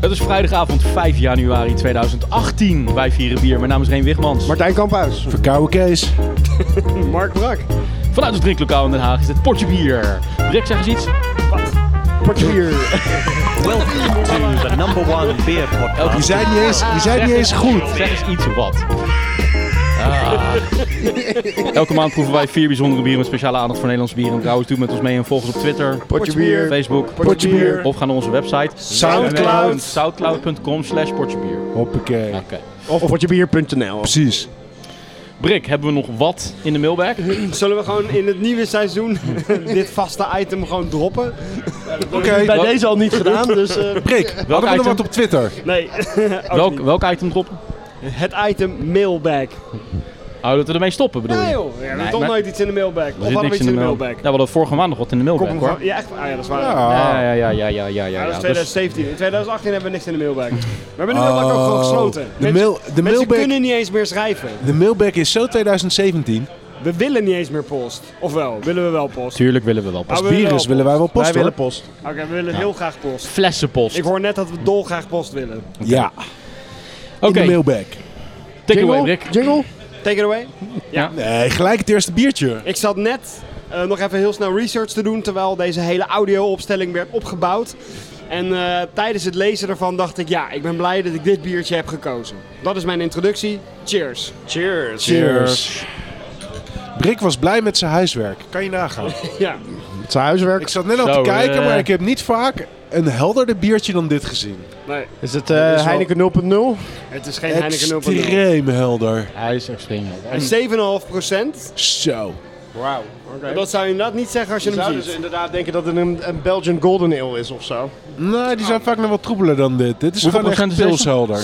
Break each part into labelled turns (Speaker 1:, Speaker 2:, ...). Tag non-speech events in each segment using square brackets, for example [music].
Speaker 1: Het is vrijdagavond 5 januari 2018. Wij vieren bier. Mijn naam is Reen Wigmans.
Speaker 2: Martijn Kamphuis.
Speaker 3: Verkoude Kees.
Speaker 2: [laughs] Mark Brak.
Speaker 1: Vanuit het drinklokaal in Den Haag is het potje bier. Rick, zeg eens iets.
Speaker 2: Portier.
Speaker 4: Welcome to the number one beer podcast.
Speaker 3: Je zei niet eens, je zei niet eens goed.
Speaker 1: Zeg eens iets wat. Ah. [laughs] Elke maand proeven wij vier bijzondere bieren met speciale aandacht voor Nederlands bier. En trouwens, doe met ons mee en volg ons op Twitter,
Speaker 2: Potje bier.
Speaker 1: Facebook
Speaker 2: Potje bier.
Speaker 1: of ga naar onze website Eh,
Speaker 3: Soundcloud.
Speaker 1: soundcloud.com slash potjebier.
Speaker 3: Hoppakee.
Speaker 1: Oké.
Speaker 2: Of potjebier.nl.
Speaker 3: Precies.
Speaker 1: Brik, hebben we nog wat in de mailbag?
Speaker 2: Zullen we gewoon in het nieuwe
Speaker 3: [laughs]
Speaker 2: seizoen dit vaste item gewoon droppen?
Speaker 3: Oké.
Speaker 2: Bij
Speaker 3: Wat-
Speaker 2: deze al niet gedaan, dus... eh,
Speaker 3: Prik,
Speaker 1: Welk
Speaker 3: hadden we nog
Speaker 1: item?
Speaker 3: wat op Twitter?
Speaker 2: nee. ook
Speaker 1: Welk,
Speaker 2: niet.
Speaker 1: welk item droppen?
Speaker 2: Het item mailbag.
Speaker 1: Oh, dat we ermee stoppen bedoel je?
Speaker 2: Nee joh, we hebben
Speaker 1: Nee,
Speaker 2: toch
Speaker 1: maar-
Speaker 2: nooit iets in de mailbag. Of
Speaker 1: Er zit
Speaker 2: hadden we
Speaker 1: niks
Speaker 2: iets
Speaker 1: in de mailbag. Ja, we hadden vorige maand nog wat in de mailbag
Speaker 2: Kom
Speaker 1: hoor.
Speaker 2: gewoon. Ja, echt? Ah ja, dat is waar. Ja,
Speaker 1: Ja,
Speaker 3: Ja.
Speaker 1: ja, ja, ja, ja, ja. ja,
Speaker 2: dat
Speaker 1: Dus-
Speaker 2: is 2017. In 2018 hebben we niks in de mailbag. We hebben de mailbag ook gewoon gesloten.
Speaker 3: Oh, De
Speaker 2: Mensen-
Speaker 3: mail-
Speaker 2: mensen
Speaker 3: de mailbag-
Speaker 2: kunnen niet eens meer schrijven.
Speaker 3: De mailbag is zo 2017.
Speaker 1: Ah,
Speaker 2: We willen niet eens meer post. Of wel? Willen we wel post?
Speaker 1: Tuurlijk willen we wel
Speaker 2: Ah,
Speaker 1: post.
Speaker 2: we willen
Speaker 3: Virus
Speaker 2: wel
Speaker 3: willen wij wel post
Speaker 2: Wij
Speaker 3: hoor.
Speaker 2: willen post. Oké, we willen heel graag post.
Speaker 1: Flessenpost.
Speaker 2: Ik hoor net dat we dolgraag post willen.
Speaker 3: Ja,
Speaker 1: Oké,
Speaker 3: in de mailbag.
Speaker 1: take away Brik.
Speaker 3: Jingle?
Speaker 2: Take it away.
Speaker 3: Nee, gelijk het eerste biertje.
Speaker 2: Ik zat net eh, nog even heel snel research te doen terwijl deze hele audio-opstelling werd opgebouwd. En eh, tijdens het lezen ervan dacht ik, ja, ik ben blij dat ik dit biertje heb gekozen. Dat is mijn introductie. Cheers. Cheers.
Speaker 3: Cheers. Brik was blij met zijn huiswerk. Kan je
Speaker 1: [laughs]
Speaker 3: nagaan.
Speaker 2: Ja,
Speaker 3: Met zijn huiswerk? Ik zat net al
Speaker 1: Zo,
Speaker 3: te kijken,
Speaker 1: eh.
Speaker 3: maar ik heb niet vaak een helderder biertje dan dit gezien.
Speaker 2: nee,
Speaker 5: Is het
Speaker 2: Dat is wel-
Speaker 5: Heineken 0.0?
Speaker 2: het is geen Heineken 0.0.
Speaker 3: Extreem helder.
Speaker 1: Hij is extreem.
Speaker 2: Hij
Speaker 5: Hmm.
Speaker 2: is 7,5 procent.
Speaker 3: Zo.
Speaker 5: Wauw. Oké.
Speaker 2: Dat zou je inderdaad niet zeggen als je
Speaker 5: Je zou
Speaker 2: hem
Speaker 5: dus
Speaker 2: ziet.
Speaker 5: inderdaad denken dat het een, een Belgian Golden Ale is of zo.
Speaker 3: Nee, Nou, die zijn vaak nog wat troebeler dan dit. Dit is
Speaker 1: Hoeveel
Speaker 3: gewoon echt
Speaker 1: procent is deze?
Speaker 3: pilshelder.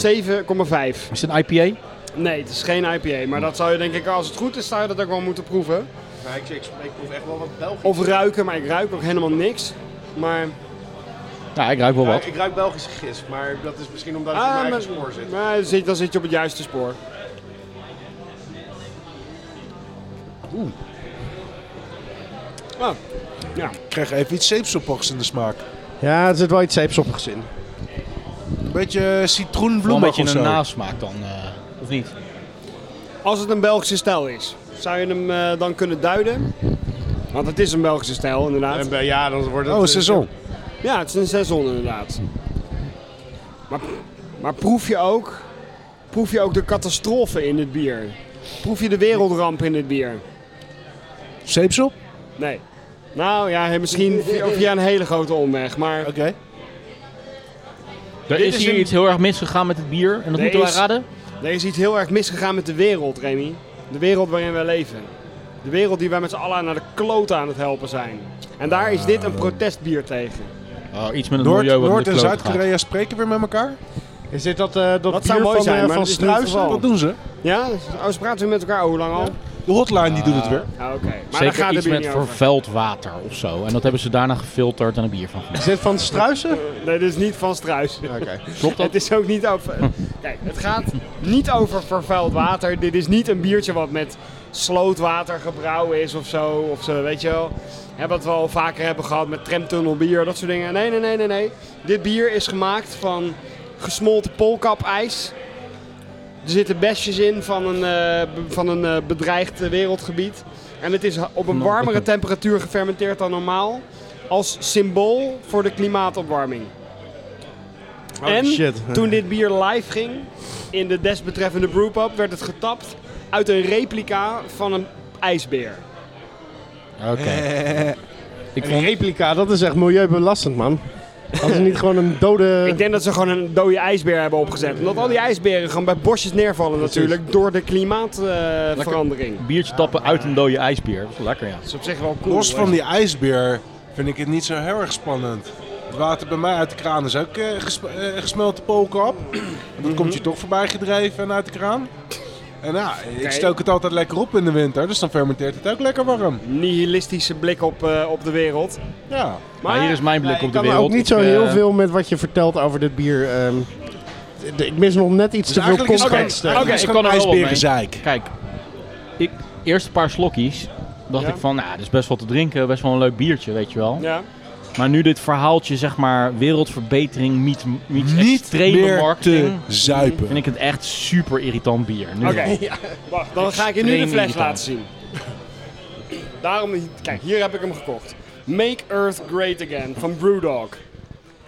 Speaker 2: 7,5.
Speaker 1: Is het een IPA?
Speaker 2: Nee, het is geen IPA. Maar dat zou je denk ik, als het goed is, zou je dat ook wel moeten proeven.
Speaker 5: ik, proef echt wel wat Belgisch.
Speaker 2: Of ruiken, maar ik ruik ook helemaal niks. Maar,
Speaker 1: Ja, ik ruik wel wat.
Speaker 5: ik ruik Belgische gist, maar dat is misschien omdat
Speaker 2: Ah,
Speaker 5: het in
Speaker 2: maar-
Speaker 5: mijn spoor zit.
Speaker 2: maar dan zit- dan zit je op het juiste spoor. Oeh. Ah, ja.
Speaker 3: Ik krijg even iets zeepsoppigs in de smaak.
Speaker 5: Ja, er zit wel iets zeepsoppigs in.
Speaker 3: Een beetje
Speaker 1: Wel een
Speaker 3: citroenbloemig
Speaker 1: beetje
Speaker 3: of
Speaker 1: een
Speaker 3: zo.
Speaker 1: nasmaak dan, eh, of niet?
Speaker 2: Als het een Belgische stijl is, zou je hem eh, dan kunnen duiden? Want het is een Belgische stijl, inderdaad.
Speaker 5: En, eh, ja, dan wordt het...
Speaker 3: Oh, een
Speaker 5: eh,
Speaker 3: seizoen.
Speaker 2: Ja, het is een seizoen inderdaad. Maar, maar proef je ook... Proef je ook de catastrofe in dit bier? Proef je de wereldramp in dit bier?
Speaker 3: Zeepsop?
Speaker 2: Nee. Nou ja, he- misschien via, via een hele grote omweg, maar...
Speaker 3: Oké.
Speaker 1: Er
Speaker 2: Dit
Speaker 1: is
Speaker 2: is
Speaker 1: hier
Speaker 2: een-
Speaker 1: iets heel erg misgegaan met het bier. En dat
Speaker 2: Er
Speaker 1: moeten wij
Speaker 2: is-
Speaker 1: raden.
Speaker 2: Er is iets heel erg misgegaan met de wereld, Remy. De wereld waarin wij leven. De wereld die wij met z'n allen naar de klote aan het helpen zijn. En daar is dit een protestbier tegen.
Speaker 1: Oh, iets met het
Speaker 3: Noord,
Speaker 1: milieu wat
Speaker 3: Noord- en
Speaker 1: met kloten gaat.
Speaker 3: Zuid-Korea spreken weer met elkaar?
Speaker 5: Is dit dat, eh dat, bier
Speaker 2: zou mooi
Speaker 5: van,
Speaker 2: zijn,
Speaker 5: eh,
Speaker 2: maar
Speaker 5: van
Speaker 2: dat is niet het
Speaker 5: Struisen?
Speaker 2: geval.
Speaker 3: Wat doen ze?
Speaker 2: Ja? Oh, ze praten we met elkaar, oh, hoe lang al?
Speaker 3: De hotline die doet het weer.
Speaker 2: Ah, Oké, maar daar
Speaker 1: Zeker
Speaker 2: gaat het
Speaker 1: iets
Speaker 2: bier
Speaker 1: met
Speaker 2: niet over.
Speaker 1: vervuild water of zo. En dat hebben ze daarna gefilterd en een bier van gemaakt.
Speaker 5: Is dit van Struisen?
Speaker 2: Nee, dit is niet van Struis.
Speaker 5: Oké.
Speaker 2: [laughs]
Speaker 1: Klopt dat?
Speaker 2: Het is ook niet over. Kijk, het gaat niet over vervuild water. Dit is niet een biertje wat met slootwater gebrouwen is of zo. Of zo, weet je wel. Hè, wat we al vaker hebben gehad met tramtunnelbier, dat soort dingen. Nee, nee, nee, nee, nee. Dit bier is gemaakt van gesmolten polkapijs. Er zitten besjes in van een, eh, be- van een eh, bedreigd eh, wereldgebied. En het is ha- op
Speaker 1: Nou,
Speaker 2: een warmere temperatuur gefermenteerd dan normaal. Als symbool voor de klimaatopwarming. en
Speaker 5: shit.
Speaker 2: toen dit bier live ging in de desbetreffende brewpub, werd het getapt uit een replica van een ijsbeer.
Speaker 1: Oké. Ik
Speaker 5: Een
Speaker 1: vond...
Speaker 5: replica, dat is echt milieubelastend, man. Hadden ze niet gewoon een [laughs] dode...
Speaker 2: Ik denk dat ze gewoon een dode ijsbeer hebben opgezet. Omdat al die ijsberen gewoon bij bosjes neervallen natuurlijk door de klimaatverandering.
Speaker 1: Biertje tappen uit een dode ijsbier. Dat is wel lekker, ja.
Speaker 2: dat is op zich wel cool.
Speaker 3: Los van
Speaker 2: hè?
Speaker 3: die ijsbeer vind ik het niet zo heel erg spannend. Het water bij mij uit de kraan is ook eh, gesp- eh, gesmelten polkap. En dat komt je toch voorbij gedreven en uit de kraan. En ja, ik
Speaker 2: Oké.
Speaker 3: stook het altijd lekker op in de winter, dus dan fermenteert het ook lekker warm.
Speaker 2: nihilistische blik op, eh, op de wereld.
Speaker 3: Ja.
Speaker 1: Maar hier is mijn blik
Speaker 5: ik
Speaker 1: op de
Speaker 5: kan
Speaker 1: wereld.
Speaker 5: ook niet zo
Speaker 1: Ik, eh,
Speaker 5: heel veel met wat je vertelt over dit bier. ehm, d- d- ik mis nog net iets
Speaker 3: Dus
Speaker 5: te veel
Speaker 3: eigenlijk is het
Speaker 5: context. eh.
Speaker 3: gewoon-
Speaker 1: Oké,
Speaker 3: eigenlijk is
Speaker 1: ik
Speaker 3: het gewoon
Speaker 1: kan er wel wat mee.
Speaker 3: ijsberenzeik.
Speaker 1: Kijk, ik, eerst een paar slokjes. Dacht
Speaker 2: Ja.
Speaker 1: ik van, nou, dit is best wel te drinken. Best wel een leuk biertje, weet je wel.
Speaker 2: Ja.
Speaker 1: Maar nu dit verhaaltje, zeg maar, wereldverbetering meets, meets extreme
Speaker 3: meer
Speaker 1: marketing,
Speaker 3: te zuipen.
Speaker 1: vind ik het echt super irritant bier. Nu
Speaker 2: Oké, [laughs]
Speaker 1: al.
Speaker 2: wacht, dan ga ik je nu de
Speaker 1: Extreem
Speaker 2: fles
Speaker 1: irritant.
Speaker 2: laten zien. Daarom, kijk, hier heb ik hem gekocht. Make Earth Great Again van Brewdog.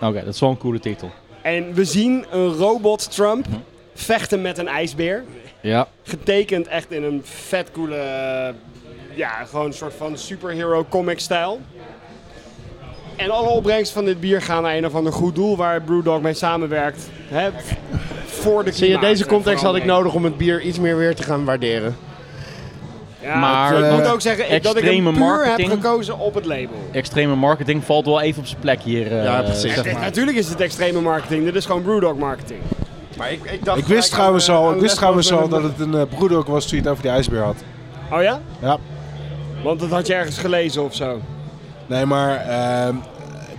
Speaker 1: Oké, dat is wel een coole titel.
Speaker 2: En we zien een robot Trump vechten met een ijsbeer.
Speaker 1: Ja,
Speaker 2: Getekend echt in een vet coole, eh, ja, gewoon een soort van superhero comic stijl. En alle opbrengsten van dit bier gaan naar een of ander goed doel waar Brewdog mee samenwerkt. Hè, v- voor de
Speaker 5: Zie je, deze context had ik
Speaker 2: nodig.
Speaker 5: nodig om het bier iets meer weer te gaan waarderen.
Speaker 2: Ja,
Speaker 1: Maar,
Speaker 2: ik
Speaker 1: eh,
Speaker 2: moet ook zeggen ik- dat ik hem
Speaker 1: extreme
Speaker 2: puur
Speaker 1: marketing.
Speaker 2: heb gekozen op het label.
Speaker 1: extreme marketing valt wel even op zijn plek hier. eh,
Speaker 5: Ja, precies.
Speaker 1: zeg maar.
Speaker 2: Natuurlijk is het extreme marketing, dit is gewoon Brewdog marketing.
Speaker 5: Maar ik, ik, dacht
Speaker 3: Ik wist trouwens al, ik wist trouwens al dat het een eh, broeder ook was toen je het over die ijsbeer had.
Speaker 2: Oh ja?
Speaker 3: Ja.
Speaker 2: Want dat had je ergens gelezen of zo.
Speaker 3: Nee, maar ehm,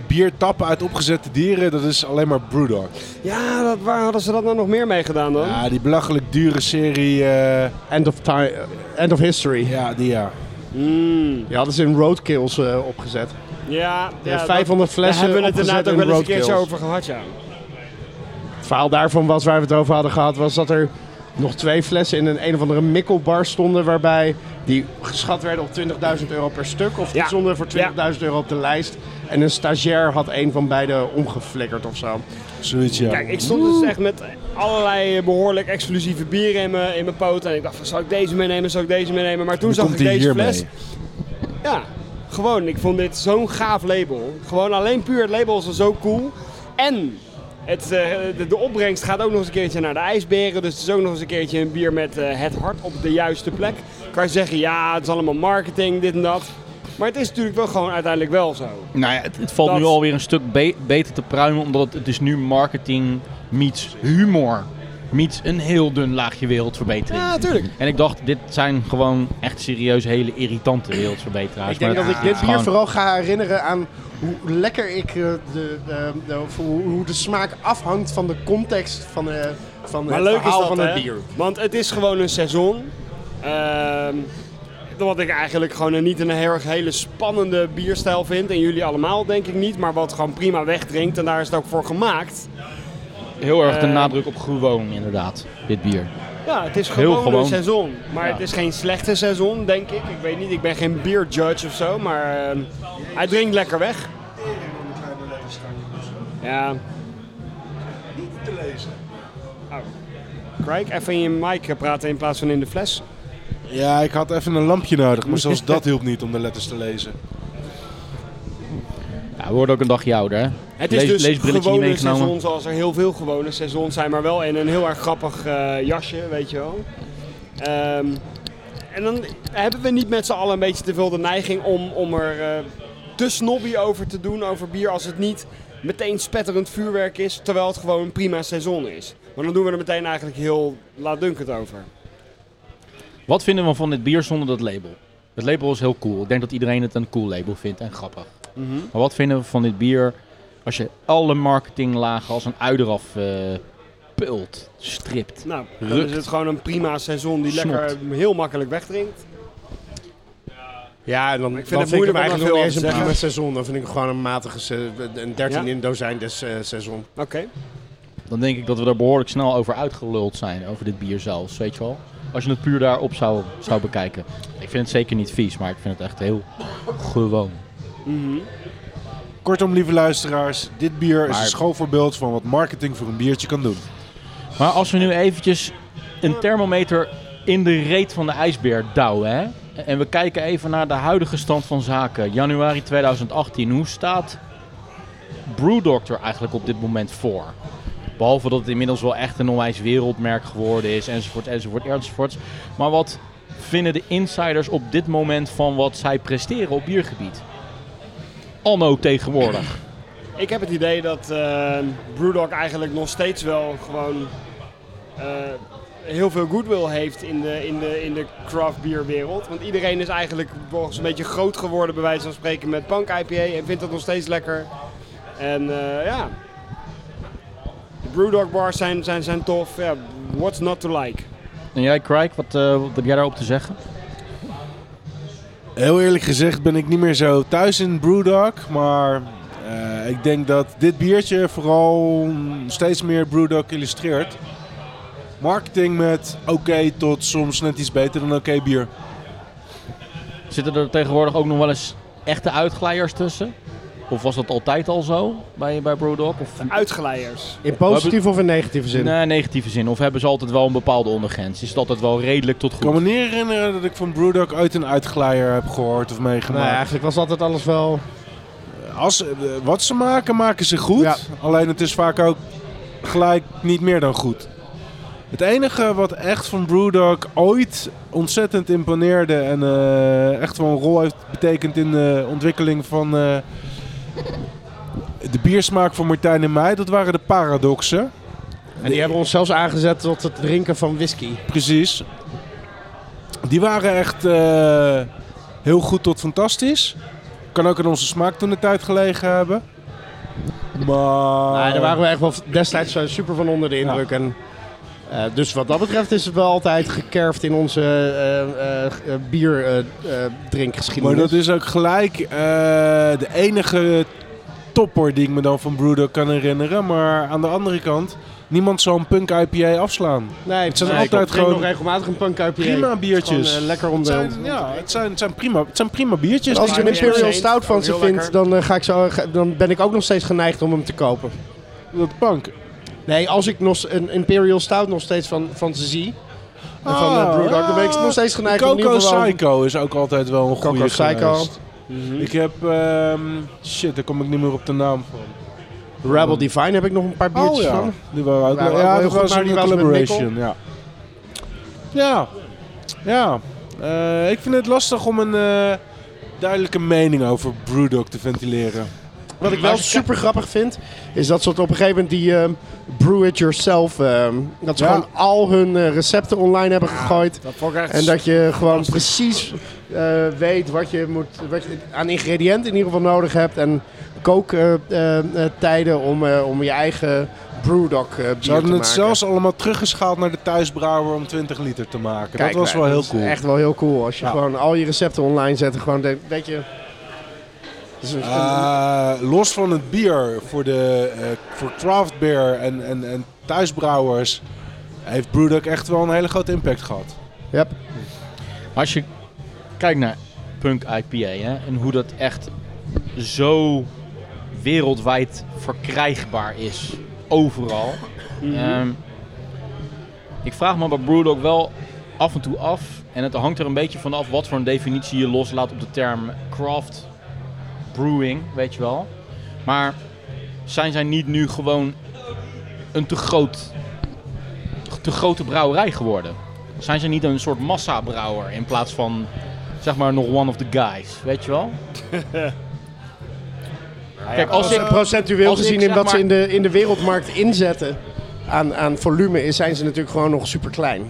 Speaker 3: bier tappen uit opgezette dieren, dat is alleen maar Brewdog.
Speaker 2: Ja, dat, waar hadden ze dat nou nog meer mee gedaan dan?
Speaker 3: Ja, die belachelijk dure serie, eh,
Speaker 5: End of, time, end of history. Ja.
Speaker 3: ja, die ja.
Speaker 2: Mm,
Speaker 5: Die hadden ze in Roadkills eh, opgezet.
Speaker 2: ja,
Speaker 5: Ja,
Speaker 2: ja,
Speaker 5: 500
Speaker 2: dat, daar
Speaker 5: flessen
Speaker 2: hebben we het
Speaker 5: opgezet
Speaker 2: inderdaad ook
Speaker 5: in
Speaker 2: wel eens een
Speaker 5: Roadkills.
Speaker 2: keertje over gehad, ja.
Speaker 5: Het verhaal daarvan was, waar we het over hadden gehad, was dat er nog twee flessen in een een of andere mikkelbar stonden, waarbij die geschat werden op 20.000 euro per stuk. Of die
Speaker 2: Ja.
Speaker 5: stonden voor 20.000 euro op de lijst. En een stagiair had een van beide omgeflikkerd of zo.
Speaker 3: Zoiets, ja.
Speaker 2: Kijk, ik stond dus echt met allerlei behoorlijk exclusieve bieren in mijn, in mijn poot. En ik dacht van, zal ik deze meenemen, zal ik deze meenemen? Maar toen
Speaker 3: Nu
Speaker 2: zag
Speaker 3: komt
Speaker 2: ik
Speaker 3: hij
Speaker 2: deze
Speaker 3: hier
Speaker 2: fles.
Speaker 3: mee.
Speaker 2: Ja, gewoon. Ik vond dit zo'n gaaf label. Gewoon alleen puur het label is al zo cool. En het, eh, de, de opbrengst gaat ook nog eens een keertje naar de ijsberen. Dus het is ook nog eens een keertje een bier met eh, het hart op de juiste plek. Kan je zeggen, ja, het is allemaal marketing, dit en dat. Maar het is natuurlijk wel gewoon uiteindelijk wel zo.
Speaker 1: Nou ja, het, het valt
Speaker 2: Dat-
Speaker 1: nu alweer een stuk be- beter te pruimen, omdat het, het is nu marketing meets humor. Meets een heel dun laagje wereldverbetering.
Speaker 2: Ja, natuurlijk.
Speaker 1: En ik dacht, dit zijn gewoon echt serieus hele irritante wereldverbeteraars.
Speaker 5: Ik denk
Speaker 1: Maar
Speaker 5: dat ik dit
Speaker 1: is
Speaker 5: bier
Speaker 1: gewoon-
Speaker 5: vooral ga herinneren aan hoe lekker ik eh, de, de, de- of hoe, hoe de smaak afhangt van de context van, de, van
Speaker 2: Maar
Speaker 5: het
Speaker 2: leuk is
Speaker 5: verhaal
Speaker 2: dat,
Speaker 5: van
Speaker 2: hè?
Speaker 5: het bier.
Speaker 2: Want het is gewoon een seizoen. Ehm, wat ik eigenlijk gewoon een- niet een heel erg hele spannende bierstijl vind. En jullie allemaal denk ik niet. Maar wat gewoon prima wegdrinkt. En daar is het ook voor gemaakt.
Speaker 1: Heel erg de
Speaker 2: Eh,
Speaker 1: nadruk op gewoon, inderdaad, dit bier.
Speaker 2: Ja, het is
Speaker 1: Heel
Speaker 2: gewoon,
Speaker 1: gewoon.
Speaker 2: een seizoen. Maar
Speaker 1: Ja.
Speaker 2: het is geen slechte seizoen, denk ik. Ik weet niet, ik ben geen bierjudge of zo. Maar ehm, hij drinkt lekker weg. Ja. Niet te lezen. Oh. Craig, even in je mic praten in plaats van in de fles.
Speaker 3: Ja, ik had even een lampje nodig, maar zelfs dat hielp niet om de letters te lezen.
Speaker 1: Ja, we worden ook een dagje ouder, hè?
Speaker 2: Het is
Speaker 1: Lees-
Speaker 2: dus
Speaker 1: leesbrilletje niet
Speaker 2: gewone
Speaker 1: meegenomen.
Speaker 2: seizoen zoals er heel veel gewone seizoens zijn, maar wel in een heel erg grappig eh, jasje, weet je wel. Ehm, en dan hebben we niet met z'n allen een beetje te veel de neiging om, om er eh, te snobby over te doen, over bier, als het niet meteen spetterend vuurwerk is, terwijl het gewoon een prima seizoen is. Maar dan doen we er meteen eigenlijk heel laatdunkend over.
Speaker 1: Wat vinden we van dit bier zonder dat label? Het label is heel cool. Ik denk dat iedereen het een cool label vindt en grappig. Maar wat vinden we van dit bier als je alle marketinglagen als een uideraf eh pult, stript?
Speaker 2: Nou, dan
Speaker 1: Rukt.
Speaker 2: is het gewoon een prima seizoen die
Speaker 1: Snot.
Speaker 2: lekker eh, heel makkelijk wegdrinkt.
Speaker 5: Ja, en dan, ik
Speaker 2: vind
Speaker 5: vind,
Speaker 2: het
Speaker 5: dan
Speaker 2: moeilijk om
Speaker 5: vind ik hem
Speaker 2: daar
Speaker 5: eigenlijk
Speaker 2: veel over
Speaker 5: nog niet eens
Speaker 2: te
Speaker 5: een
Speaker 2: zeggen.
Speaker 5: prima seizoen. Dan vind ik hem gewoon een matige se- een 13
Speaker 2: Ja?
Speaker 5: in dozijn des eh, seizoen.
Speaker 2: Oké.
Speaker 1: Dan denk ik dat we er behoorlijk snel over uitgeluld zijn, over dit bier zelfs, weet je wel? Als je het puur daarop zou, zou bekijken. Ik vind het zeker niet vies, maar ik vind het echt heel gewoon.
Speaker 3: Kortom, lieve luisteraars, dit bier is
Speaker 1: Maar-
Speaker 3: een schoolvoorbeeld van wat marketing voor een biertje kan doen.
Speaker 1: Maar als we nu eventjes een thermometer in de reet van de ijsbeer douwen, hè? En we kijken even naar de huidige stand van zaken. Januari 2018. Hoe staat Brewdog er eigenlijk op dit moment voor? Behalve dat het inmiddels wel echt een onwijs wereldmerk geworden is, enzovoort, enzovoort, enzovoort. Maar wat vinden de insiders op dit moment van wat zij presteren op biergebied? Anno tegenwoordig.
Speaker 2: Ik heb het idee dat eh Brewdog eigenlijk nog steeds wel gewoon eh, heel veel goodwill heeft in de, in de, in de craft beer wereld. Want iedereen is eigenlijk volgens een beetje groot geworden bij wijze van spreken met punk IPA en vindt dat nog steeds lekker. En eh, ja, de Brewdog bars zijn, zijn, zijn tof. Ja, what's not to like?
Speaker 1: En jij, Craig, wat, eh, wat heb jij daarop te zeggen?
Speaker 3: Heel eerlijk gezegd ben ik niet meer zo thuis in Brewdog, maar eh, ik denk dat dit biertje vooral steeds meer Brewdog illustreert. Marketing met oké tot soms net iets beter dan oké bier.
Speaker 1: Zitten er tegenwoordig ook nog wel eens echte uitglijers tussen? Of was dat altijd al zo bij, bij Brewdog? Of
Speaker 2: Uitgeleiders.
Speaker 5: In positieve of in negatieve zin?
Speaker 1: Nee, negatieve zin. Of hebben ze altijd wel een bepaalde ondergrens? Is het altijd wel redelijk tot
Speaker 3: Ik kan
Speaker 1: goed?
Speaker 3: me niet herinneren dat ik van Brewdog ooit een uitglijer heb gehoord of
Speaker 5: Nou,
Speaker 3: meegemaakt.
Speaker 5: eigenlijk was altijd alles wel...
Speaker 3: Als, eh, wat ze maken, maken ze goed.
Speaker 5: Ja.
Speaker 3: Alleen het is vaak ook gelijk niet meer dan goed. Het enige wat echt van Brewdog ooit ontzettend imponeerde en eh, echt wel een rol heeft betekend in de ontwikkeling van eh, de biersmaak van Martijn en mij, dat waren de paradoxen.
Speaker 5: En die hebben ons zelfs aangezet tot het drinken van whisky.
Speaker 3: Precies. Die waren echt eh, heel goed tot fantastisch. Kan ook in onze smaak toen de tijd gelegen hebben. Maar...
Speaker 5: Nou, daar waren we echt wel destijds eh, super van onder de indruk. En, eh, dus wat dat betreft is het wel altijd gekerfd in onze eh,
Speaker 3: Maar
Speaker 2: Eh,
Speaker 5: bierdrinkgeschiedenis.
Speaker 3: dat is ook gelijk eh, de enige topper die ik me dan van Brewdog kan herinneren. Maar aan de andere kant, niemand zal een punk IPA afslaan.
Speaker 5: Nee,
Speaker 3: het zijn
Speaker 5: nee, ik
Speaker 3: altijd
Speaker 5: drink
Speaker 3: gewoon
Speaker 5: nog regelmatig een punk IPA.
Speaker 3: Prima
Speaker 5: Het is
Speaker 3: biertjes.
Speaker 5: gewoon, eh, lekker om
Speaker 3: het
Speaker 5: de...
Speaker 3: zijn, ja, het zijn, het zijn prima, het zijn prima biertjes.
Speaker 5: als ik
Speaker 3: Die-
Speaker 5: er
Speaker 2: Maar
Speaker 5: een
Speaker 2: die
Speaker 5: Imperial
Speaker 2: is
Speaker 5: Stout van
Speaker 2: ook
Speaker 5: ze
Speaker 2: heel
Speaker 5: vind,
Speaker 2: lekker.
Speaker 5: dan, eh, ga ik zo, ga- dan ben ik ook nog steeds geneigd om hem te kopen.
Speaker 3: dat bank.
Speaker 5: Nee, als ik nog een Imperial Stout nog steeds van, van ze zie, en van
Speaker 3: Oh,
Speaker 5: eh, Brewdog,
Speaker 3: Ah.
Speaker 5: dan ben ik nog steeds geneigd om
Speaker 3: Coco
Speaker 5: nieuwe wijn.
Speaker 3: Psycho is ook altijd wel een goede
Speaker 5: Coco Psycho.
Speaker 3: geweest.
Speaker 5: Mhm.
Speaker 3: Ik heb... ehm, shit, daar kom ik niet meer op de naam
Speaker 5: Oh,
Speaker 3: van.
Speaker 5: Rebel Divine heb ik nog een paar biertjes
Speaker 3: Oh ja,
Speaker 5: van.
Speaker 3: die waren ook
Speaker 5: Waren ook
Speaker 3: leuk.
Speaker 5: wel
Speaker 3: Ja,
Speaker 5: heel
Speaker 3: dat
Speaker 5: goed,
Speaker 3: was
Speaker 5: maar
Speaker 3: een
Speaker 5: die was met
Speaker 3: collaboration. Ja. ja, ja. Eh, ik vind het lastig om een eh, duidelijke mening over Brewdog te ventileren.
Speaker 5: Wat ik wel super grappig vind, is dat ze op een gegeven moment die ehm, Brew It Yourself, ehm, dat ze
Speaker 3: Ja.
Speaker 5: gewoon al hun eh, recepten online hebben gegooid.
Speaker 2: Dat vond ik echt
Speaker 5: En dat je gewoon precies eh, weet wat je, moet, wat je aan ingrediënten in ieder geval nodig hebt. En kooktijden tijden om, eh, om je eigen brewdog eh bier
Speaker 3: Ze
Speaker 5: te
Speaker 3: hadden
Speaker 5: maken.
Speaker 3: het zelfs allemaal teruggeschaald naar de thuisbrouwer om 20 liter te maken.
Speaker 5: Kijk,
Speaker 3: dat was
Speaker 5: nou,
Speaker 3: wel heel
Speaker 5: is
Speaker 3: cool.
Speaker 5: Echt wel heel cool. Als je
Speaker 3: Ja.
Speaker 5: gewoon al je recepten online zet en gewoon denkt, weet je... dus- het is een-
Speaker 3: Eh, los van het bier voor, de, eh, voor craft beer en, en, en thuisbrouwers heeft Brewdog echt wel een hele grote impact gehad.
Speaker 5: Yep.
Speaker 1: Als je kijkt naar punk IPA hè, en hoe dat echt zo wereldwijd verkrijgbaar is. Overal. Ehm, ik vraag me bij Brewdog wel af en toe af. En het hangt er een beetje van af wat voor een definitie je loslaat op de term craft brewing, weet je wel. Maar zijn zij niet nu gewoon een te, groot, te grote brouwerij geworden? Zijn ze niet een soort massabrouwer in plaats van zeg maar nog one of the guys, weet je
Speaker 2: [laughs]
Speaker 1: wel? Kijk, als ik,
Speaker 5: procentueel
Speaker 1: als ik
Speaker 5: gezien
Speaker 1: zeg
Speaker 5: in wat ze
Speaker 1: maar-
Speaker 5: in de, in de wereldmarkt inzetten aan, aan volume, is- zijn ze natuurlijk gewoon nog super klein.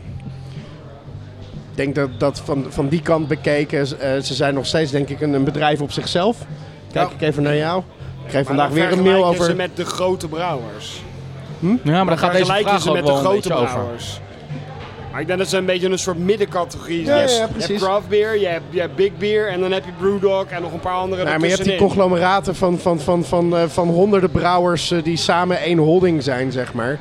Speaker 5: Ik denk dat, dat van, van die kant bekeken, eh, ze zijn nog steeds denk ik een, een bedrijf op zichzelf. Kijk
Speaker 2: Ja.
Speaker 5: ik even naar jou. Ik kreeg
Speaker 2: Maar
Speaker 5: vandaag
Speaker 2: dan
Speaker 5: weer een mail
Speaker 2: vergelijken ze
Speaker 5: over...
Speaker 2: met de grote brouwers.
Speaker 1: ja, maar daar gaat deze
Speaker 2: Vergelijken
Speaker 1: vraag
Speaker 2: ze
Speaker 1: ook
Speaker 2: met de
Speaker 1: wel een
Speaker 2: grote
Speaker 1: beetje over.
Speaker 2: brouwers. Maar ik denk dat ze een beetje een soort middencategorie
Speaker 5: Ja,
Speaker 2: zijn. Je
Speaker 5: ja,
Speaker 2: hebt- Je
Speaker 5: precies.
Speaker 2: hebt craft beer, je hebt, je hebt big beer en dan heb je brewdog en nog een paar andere
Speaker 5: Nou, maar je hebt die
Speaker 2: ertussenin.
Speaker 5: conglomeraten van, van, van, van, eh, van honderden brouwers eh, die samen één holding zijn, zeg maar.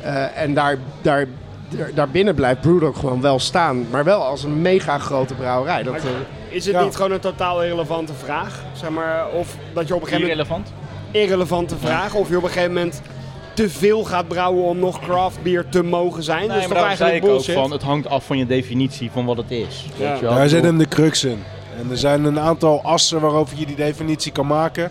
Speaker 5: Eh, en daar, daar, daar, daarbinnen blijft Brewdog gewoon wel staan. Maar wel als een mega grote brouwerij. Dat, eh,
Speaker 2: Is het
Speaker 3: Ja.
Speaker 2: niet gewoon een totaal irrelevante vraag? Zeg maar, of dat je op een gegeven moment...
Speaker 1: Irrelevant.
Speaker 2: Irrelevante vraag. Of je op een gegeven moment te veel gaat brouwen om nog craft beer te mogen zijn. dus dat is
Speaker 1: daarom zei
Speaker 2: eigenlijk
Speaker 1: ik ook
Speaker 2: bullshit.
Speaker 1: van, het hangt af van je definitie van wat het is.
Speaker 2: Ja.
Speaker 1: Weet je wel?
Speaker 3: Daar
Speaker 1: Ik
Speaker 3: zit
Speaker 1: bedoel-
Speaker 3: hem de crux in. En er zijn een aantal assen waarover je die definitie kan maken.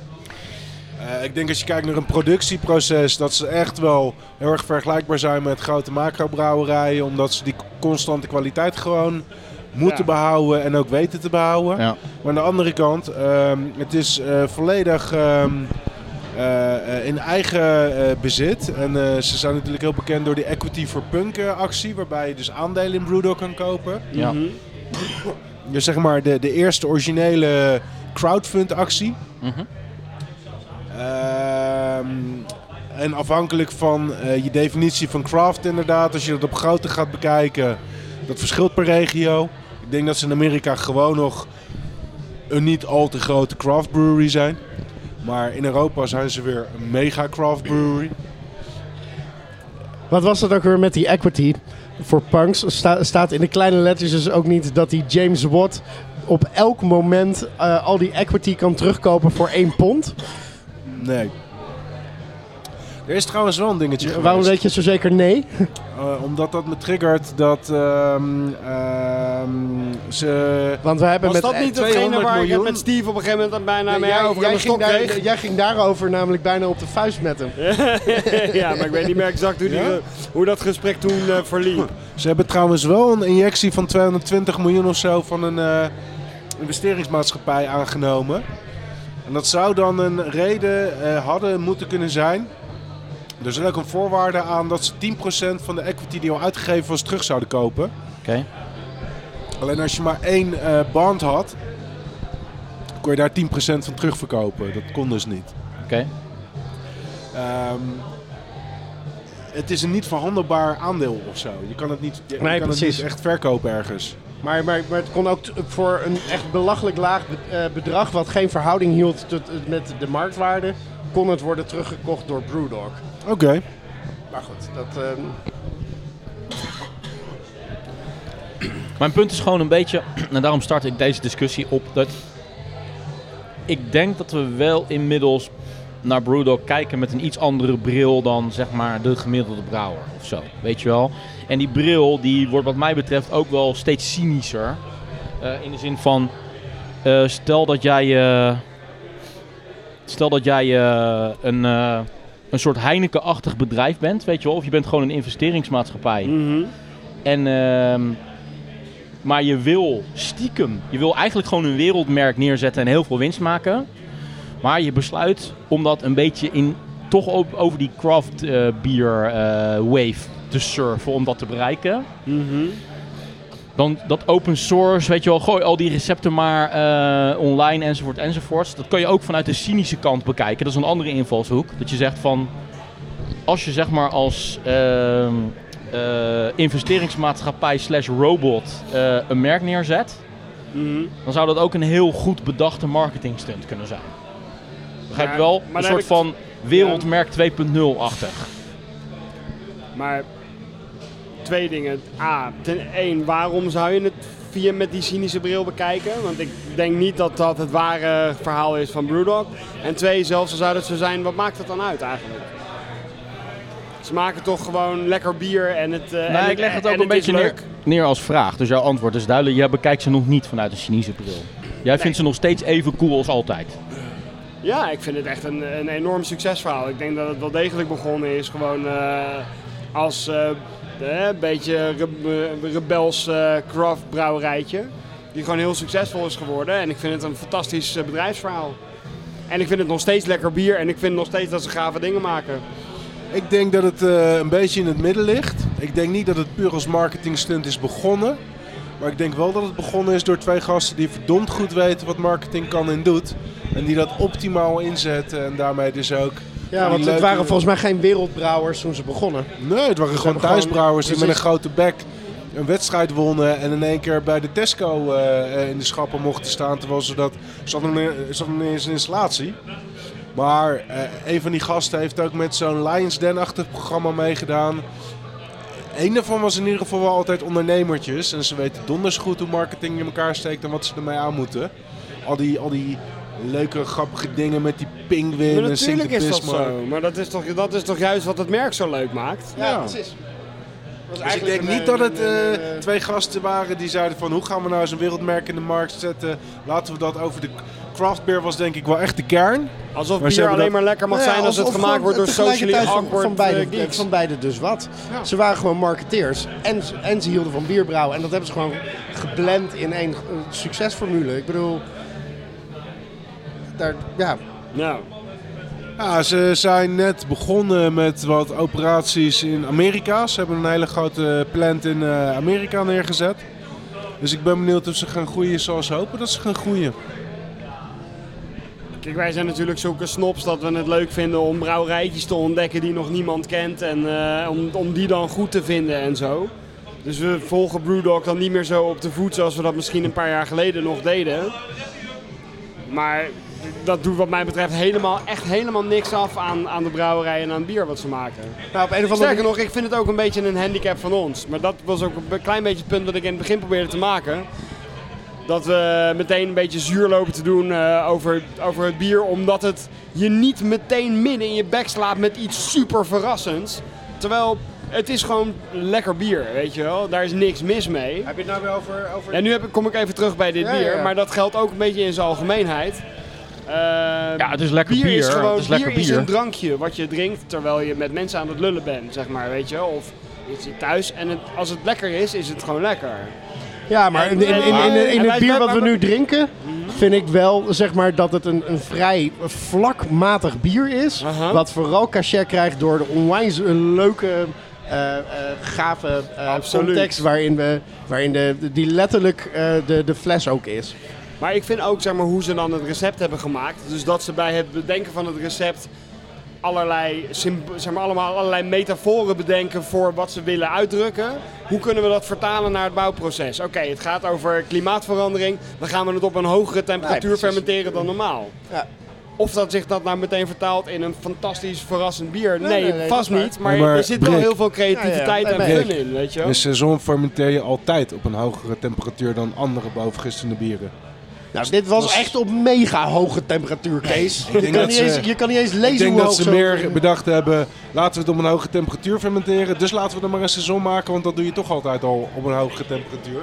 Speaker 3: Eh, ik denk als je kijkt naar een productieproces, dat ze echt wel heel erg vergelijkbaar zijn met grote macrobrouwerijen. Omdat ze die constante kwaliteit gewoon moeten
Speaker 2: Ja.
Speaker 3: behouden en ook weten te behouden.
Speaker 1: Ja.
Speaker 3: Maar aan de andere kant, ehm, het is eh, volledig ehm, eh, eh, in eigen eh, bezit. En eh, ze zijn natuurlijk heel bekend door die Equity for Punk eh, actie, waarbij je dus aandelen in Brewdog kan kopen.
Speaker 1: Ja.
Speaker 2: Mhm.
Speaker 3: Dus zeg maar de, de eerste originele crowdfund actie.
Speaker 1: Mhm.
Speaker 3: Ehm, en afhankelijk van eh, je definitie van craft inderdaad, als je dat op grootte gaat bekijken, dat verschilt per regio. Ik denk dat ze in Amerika gewoon nog een niet al te grote craft brewery zijn. Maar in Europa zijn ze weer een mega craft brewery.
Speaker 5: Wat was dat ook weer met die equity voor punks? Sta- staat in de kleine letters dus ook niet dat die James Watt op elk moment eh, al die equity kan terugkopen voor één pond?
Speaker 3: Nee. Er is trouwens wel een dingetje
Speaker 5: Waarom
Speaker 3: geweest.
Speaker 5: weet je zo zeker nee?
Speaker 3: Eh, omdat dat me triggert dat ehm, ehm, ze...
Speaker 5: Want we hebben
Speaker 2: Was
Speaker 5: met
Speaker 2: dat niet
Speaker 3: 200
Speaker 2: hetgene waar ik het
Speaker 3: miljoen?
Speaker 2: met Steve op een gegeven moment bijna
Speaker 5: Nee,
Speaker 2: mee
Speaker 5: jij,
Speaker 2: over
Speaker 5: jij
Speaker 2: aan de
Speaker 5: ging
Speaker 2: stok
Speaker 5: daar-
Speaker 2: kreeg?
Speaker 5: jij ging daarover namelijk bijna op de vuist met hem.
Speaker 2: [laughs] ja, maar ik weet niet meer exact hoe, die,
Speaker 3: Ja?
Speaker 2: hoe dat gesprek toen eh, verliep.
Speaker 3: Ze hebben trouwens wel een injectie van 220 miljoen of zo van een eh, investeringsmaatschappij aangenomen. En dat zou dan een reden eh, hadden moeten kunnen zijn. Er zit ook een voorwaarde aan dat ze 10% van de equity die al uitgegeven was terug zouden kopen.
Speaker 1: Oké.
Speaker 3: Alleen als je maar één eh, band had, kon je daar 10% van terugverkopen. Dat kon dus niet.
Speaker 1: Oké.
Speaker 3: Ehm, het is een niet verhandelbaar aandeel of zo. Je kan het niet, je
Speaker 5: Nee,
Speaker 3: kan het
Speaker 5: precies.
Speaker 3: niet echt verkopen ergens.
Speaker 5: Maar, maar, maar het kon ook t- voor een echt belachelijk laag be- eh, bedrag, wat geen verhouding hield tot, met de marktwaarde, kon het worden teruggekocht door Brewdog.
Speaker 3: Oké.
Speaker 5: Maar goed, dat, ehm,
Speaker 1: Mijn punt is gewoon een beetje, [clears throat] en daarom start ik deze discussie op, dat ik denk dat we wel inmiddels naar Brewdog kijken met een iets andere bril dan zeg maar de gemiddelde brouwer of zo, weet je wel. En die bril die wordt wat mij betreft ook wel steeds cynischer. Eh, in de zin van, eh, stel dat jij, eh, stel dat jij eh, een, eh, een soort Heineken-achtig bedrijf bent, weet je wel. Of je bent gewoon een investeringsmaatschappij.
Speaker 2: Mhm.
Speaker 1: En, ehm, maar je wil stiekem, je wil eigenlijk gewoon een wereldmerk neerzetten en heel veel winst maken. Maar je besluit om dat een beetje in, toch op, over die craft eh, bier eh, wave te surfen om dat te bereiken.
Speaker 2: Mhm.
Speaker 1: Dan dat open source, weet je wel, gooi al die recepten maar eh, online enzovoort enzovoort. Dat kan je ook vanuit de cynische kant bekijken. Dat is een andere invalshoek. Dat je zegt van, als je zeg maar als ehm, eh, investeringsmaatschappij slash robot eh, een merk neerzet,
Speaker 2: Mhm.
Speaker 1: dan zou dat ook een heel goed bedachte marketing stunt kunnen zijn. Begrijp je
Speaker 2: Maar-
Speaker 1: wel?
Speaker 2: maar
Speaker 1: Een
Speaker 2: dan
Speaker 1: soort
Speaker 2: heb ik-
Speaker 1: van wereldmerk 2.0-achtig.
Speaker 2: Maar twee dingen. A, ten één, waarom zou je het via met die cynische bril bekijken? Want ik denk niet dat dat het ware verhaal is van Brewdog. En twee, zelfs al zou dat zo zijn, wat maakt het dan uit eigenlijk? Ze maken toch gewoon lekker bier en het. eh, en
Speaker 1: Nou, ik leg het ook
Speaker 2: en
Speaker 1: een beetje
Speaker 2: is
Speaker 1: neer,
Speaker 2: leuk.
Speaker 1: neer als vraag. Dus jouw antwoord is duidelijk. Jij bekijkt ze nog niet vanuit een cynische bril. Jij vindt ze nog steeds even cool als altijd.
Speaker 2: Ja, ik vind het echt een, een enorm succesverhaal. Ik denk dat het wel degelijk begonnen is gewoon eh, als eh, eh, een beetje re- eh, rebels eh craft brouwerijtje. Die gewoon heel succesvol is geworden. En ik vind het een fantastisch eh, bedrijfsverhaal. En ik vind het nog steeds lekker bier. En ik vind nog steeds dat ze gave dingen maken.
Speaker 3: Ik denk dat het eh, een beetje in het midden ligt. Ik denk niet dat het puur als marketingstunt is begonnen. Maar ik denk wel dat het begonnen is door twee gasten die verdomd goed weten wat marketing kan en doet. En die dat optimaal inzetten en daarmee dus ook...
Speaker 5: ja, want het
Speaker 3: leuke-
Speaker 5: waren volgens mij geen wereldbrouwers toen ze begonnen.
Speaker 3: Nee, het waren gewoon
Speaker 5: hebben gewoon-
Speaker 3: thuisbrouwers die met een
Speaker 5: precies.
Speaker 3: grote bek een wedstrijd wonnen. En in één keer bij de Tesco eh, eh, in de schappen mochten staan. Terwijl ze dat... Ze hadden nog niet- ze hadden nog niet eens een installatie. Maar eh, een van die gasten heeft ook met zo'n Lions Den-achtig programma meegedaan. Eén daarvan was in ieder geval wel altijd ondernemertjes. En ze weten donders goed hoe marketing in elkaar steekt en wat ze ermee aan moeten. Al die, al die leuke, grappige dingen met die pinguïn
Speaker 2: Maar
Speaker 3: en
Speaker 2: natuurlijk is dat
Speaker 3: Sint-Pismo.
Speaker 2: zo. Maar dat is, toch, dat is toch juist wat het merk zo leuk maakt?
Speaker 5: Ja,
Speaker 3: Ja.
Speaker 5: precies. Was
Speaker 3: Dus ik
Speaker 5: eigenlijk
Speaker 3: denk
Speaker 5: een-
Speaker 3: niet dat het
Speaker 5: een- een-
Speaker 3: eh,
Speaker 5: een-
Speaker 3: twee gasten waren die zeiden van hoe gaan we nou eens een wereldmerk in de markt zetten. Laten we dat over de craft beer was denk ik wel echt de kern.
Speaker 2: Alsof
Speaker 3: Maar ze
Speaker 2: bier
Speaker 3: hebben
Speaker 2: alleen
Speaker 3: dat-
Speaker 2: maar lekker mag
Speaker 5: Nou ja,
Speaker 2: zijn als
Speaker 5: of-
Speaker 2: het
Speaker 5: of
Speaker 2: gemaakt
Speaker 5: gewoon
Speaker 2: wordt door socially
Speaker 5: tegelijkertijd van-
Speaker 2: awkward
Speaker 5: van beide,
Speaker 2: eh, geeks.
Speaker 5: van beide dus wat. Ze waren gewoon marketeers en, ze- en ze hielden van bierbrouwen. En dat hebben ze gewoon geblend in één eh, succesformule. Ik bedoel, daar, ja,
Speaker 2: Nou,
Speaker 3: Ja, ze zijn net begonnen met wat operaties in Amerika. Ze hebben een hele grote plant in eh, Amerika neergezet. Dus ik ben benieuwd of ze gaan groeien zoals ze hopen dat ze gaan groeien.
Speaker 2: Kijk, wij zijn natuurlijk zulke snobs dat we het leuk vinden om brouwerijtjes te ontdekken die nog niemand kent. En eh, om, om die dan goed te vinden en zo. Dus we volgen Brewdog dan niet meer zo op de voet zoals we dat misschien een paar jaar geleden nog deden. Maar dat doet wat mij betreft helemaal, echt helemaal niks af aan, aan de brouwerij en aan het bier wat ze maken.
Speaker 5: Nou, op een of andere
Speaker 2: Sterker nog, ik vind het ook een beetje een handicap van ons. Maar dat was ook een be- klein beetje het punt dat ik in het begin probeerde te maken. Dat we meteen een beetje zuur lopen te doen eh, over, over het bier. Omdat het je niet meteen midden in je bek slaat met iets super verrassends. Terwijl het is gewoon lekker bier, weet je wel. Daar is niks mis mee.
Speaker 5: Heb je het nou weer over... over...
Speaker 2: En nu heb ik, kom ik even terug bij dit
Speaker 5: Ja,
Speaker 2: bier,
Speaker 5: ja, ja.
Speaker 2: maar dat geldt ook een beetje in zijn algemeenheid. Eh,
Speaker 1: Ja, het is lekker bier.
Speaker 2: is gewoon,
Speaker 1: het is lekker
Speaker 2: bier is
Speaker 1: bier.
Speaker 2: een drankje wat je drinkt terwijl je met mensen aan het lullen bent, zeg maar, weet je wel. Of je zit thuis en het, als het lekker is, is het gewoon lekker.
Speaker 5: Ja, maar in, in, in, in, in,
Speaker 2: En
Speaker 5: het
Speaker 2: wij-
Speaker 5: bier
Speaker 2: wij-
Speaker 5: wat we
Speaker 2: wij-
Speaker 5: nu drinken, vind ik wel zeg maar dat het een, een vrij vlakmatig bier is.
Speaker 2: Aha.
Speaker 5: Wat vooral cachet krijgt door de onwijs leuke, eh, eh, gave eh,
Speaker 2: Absoluut.
Speaker 5: context waarin, we, waarin de, die letterlijk eh, de, de fles ook is.
Speaker 2: Maar ik vind ook zeg maar, hoe ze dan het recept hebben gemaakt. Dus dat ze bij het bedenken van het recept allerlei, symb- zeg maar, allemaal allerlei metaforen bedenken voor wat ze willen uitdrukken. Hoe kunnen we dat vertalen naar het bouwproces? Oké, het gaat over klimaatverandering. Dan gaan we het op een hogere temperatuur
Speaker 5: Nee, precies.
Speaker 2: fermenteren dan normaal.
Speaker 5: Ja.
Speaker 2: Of dat zich dat nou meteen vertaalt in een fantastisch verrassend bier. Nee,
Speaker 5: Nee, nee, nee,
Speaker 2: vast
Speaker 5: dat is
Speaker 2: niet. Maar,
Speaker 3: Ja, maar
Speaker 2: er zit wel
Speaker 3: Brik-
Speaker 2: heel veel creativiteit
Speaker 5: Ja,
Speaker 2: en
Speaker 5: ja, nee,
Speaker 2: fun
Speaker 3: Brik-
Speaker 2: in, weet je wel.
Speaker 3: In het seizoen fermenteer je altijd op een hogere temperatuur dan andere bovengistende bieren.
Speaker 5: Nou, dit was
Speaker 3: was-
Speaker 5: echt op mega hoge temperatuur, Kees. Je
Speaker 3: denk
Speaker 5: kan,
Speaker 3: dat
Speaker 5: niet
Speaker 3: ze-
Speaker 5: eens, je kan niet eens lezen
Speaker 3: Ik denk
Speaker 5: hoe
Speaker 3: dat
Speaker 5: hoog
Speaker 3: ze
Speaker 5: zo'n-
Speaker 3: meer bedacht hebben, laten we het op een hoge temperatuur fermenteren. Dus laten we er maar een seizoen maken, want dat doe je toch altijd al op een hogere temperatuur.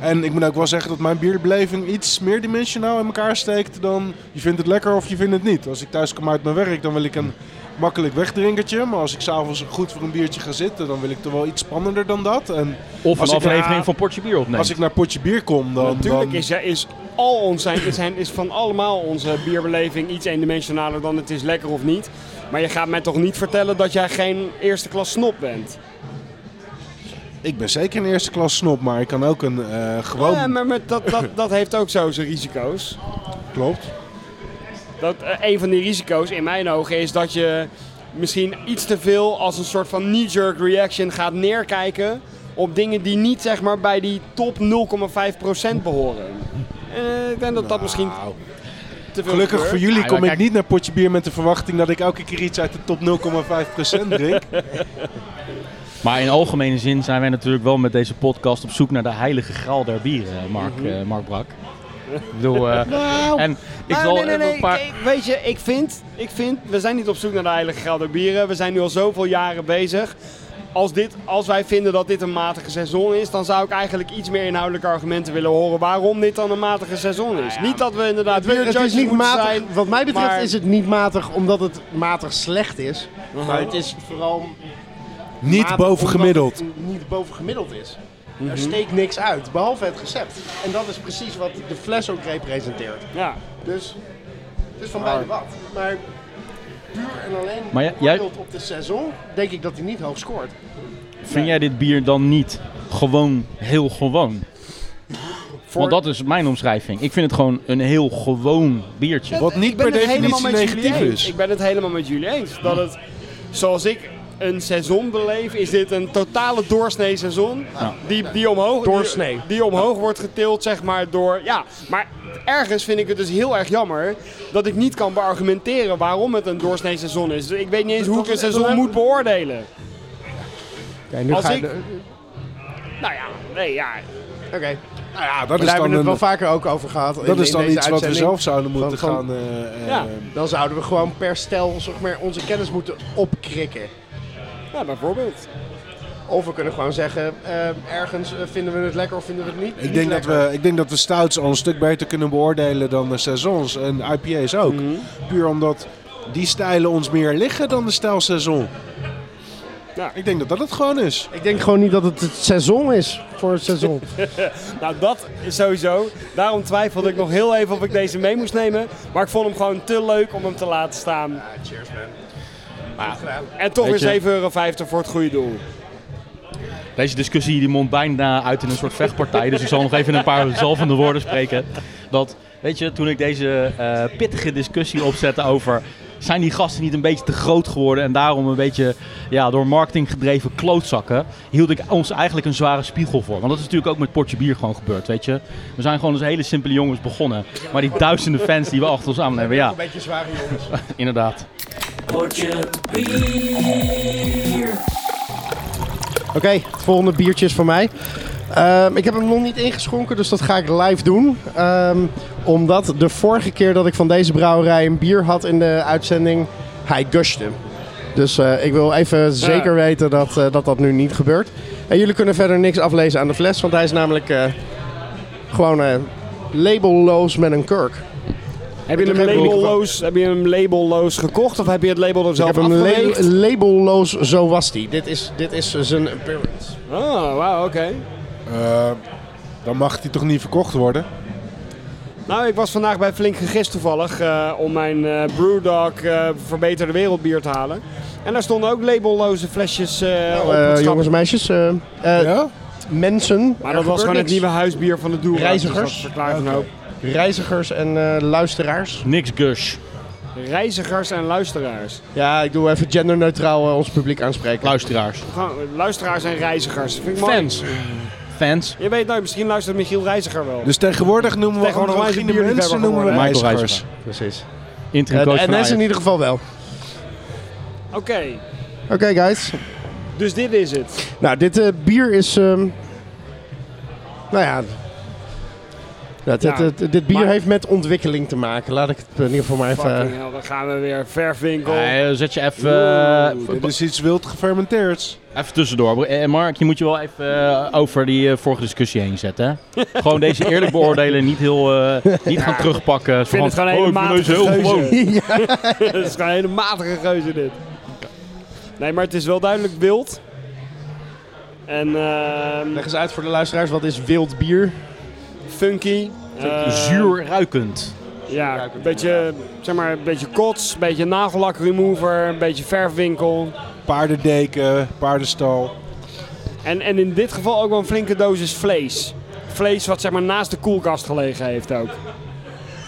Speaker 3: En ik moet ook wel zeggen dat mijn bierbeleving iets meer dimensionaal in elkaar steekt dan je vindt het lekker of je vindt het niet. Als ik thuis kom uit mijn werk, dan wil ik een makkelijk wegdrinkertje. Maar als ik s'avonds goed voor een biertje ga zitten, dan wil ik toch wel iets spannender dan dat. En
Speaker 1: Of een
Speaker 3: Als ik,
Speaker 1: aflevering
Speaker 2: eh,
Speaker 1: van Portje Bier opnemen.
Speaker 3: als ik naar potje bier kom, dan...
Speaker 2: Natuurlijk
Speaker 3: dan-
Speaker 2: is, is al ons zijn, is, zijn, is van allemaal onze bierbeleving iets eendimensionaler dan het is lekker of niet. Maar je gaat mij toch niet vertellen dat jij geen eerste klas snop bent?
Speaker 3: Ik ben zeker een eerste klas snop, maar ik kan ook een eh, gewoon...
Speaker 2: Ja, maar met dat, dat, dat heeft ook zo zijn risico's.
Speaker 3: Klopt.
Speaker 2: Dat, eh, een van die risico's in mijn ogen is dat je misschien iets te veel als een soort van knee-jerk reaction gaat neerkijken op dingen die niet zeg maar, bij die top 0,5% behoren. Eh, ik denk dat dat misschien
Speaker 3: Nou,
Speaker 2: te veel
Speaker 3: Gelukkig
Speaker 2: gebeurt.
Speaker 3: voor jullie
Speaker 1: Ja,
Speaker 3: kom
Speaker 1: maar
Speaker 3: ik
Speaker 1: kijk-
Speaker 3: niet naar potje bier met de verwachting dat ik elke keer iets uit de top 0,5% drink.
Speaker 1: Maar in algemene zin zijn wij natuurlijk wel met deze podcast op zoek naar de heilige graal der bieren, eh, Mark, eh, Mark Brak. Ik bedoel, eh, en ik
Speaker 2: Ah,
Speaker 1: zal
Speaker 2: nee, nee,
Speaker 1: even
Speaker 2: nee.
Speaker 1: een paar...
Speaker 2: Ik- ik- weet je, ik vind, ik vind, we zijn niet op zoek naar de heilige graal der bieren. We zijn nu al zoveel jaren bezig. Als, dit, als wij vinden dat dit een matige seizoen is, dan zou ik eigenlijk iets meer inhoudelijke argumenten willen horen waarom dit dan een matige seizoen is. niet dat we inderdaad
Speaker 5: Nou Het, het is
Speaker 2: bierjudges
Speaker 5: niet
Speaker 2: moeten
Speaker 5: matig.
Speaker 2: zijn.
Speaker 5: Wat mij betreft
Speaker 2: maar-
Speaker 5: is het niet matig omdat het matig slecht is. Maar het is vooral
Speaker 3: Niet
Speaker 5: matig
Speaker 3: bovengemiddeld. Mhm.
Speaker 5: omdat het Niet bovengemiddeld is. Er steekt niks uit, behalve het recept. En dat is precies wat de fles ook representeert.
Speaker 2: Ja.
Speaker 5: Dus het is van beide wat. Maar puur en alleen
Speaker 1: Maar jij-
Speaker 5: geoordeeld op de seizoen, denk ik dat hij niet hoog scoort.
Speaker 1: Vind jij dit bier dan niet gewoon heel gewoon? Want dat is mijn omschrijving. Ik vind het gewoon een heel gewoon biertje.
Speaker 3: Wat niet
Speaker 2: Ik ben
Speaker 3: per
Speaker 2: het helemaal
Speaker 3: definitie
Speaker 2: met jullie
Speaker 3: negatief
Speaker 2: eens.
Speaker 3: is.
Speaker 2: Ik ben het helemaal met jullie eens. Dat het, zoals ik een seizoen beleef, is dit een totale doorsnee seizoen. Die, die omhoog,
Speaker 5: Doorsnee.
Speaker 2: Die, die omhoog wordt getild, zeg maar, door... Ja, maar ergens vind ik het dus heel erg jammer dat ik niet kan beargumenteren waarom het een doorsnee seizoen is. Ik weet niet eens hoe ik een seizoen moet beoordelen.
Speaker 5: nu
Speaker 2: Als
Speaker 5: ga
Speaker 2: ik- Nou ja, nee, ja.
Speaker 5: Oké,
Speaker 3: Nou ja, dat
Speaker 5: we
Speaker 3: is
Speaker 5: hebben
Speaker 3: dan,
Speaker 5: het wel
Speaker 3: een,
Speaker 5: vaker ook over gehad. in-
Speaker 3: dat is
Speaker 5: in
Speaker 3: dan
Speaker 5: deze
Speaker 3: iets wat we
Speaker 5: uitzending.
Speaker 3: zelf zouden
Speaker 5: van-
Speaker 3: moeten
Speaker 5: van-
Speaker 3: gaan... eh, eh,
Speaker 2: Ja.
Speaker 5: Dan zouden we gewoon per stel zeg maar, onze kennis moeten opkrikken.
Speaker 2: Ja, bijvoorbeeld.
Speaker 5: Of we kunnen gewoon zeggen, eh, ergens eh, vinden we het lekker of vinden we het niet.
Speaker 3: Ik denk, dat we, ik denk dat we stouts al een stuk beter kunnen beoordelen dan de saisons en IPA's ook. Puur omdat die stijlen ons meer liggen dan de stijl saison.
Speaker 2: Ja.
Speaker 3: Ik denk dat dat het gewoon is.
Speaker 5: ik denk gewoon niet dat het het seizoen is voor het seizoen.
Speaker 2: Nou, dat is sowieso. Daarom twijfelde ik nog heel even of ik deze mee moest nemen. Maar ik vond hem gewoon te leuk om hem te laten staan.
Speaker 5: cheers man.
Speaker 2: En toch
Speaker 1: Weet
Speaker 2: weer
Speaker 1: je-
Speaker 2: 7,50 euro voor het goede doel.
Speaker 1: Deze discussie die mondt bijna uit in een soort vechtpartij. Dus ik zal nog even een paar zalvende woorden spreken. Dat, weet je, toen ik deze eh, pittige discussie opzette over... zijn die gasten niet een beetje te groot geworden en daarom een beetje ja, door marketing gedreven klootzakken, hield ik ons eigenlijk een zware spiegel voor. Want dat is natuurlijk ook met Portje Bier gewoon gebeurd, weet je. We zijn gewoon als hele simpele jongens begonnen, maar die duizenden fans die we achter ons aan hebben, ja,
Speaker 5: Een beetje zware jongens.
Speaker 1: [laughs] inderdaad.
Speaker 5: Oké, het volgende biertje is van mij. Ehm, ik heb hem nog niet ingeschonken, dus dat ga ik live doen. Ehm, omdat de vorige keer dat ik van deze brouwerij een bier had in de uitzending, hij gushte. Dus eh, ik wil even zeker weten dat, eh, dat dat nu niet gebeurt. En jullie kunnen verder niks aflezen aan de fles, want hij is namelijk eh, gewoon eh, labelloos met een kurk.
Speaker 2: Heb je,
Speaker 5: Ik
Speaker 2: hem
Speaker 5: heb een
Speaker 2: labelloos, heb je hem labelloos gekocht of heb je het label er
Speaker 5: Ik
Speaker 2: zelf
Speaker 5: heb hem
Speaker 2: afgeweekt?
Speaker 5: la- labelloos, zo was hij. Dit is, dit is zijn appearance.
Speaker 2: Ah, wauw, oké.
Speaker 3: Eh, dan mag die toch niet verkocht worden?
Speaker 2: Nou, ik was vandaag bij Flink Gegist toevallig eh, om mijn eh Brewdog eh, Verbeterde Wereldbier te halen. En daar stonden ook labelloze flesjes eh, op
Speaker 5: Eh,
Speaker 2: het schap.
Speaker 5: jongens en meisjes, eh, eh,
Speaker 3: Ja?
Speaker 5: mensen.
Speaker 2: Maar
Speaker 5: er
Speaker 2: dat was
Speaker 5: gebeurt
Speaker 2: gewoon het
Speaker 5: niks.
Speaker 2: nieuwe huisbier van de Doel.
Speaker 5: Reizigers.
Speaker 2: Dus dat verklaart een hoop.
Speaker 5: Reizigers en eh, luisteraars.
Speaker 1: Niks gush.
Speaker 2: Reizigers en luisteraars.
Speaker 5: Ja, ik doe even genderneutraal eh, ons publiek aanspreken.
Speaker 1: Luisteraars.
Speaker 2: Gewoon, eh, luisteraars en reizigers. Vind ik mooi.
Speaker 1: Fans. Fans.
Speaker 2: Je weet nooit, misschien luistert Michiel Reiziger wel.
Speaker 3: Dus tegenwoordig noemen we
Speaker 2: Tegenwoordig
Speaker 3: tegenwoordig
Speaker 2: is het een bierliefhebber
Speaker 3: mensen noemen we
Speaker 2: geworden.
Speaker 1: Michael
Speaker 3: reizigers.
Speaker 5: Precies. Eh,
Speaker 1: Interim
Speaker 5: En
Speaker 1: coach van
Speaker 5: NS in
Speaker 1: Ajax.
Speaker 5: ieder geval wel.
Speaker 2: Oké,
Speaker 5: Oké, guys.
Speaker 2: dus dit is het.
Speaker 5: Nou, dit eh, bier is... ehm, nou ja... ja, dit,
Speaker 2: Ja,
Speaker 5: dit- dit bier
Speaker 2: maar-
Speaker 5: heeft met ontwikkeling te maken. Laat ik het in ieder geval maar even...
Speaker 1: eh,
Speaker 2: Fucking hell, dan gaan we weer. Verfwinkel.
Speaker 1: Nee, zet je even, eh,
Speaker 2: Oeh,
Speaker 3: Dit is iets wild gefermenteerds.
Speaker 1: even tussendoor. Eh, Mark, je moet je wel even eh, over die eh, vorige discussie heen zetten.
Speaker 2: [laughs]
Speaker 1: hè? Gewoon deze eerlijk beoordelen, niet, heel, eh, niet gaan terugpakken.
Speaker 2: Ik vind het gewoon een hele matige
Speaker 1: heel gewoon.
Speaker 2: geuze. [laughs] Het is gewoon een hele matige geuze dit. Nee, maar het is wel duidelijk wild. En ehm,
Speaker 5: Leg eens uit voor de luisteraars, wat is wild bier?
Speaker 2: funky. eh,
Speaker 1: Zuur ruikend.
Speaker 2: Ja, een beetje, zeg maar, een beetje kots, een beetje nagellak remover, een beetje verfwinkel.
Speaker 3: Paardendeken, paardenstal.
Speaker 2: En, en in dit geval ook wel een flinke dosis vlees. Vlees wat zeg maar naast de koelkast gelegen heeft ook.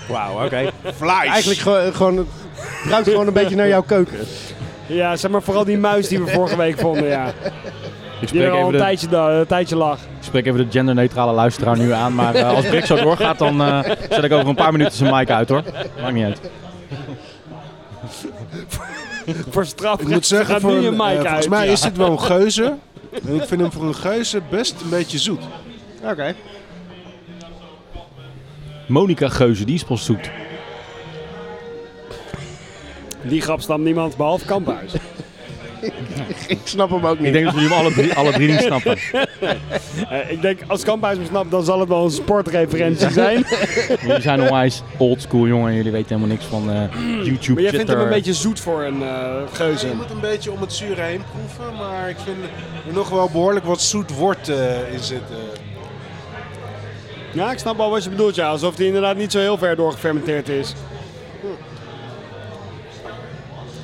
Speaker 5: Wauw, oké. Eigenlijk ge- gewoon... Het ruikt gewoon een beetje naar jouw keuken.
Speaker 2: Ja, zeg maar vooral die muis die we vorige week vonden, ja.
Speaker 1: Ik
Speaker 2: Die
Speaker 1: spreek,
Speaker 2: er al
Speaker 1: even
Speaker 2: een
Speaker 1: de,
Speaker 2: tijdje, da- een tijdje lag.
Speaker 1: ik spreek even de genderneutrale luisteraar nu aan. Maar eh, als Rick zo doorgaat, dan eh, zet ik over een paar minuten zijn mic uit hoor. Maakt niet uit.
Speaker 2: Voor straf.
Speaker 3: Ik moet zeggen,
Speaker 2: gaat
Speaker 3: voor,
Speaker 2: nu je
Speaker 3: een-
Speaker 2: mic
Speaker 3: eh,
Speaker 2: uit.
Speaker 3: volgens mij
Speaker 2: ja.
Speaker 3: is dit wel een geuze. En ik vind hem voor een geuze best een beetje zoet.
Speaker 5: Oké.
Speaker 1: Monika Geuze, die is pas zoet.
Speaker 2: Die grap snapt niemand behalve Kamphuis.
Speaker 5: Ik snap hem ook niet.
Speaker 1: Ik denk dat jullie hem alle drie, alle drie niet snappen.
Speaker 2: [laughs] Eh, ik denk, als Kamphuis me snapt, dan zal het wel een sportreferentie [laughs] zijn.
Speaker 1: Jullie zijn onwijs oldschool jongen en jullie weten helemaal niks van eh, YouTube.
Speaker 2: maar jij vindt hem een
Speaker 1: Twitter.
Speaker 2: beetje zoet voor een eh, geuze.
Speaker 3: Je moet een beetje om het zuur heen proeven, maar ik vind er nog wel behoorlijk wat zoet wort eh, in zitten.
Speaker 2: Ja, ik snap al wat je bedoelt, ja. Alsof die inderdaad niet zo heel ver doorgefermenteerd is.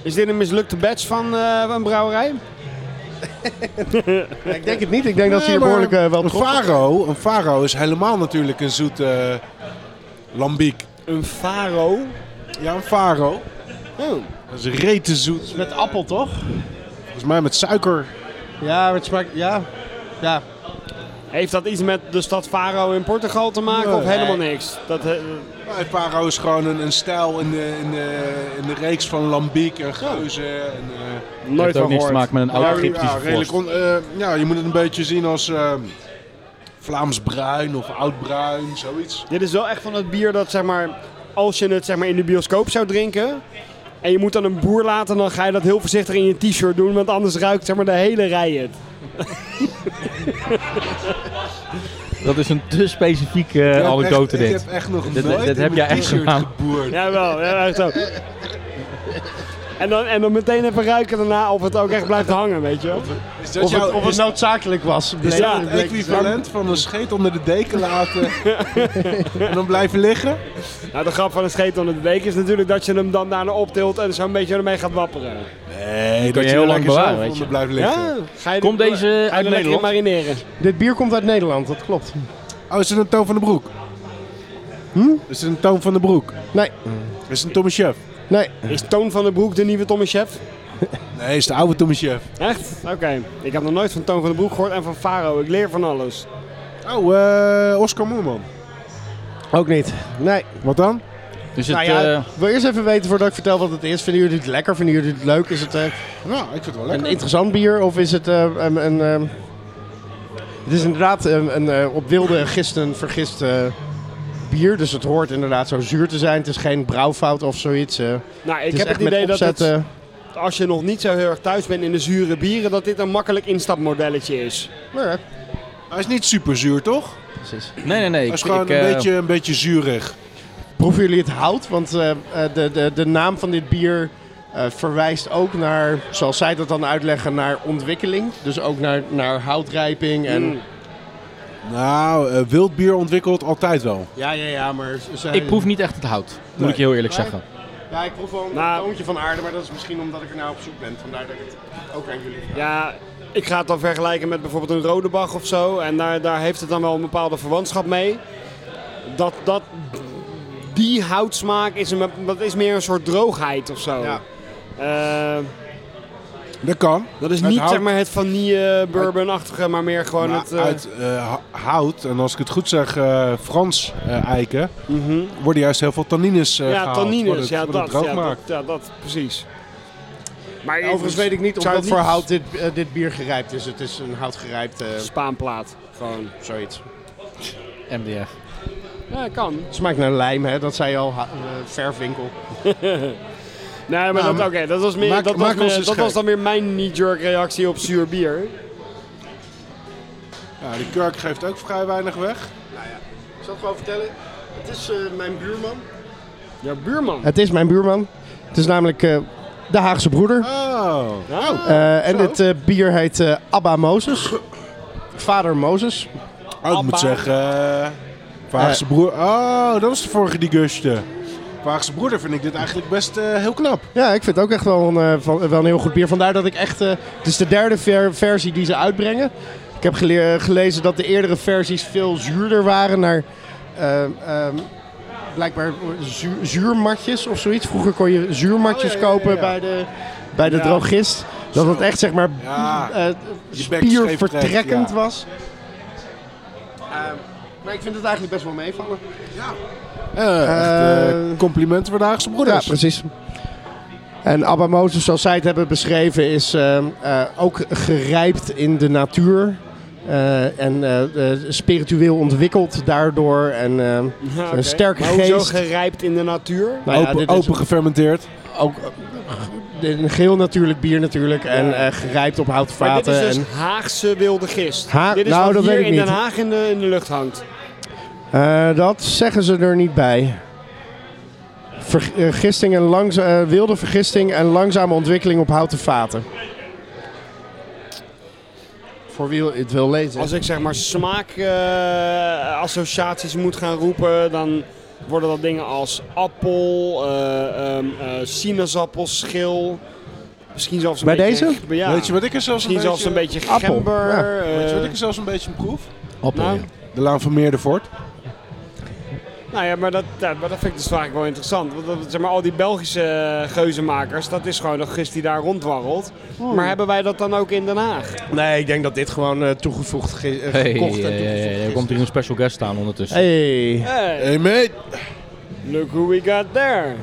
Speaker 2: Is dit een mislukte batch van eh, een brouwerij?
Speaker 5: Ik denk het niet. Ik denk dat ze
Speaker 3: Nee,
Speaker 5: hier
Speaker 3: maar
Speaker 5: behoorlijk eh, wel
Speaker 3: een
Speaker 5: trots op
Speaker 3: faro, een faro is helemaal natuurlijk een zoete eh, lambiek.
Speaker 2: Een faro?
Speaker 3: Ja, een faro.
Speaker 2: Oh.
Speaker 3: Dat is rete zoet.
Speaker 5: Met appel, toch?
Speaker 3: Volgens mij met suiker.
Speaker 5: Ja, maar het smaakt... Ja. Ja.
Speaker 2: Heeft dat iets met de stad Faro in Portugal te maken of
Speaker 3: Nee.
Speaker 2: helemaal niks? Dat, eh,
Speaker 3: Maar een faro is gewoon een, een stijl in de, in, de, in de reeks van lambiek en geuzen. En, eh,
Speaker 2: nooit
Speaker 1: heeft ook
Speaker 2: van
Speaker 1: niks te
Speaker 2: gehoord.
Speaker 1: maken met een
Speaker 3: Ja,
Speaker 1: oud Egyptische
Speaker 3: ja, redelijk
Speaker 1: vorst.
Speaker 3: on- eh, ja, je moet het een beetje zien als eh, Vlaams bruin of oud bruin, zoiets.
Speaker 1: Eh,
Speaker 2: Dit is wel echt van het bier dat zeg maar, als je het zeg maar in de bioscoop zou drinken. En je moet dan een boer laten, dan ga je dat heel voorzichtig in je t-shirt doen, want anders ruikt zeg maar, de hele rij het.
Speaker 1: Dat is een te specifieke eh,
Speaker 3: Ik heb
Speaker 1: anekdote
Speaker 3: echt- Ik
Speaker 1: dit.
Speaker 3: heb echt nog
Speaker 1: Dit-
Speaker 3: nooit
Speaker 1: dit heb
Speaker 3: in
Speaker 1: jij
Speaker 3: mijn
Speaker 1: echt
Speaker 3: t-shirt
Speaker 1: gedaan.
Speaker 3: geboerd.
Speaker 2: Jawel, ja, echt zo. En dan, en dan meteen even ruiken daarna of het ook echt blijft hangen, weet je wel.
Speaker 3: Is dat
Speaker 5: Of
Speaker 3: jouw
Speaker 5: het, of het
Speaker 3: is-
Speaker 5: noodzakelijk was.
Speaker 3: is
Speaker 5: bleek-
Speaker 3: dat het
Speaker 5: bleek te zijn.
Speaker 3: equivalent van een scheet onder de deken
Speaker 1: [laughs]
Speaker 3: laten en dan blijven liggen?
Speaker 2: Nou, de grap van een scheet onder de week is natuurlijk dat je hem dan daarna optilt en zo'n beetje ermee gaat wapperen.
Speaker 3: Nee,
Speaker 1: je heel lang bewaren, weet je.
Speaker 3: blijft liggen.
Speaker 2: Ja, ga je
Speaker 1: Komt deze
Speaker 2: ga je
Speaker 1: uit
Speaker 2: er lekker in
Speaker 1: Nederland?
Speaker 2: marineren.
Speaker 5: Dit bier komt uit Nederland, dat klopt.
Speaker 3: Oh, is het een Toon van de Broek?
Speaker 5: Hm?
Speaker 3: Is het een Toon van de Broek?
Speaker 5: Nee.
Speaker 3: Is het een Tommy Chef?
Speaker 5: Nee,
Speaker 2: Is Toon van den Broek de nieuwe Tommy Chef?
Speaker 3: Nee, is de oude Tommy Chef.
Speaker 2: Echt? Oké. Ik had nog nooit van Toon van den Broek gehoord en van Faro. Ik leer van alles.
Speaker 3: Oh, eh, Oscar Moerman.
Speaker 5: ook niet. Nee.
Speaker 3: Wat dan?
Speaker 1: Dus het,
Speaker 5: Nou ja,
Speaker 1: eh,
Speaker 5: ik wil eerst even weten voordat ik vertel wat het is. Vinden jullie het lekker? Vinden jullie het leuk? Is het eh,
Speaker 3: Nou, ik vind het wel
Speaker 5: een
Speaker 3: lekker.
Speaker 5: interessant bier of is het eh, een... een, ehm, het is inderdaad een, een eh, op wilde gisten vergist eh, bier. Dus het hoort inderdaad zo zuur te zijn. Het is geen brouwfout of zoiets. eh.
Speaker 2: Nou,
Speaker 5: het
Speaker 2: ik
Speaker 5: is
Speaker 2: heb
Speaker 5: echt
Speaker 2: het idee
Speaker 5: met
Speaker 2: dat
Speaker 5: opzet,
Speaker 2: het,
Speaker 5: eh,
Speaker 2: als je nog niet zo heel erg thuis bent in de zure bieren, dat dit een makkelijk instapmodelletje is.
Speaker 5: Nou ja,
Speaker 3: Hij is niet super zuur, toch?
Speaker 5: precies.
Speaker 1: nee, nee, nee.
Speaker 3: Hij
Speaker 1: Ik,
Speaker 3: is gewoon
Speaker 1: ik,
Speaker 3: een,
Speaker 1: eh,
Speaker 3: beetje, een beetje zuurig.
Speaker 5: Proeven jullie het hout? Want eh, eh, de, de, de naam van dit bier eh, verwijst ook naar, zoals zij dat dan uitleggen, naar ontwikkeling. Dus ook naar, naar houtrijping. En,
Speaker 2: Mm.
Speaker 3: Nou, eh, wild bier ontwikkelt altijd wel.
Speaker 5: Ja, ja, ja, maar ze- ze-
Speaker 1: ik proef niet echt het hout, moet
Speaker 3: Nee.
Speaker 1: ik je heel eerlijk
Speaker 5: Nee.
Speaker 1: zeggen.
Speaker 5: Ja, ik proef wel een
Speaker 2: Nou.
Speaker 5: toontje van aarde, maar dat is misschien omdat ik er nou op zoek ben. Vandaar dat ik het ook aan jullie vraag.
Speaker 2: Ja, ik ga het dan vergelijken met bijvoorbeeld een rode bag of zo. En daar, daar heeft het dan wel een bepaalde verwantschap mee. Dat, dat, die houtsmaak is, een, dat is meer een soort droogheid of zo.
Speaker 5: Ja.
Speaker 2: Eh,
Speaker 3: Dat kan.
Speaker 2: dat is
Speaker 3: Uit
Speaker 2: niet
Speaker 3: hout-
Speaker 2: zeg maar het vanille bourbonachtige, maar meer gewoon
Speaker 3: Maar
Speaker 2: het... eh,
Speaker 3: uit eh, h- hout, en als ik het goed zeg, eh, Frans eh, eiken,
Speaker 2: mhm.
Speaker 3: worden juist heel veel tannines eh,
Speaker 2: Ja,
Speaker 3: gehaald.
Speaker 2: tannines.
Speaker 3: wat het-
Speaker 2: ja,
Speaker 3: wat
Speaker 2: dat,
Speaker 3: het droog
Speaker 2: ja,
Speaker 3: maakt.
Speaker 2: dat, ja, dat, precies. Maar
Speaker 5: Overigens weet ik niet of
Speaker 2: zou
Speaker 5: dat
Speaker 2: het
Speaker 5: voor
Speaker 2: niet-
Speaker 5: hout dit, eh, dit bier gerijpt is. Het is een houtgerijpt eh
Speaker 2: Spaanplaat, gewoon.
Speaker 5: zoiets.
Speaker 1: MDF.
Speaker 2: Ja, kan.
Speaker 5: Het smaakt naar lijm, hè? dat zei je al, ha- eh, verfwinkel.
Speaker 2: Nee, maar
Speaker 3: Nou,
Speaker 2: dat, oké, dat, was, meer,
Speaker 3: maak-
Speaker 2: dat,
Speaker 3: maak
Speaker 2: was,
Speaker 3: ons
Speaker 2: meer-
Speaker 3: eens
Speaker 2: dat
Speaker 3: gek.
Speaker 2: was dan weer mijn knee-jerk reactie op zuur bier.
Speaker 3: Ja, de kurk geeft ook vrij weinig weg.
Speaker 5: Ik zal het gewoon vertellen. Het is eh, mijn buurman.
Speaker 2: Ja, buurman.
Speaker 5: Het is mijn buurman. Het is namelijk eh, de Haagse broeder.
Speaker 3: Oh,
Speaker 2: Nou,
Speaker 5: Eh, en
Speaker 3: zo.
Speaker 5: dit eh, bier heet eh, Abba Mozes. Vader Mozes.
Speaker 3: oh ik moet
Speaker 2: Appa.
Speaker 3: zeggen... eh, Vaagse broer... Oh, dat was de vorige die gushte. Vaagse broeder vind ik dit eigenlijk best eh, heel knap.
Speaker 5: Ja, ik vind het ook echt wel een, eh, van- wel een heel goed bier. Vandaar dat ik echt... eh, het is de derde ver- versie die ze uitbrengen. Ik heb gele- gelezen dat de eerdere versies veel zuurder waren naar... eh, ehm, blijkbaar zu- zuurmatjes of zoiets. Vroeger kon je zuurmatjes
Speaker 3: Oh, ja, ja, ja,
Speaker 5: kopen
Speaker 3: ja.
Speaker 5: bij de, bij de
Speaker 2: Ja.
Speaker 5: drogist. Dat het echt zeg maar
Speaker 3: Ja,
Speaker 5: eh
Speaker 3: je bek scheef trekt,
Speaker 5: spiervertrekkend
Speaker 3: ja.
Speaker 5: was. Ehm, maar ik vind het eigenlijk best wel meevallen.
Speaker 3: Eh, echt,
Speaker 5: eh,
Speaker 3: eh, complimenten voor de Haagse
Speaker 5: Ja,
Speaker 3: broeders.
Speaker 5: precies. En Abba Moses, zoals zij het hebben beschreven, is eh, eh, ook gerijpt in de natuur. Eh, en eh, eh, spiritueel ontwikkeld daardoor. En eh,
Speaker 2: [laughs] Ja,
Speaker 5: een
Speaker 2: oké.
Speaker 5: sterke
Speaker 2: maar hoezo
Speaker 5: geest.
Speaker 2: gerijpt in de natuur?
Speaker 5: nou ja,
Speaker 3: open,
Speaker 5: dit is
Speaker 3: open gefermenteerd.
Speaker 5: ook eh, ge- een geel natuurlijk bier natuurlijk. En eh, gerijpt op houten
Speaker 2: Maar dit
Speaker 5: vaten.
Speaker 2: is dus
Speaker 5: en,
Speaker 2: Haagse wilde gist.
Speaker 5: Ha-
Speaker 2: dit is
Speaker 5: nou,
Speaker 2: wat
Speaker 5: dat
Speaker 2: hier
Speaker 5: weet ik
Speaker 2: in Den
Speaker 5: niet.
Speaker 2: Haag in de, in de lucht hangt.
Speaker 5: Eh, dat zeggen ze er niet bij. Ver- eh, gisting en langza- eh, wilde vergisting en langzame ontwikkeling op houten vaten. Voor wie het wil lezen.
Speaker 2: Als ik zeg maar smaakassociaties moet gaan roepen, dan worden dat dingen als appel, eh, ehm, eh, sinaasappel, schil. Misschien zelfs een
Speaker 5: Bij
Speaker 2: beetje...
Speaker 5: deze?
Speaker 2: Ja,
Speaker 3: Weet je wat ik er zelfs een
Speaker 2: misschien
Speaker 3: beetje...
Speaker 2: zelfs een beetje
Speaker 5: Appel,
Speaker 2: gember.
Speaker 5: ja.
Speaker 2: eh,
Speaker 3: Weet je wat ik er zelfs een beetje proef?
Speaker 1: Appel,
Speaker 2: Nou,
Speaker 1: ja.
Speaker 3: De Laan van Meerdervoort.
Speaker 2: Nou ja, maar dat, ja, maar dat vind ik dus eigenlijk wel interessant. Want dat, zeg maar, al die Belgische eh, geuzenmakers, dat is gewoon een gist die daar rondwarrelt. Maar hebben wij dat dan ook in Den Haag?
Speaker 5: Nee, ik denk dat dit gewoon eh, toegevoegd ge- eh,
Speaker 1: Hey,
Speaker 5: gekocht en
Speaker 1: eh,
Speaker 5: toegevoegd
Speaker 1: er
Speaker 5: is.
Speaker 1: komt hier een special guest staan ondertussen.
Speaker 5: Hey.
Speaker 2: Hey,
Speaker 3: Hey mate.
Speaker 2: look who we got there.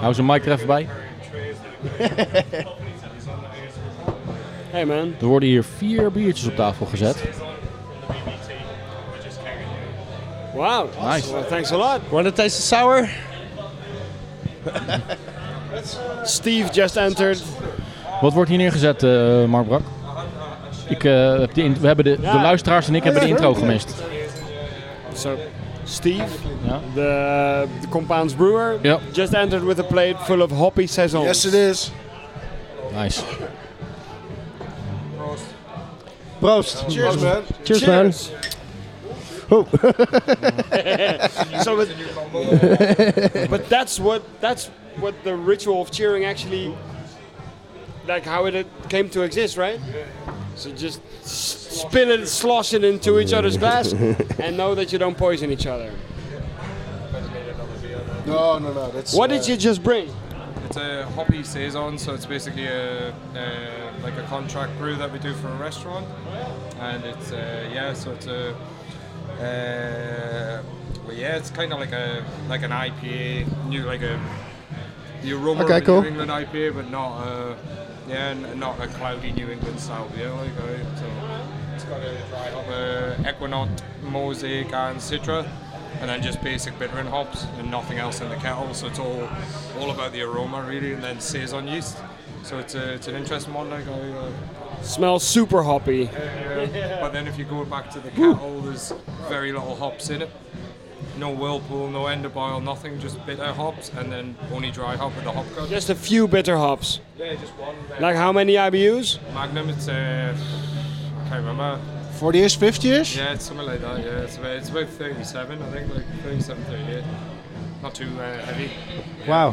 Speaker 1: Hou zijn mic er even bij.
Speaker 2: Hey man.
Speaker 1: Er worden hier vier biertjes op tafel gezet.
Speaker 2: Wow.
Speaker 1: Nice.
Speaker 2: Well, thanks a lot.
Speaker 5: Wanna taste the sour?
Speaker 2: Steve just entered.
Speaker 1: Wat wordt hier neergezet, eh, Mark Brak? Ik, eh, heb de in- we hebben de, de luisteraars en ik hebben de intro gemist.
Speaker 2: So, Steve,
Speaker 1: Ja.
Speaker 2: the, the compound's brewer,
Speaker 1: Ja.
Speaker 2: just entered with a plate full of hoppy saisons.
Speaker 3: Yes it is.
Speaker 1: Nice.
Speaker 5: Proost.
Speaker 3: Cheers man.
Speaker 5: Cheers,
Speaker 2: Cheers.
Speaker 5: Oh.
Speaker 3: [laughs]
Speaker 2: so, but, but that's what that's what the ritual of cheering actually, like how it came to exist, right? So just s- spill it, slosh it into each other's glass, and know that you don't poison each other.
Speaker 3: No, no, no. That's,
Speaker 2: What
Speaker 3: uh,
Speaker 2: did you just bring?
Speaker 6: It's a hoppy saison, so it's basically a, uh like a contract brew that we do for a restaurant, and it's uh, yeah, so it's a uh, well, yeah, it's kind of like a like an IPA, new like a the aroma
Speaker 5: Okay,
Speaker 6: of a
Speaker 5: cool.
Speaker 6: New England IPA, but not a yeah, n- not a cloudy New England style beer, like uh, so. It's got a dry hop, uh, Equinox, Mosaic, and Citra, and then just basic bittering hops and nothing else in the kettle. So it's all all about the aroma really, and then saison yeast. So it's a, it's an interesting one, like. I, uh,
Speaker 2: Smells super hoppy.
Speaker 6: uh, But then if you go back to the kettle, there's very little hops in it. No whirlpool, no enderbile, nothing, just bitter hops and then only dry hop with the hop cut.
Speaker 2: Just a few bitter hops.
Speaker 6: Yeah, just one. uh,
Speaker 2: Like how many IBUs?
Speaker 6: Magnum, it's uh, I can't remember.
Speaker 3: 40-ish, 50-ish?
Speaker 6: Yeah, it's something like that. Yeah, it's about, it's about 37, I think, like 37, 38. Not too uh, heavy.
Speaker 5: Wauw.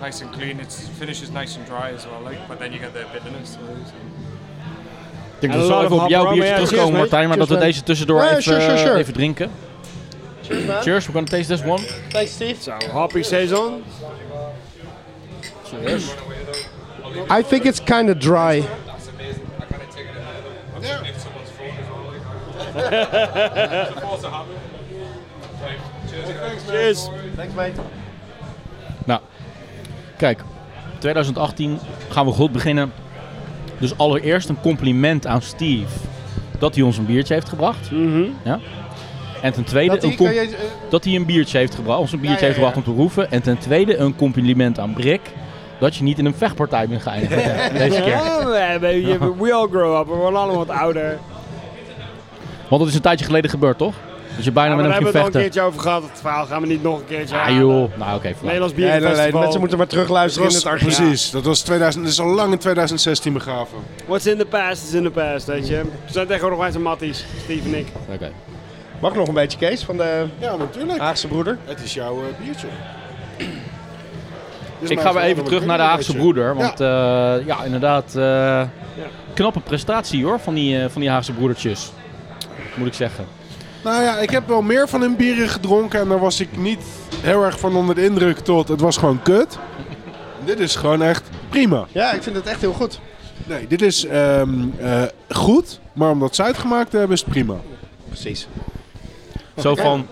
Speaker 6: Nice and clean. It finishes nice and dry as well, like, but then you get the bitterness. So, so.
Speaker 1: Ik denk
Speaker 2: En
Speaker 1: dat
Speaker 2: een
Speaker 1: we zo even
Speaker 2: lot of
Speaker 1: op jouw
Speaker 2: hop,
Speaker 1: biertje
Speaker 2: Rome. Ja,
Speaker 1: terugkomen,
Speaker 2: cheers,
Speaker 1: Martijn. Maar
Speaker 5: mate.
Speaker 1: dat we
Speaker 5: Cheers,
Speaker 1: deze tussendoor
Speaker 5: Ja,
Speaker 1: even,
Speaker 5: sure, sure,
Speaker 1: eh,
Speaker 5: sure.
Speaker 1: even drinken. Cheers, we're gonna taste this one.
Speaker 5: Thanks, Steve.
Speaker 2: Zo, hoppy saison.
Speaker 5: I think it's kind of dry.
Speaker 6: That's amazing. I kind of take it in I'm yeah. if someone's phone as well. Like, I'm forced to have it. Right, cheers, guys.
Speaker 2: Cheers.
Speaker 1: Nou, kijk. 2018 gaan we goed beginnen. Dus allereerst een compliment aan Steve. Dat hij ons een biertje heeft gebracht. ja? En ten tweede...
Speaker 5: Mhm. Dat
Speaker 1: een
Speaker 5: die,
Speaker 1: com-
Speaker 5: kan je, eh,
Speaker 1: dat hij een biertje heeft gebracht, ons een biertje
Speaker 5: Ja, ja,
Speaker 1: heeft gebracht
Speaker 5: ja.
Speaker 1: om te proeven. En ten tweede een compliment aan Brik dat je niet in een vechtpartij bent geëindigd
Speaker 5: [laughs]
Speaker 1: eh, deze keer.
Speaker 2: Ja, we- we- we- we all grow up. We worden allemaal wat ouder.
Speaker 1: Want dat is een tijdje geleden gebeurd, toch? Dat je bijna
Speaker 2: Ja, maar
Speaker 1: met
Speaker 2: daar
Speaker 1: hem ging
Speaker 2: hebben we het al een
Speaker 1: vechten.
Speaker 2: keertje over gehad. Het verhaal gaan we niet nog een keertje
Speaker 1: Ah
Speaker 2: halen.
Speaker 1: joh, nou oké. verlaat.
Speaker 2: Nederlands
Speaker 5: Nee, nee, nee, de
Speaker 2: Bierfestival.
Speaker 5: mensen moeten maar terugluisteren in
Speaker 3: Dat
Speaker 5: het
Speaker 3: was,
Speaker 5: archief.
Speaker 3: precies, dat was 2000, dat is al lang in 2016 begraven.
Speaker 2: What's in the past is in the past, weet je. We zijn tegenwoordig wij zijn matties, Steve en ik.
Speaker 1: Oké.
Speaker 5: Mag nog een beetje, Kees, van de
Speaker 3: Ja, natuurlijk.
Speaker 5: Haagse broeder?
Speaker 3: Het is jouw eh, biertje.
Speaker 1: Ik ga weer even terug naar de Haagse broeder. Want ja, ja inderdaad, eh, knappe prestatie hoor van die, eh, van die Haagse broedertjes. Moet ik zeggen.
Speaker 3: Nou ja, ik heb wel meer van hun bieren gedronken en daar was ik niet heel erg van onder de indruk tot het was gewoon kut. En dit is gewoon echt prima.
Speaker 5: Ja, ik vind het echt heel goed.
Speaker 3: Nee, dit is ehm, eh, goed, maar omdat zij het gemaakt hebben is het prima.
Speaker 5: Precies.
Speaker 1: Zo van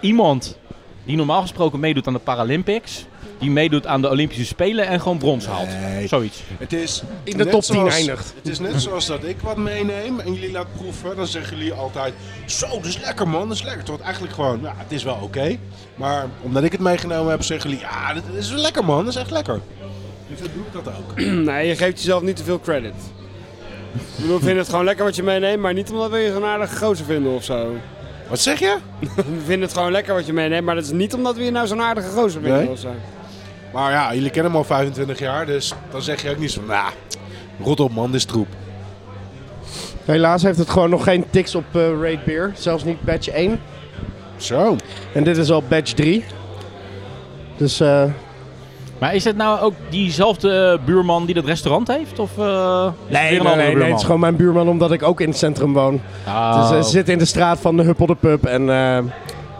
Speaker 1: iemand die normaal gesproken meedoet aan de Paralympics, die meedoet aan de Olympische Spelen en gewoon brons haalt.
Speaker 3: Nee.
Speaker 1: Zoiets.
Speaker 3: Het is
Speaker 5: In de
Speaker 3: net
Speaker 5: top 10
Speaker 3: zoals-
Speaker 5: eindigt.
Speaker 3: Het is net zoals dat ik wat meeneem en jullie laat proeven. Dan zeggen jullie altijd, zo, dat is lekker man, dat is lekker. Tot eigenlijk gewoon, ja, het is wel oké. Maar omdat ik het meegenomen heb, zeggen jullie, ja, dit is wel lekker man, dat is echt lekker. Dus dat doe ik dat ook.
Speaker 2: Nee, je geeft jezelf niet te veel credit. Ik bedoel, we vinden het gewoon lekker wat je meeneemt, maar niet omdat we je zo'n aardige gozer vinden of zo.
Speaker 3: Wat zeg je?
Speaker 2: We vinden het gewoon lekker wat je meeneemt, maar dat is niet omdat we je nou zo'n aardige gozer vinden
Speaker 3: Nee.
Speaker 2: of zo.
Speaker 3: Maar ja, jullie kennen hem al 25 jaar, dus dan zeg je ook niet zo, nou, rot op man, dit is troep.
Speaker 5: Helaas heeft het gewoon nog geen tiks op eh Raid Beer. Zelfs niet badge 1.
Speaker 3: Zo.
Speaker 5: En dit is al badge 3. Dus eh,
Speaker 1: Maar is het nou ook diezelfde eh, buurman die dat restaurant heeft? Of, eh, is het weer een andere buurman?
Speaker 5: het is gewoon mijn buurman omdat ik ook in het centrum woon.
Speaker 1: Oh.
Speaker 5: Dus eh, ze zitten in de straat van de Huppel de Pub en... eh, [laughs]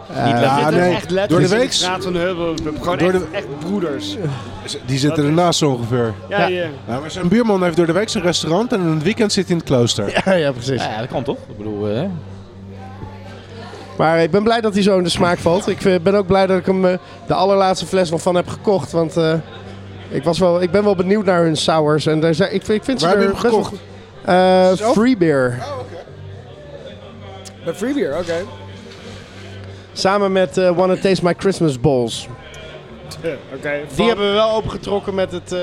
Speaker 1: Niet
Speaker 5: eh,
Speaker 3: Ah,
Speaker 2: Dit is
Speaker 3: nee.
Speaker 2: echt
Speaker 3: Door de
Speaker 2: letterlijk in
Speaker 3: week-
Speaker 2: straat van de hubbel. Gewoon
Speaker 3: Door
Speaker 2: echt,
Speaker 3: de-
Speaker 2: echt broeders.
Speaker 3: Die zitten ernaast zo ongeveer.
Speaker 2: Ja, ja.
Speaker 3: Nou, maar zijn buurman heeft door de week zijn restaurant en in het weekend zit hij in het klooster.
Speaker 5: ja, ja, precies.
Speaker 1: Ja, ja, dat kan toch? Ik bedoel, eh,
Speaker 5: Maar ik ben blij dat hij zo in de smaak valt. Ik eh, ben ook blij dat ik hem eh, de allerlaatste fles nog van heb gekocht. Want eh, ik, was wel, ik ben wel benieuwd naar hun sours. En daar zijn, ik, ik vind ze
Speaker 3: Waar heb
Speaker 5: er
Speaker 3: je hem
Speaker 5: best wel
Speaker 3: gekocht?
Speaker 5: goed- Eh,
Speaker 3: Zelf?
Speaker 5: free beer.
Speaker 2: Bij Free Beer, oké.
Speaker 5: Samen met eh, Wanna Taste My Christmas Balls.
Speaker 2: Ja, Oké.
Speaker 5: Die
Speaker 2: van-
Speaker 5: hebben we wel opengetrokken met het eh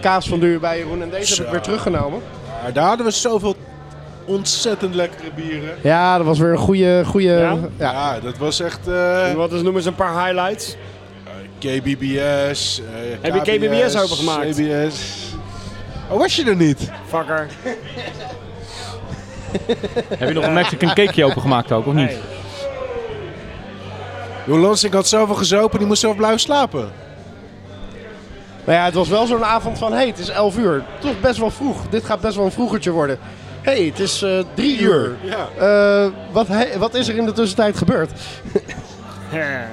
Speaker 5: kaas van duur bij Jeroen. En deze
Speaker 3: Zo.
Speaker 5: heb ik weer teruggenomen.
Speaker 3: Maar daar hadden we zoveel ontzettend lekkere bieren.
Speaker 5: Ja, dat was weer een goede... goede Nou
Speaker 2: Ja?
Speaker 5: ja.
Speaker 3: Ja, dat was echt eh,
Speaker 2: Wat is, noem eens een paar highlights.
Speaker 3: KBBS. eh,
Speaker 2: Heb je KBBS opengemaakt?
Speaker 3: KBS. Oh, was je er niet?
Speaker 2: Fucker.
Speaker 1: heb je nog een Mexican cakeje opengemaakt ook, of niet?
Speaker 2: Hey.
Speaker 3: Joh, Lansing had zoveel gezopen, die moest zelf blijven slapen.
Speaker 5: Maar ja, het was wel zo'n avond van... Hé, hey, het is 11 uur. Toch best wel vroeg. Dit gaat best wel een vroegertje worden. Hé, hey, het is eh 3 uur.
Speaker 3: Ja.
Speaker 5: Eh, wat, he- wat is er in de tussentijd gebeurd?
Speaker 2: Ja, ja, Eh,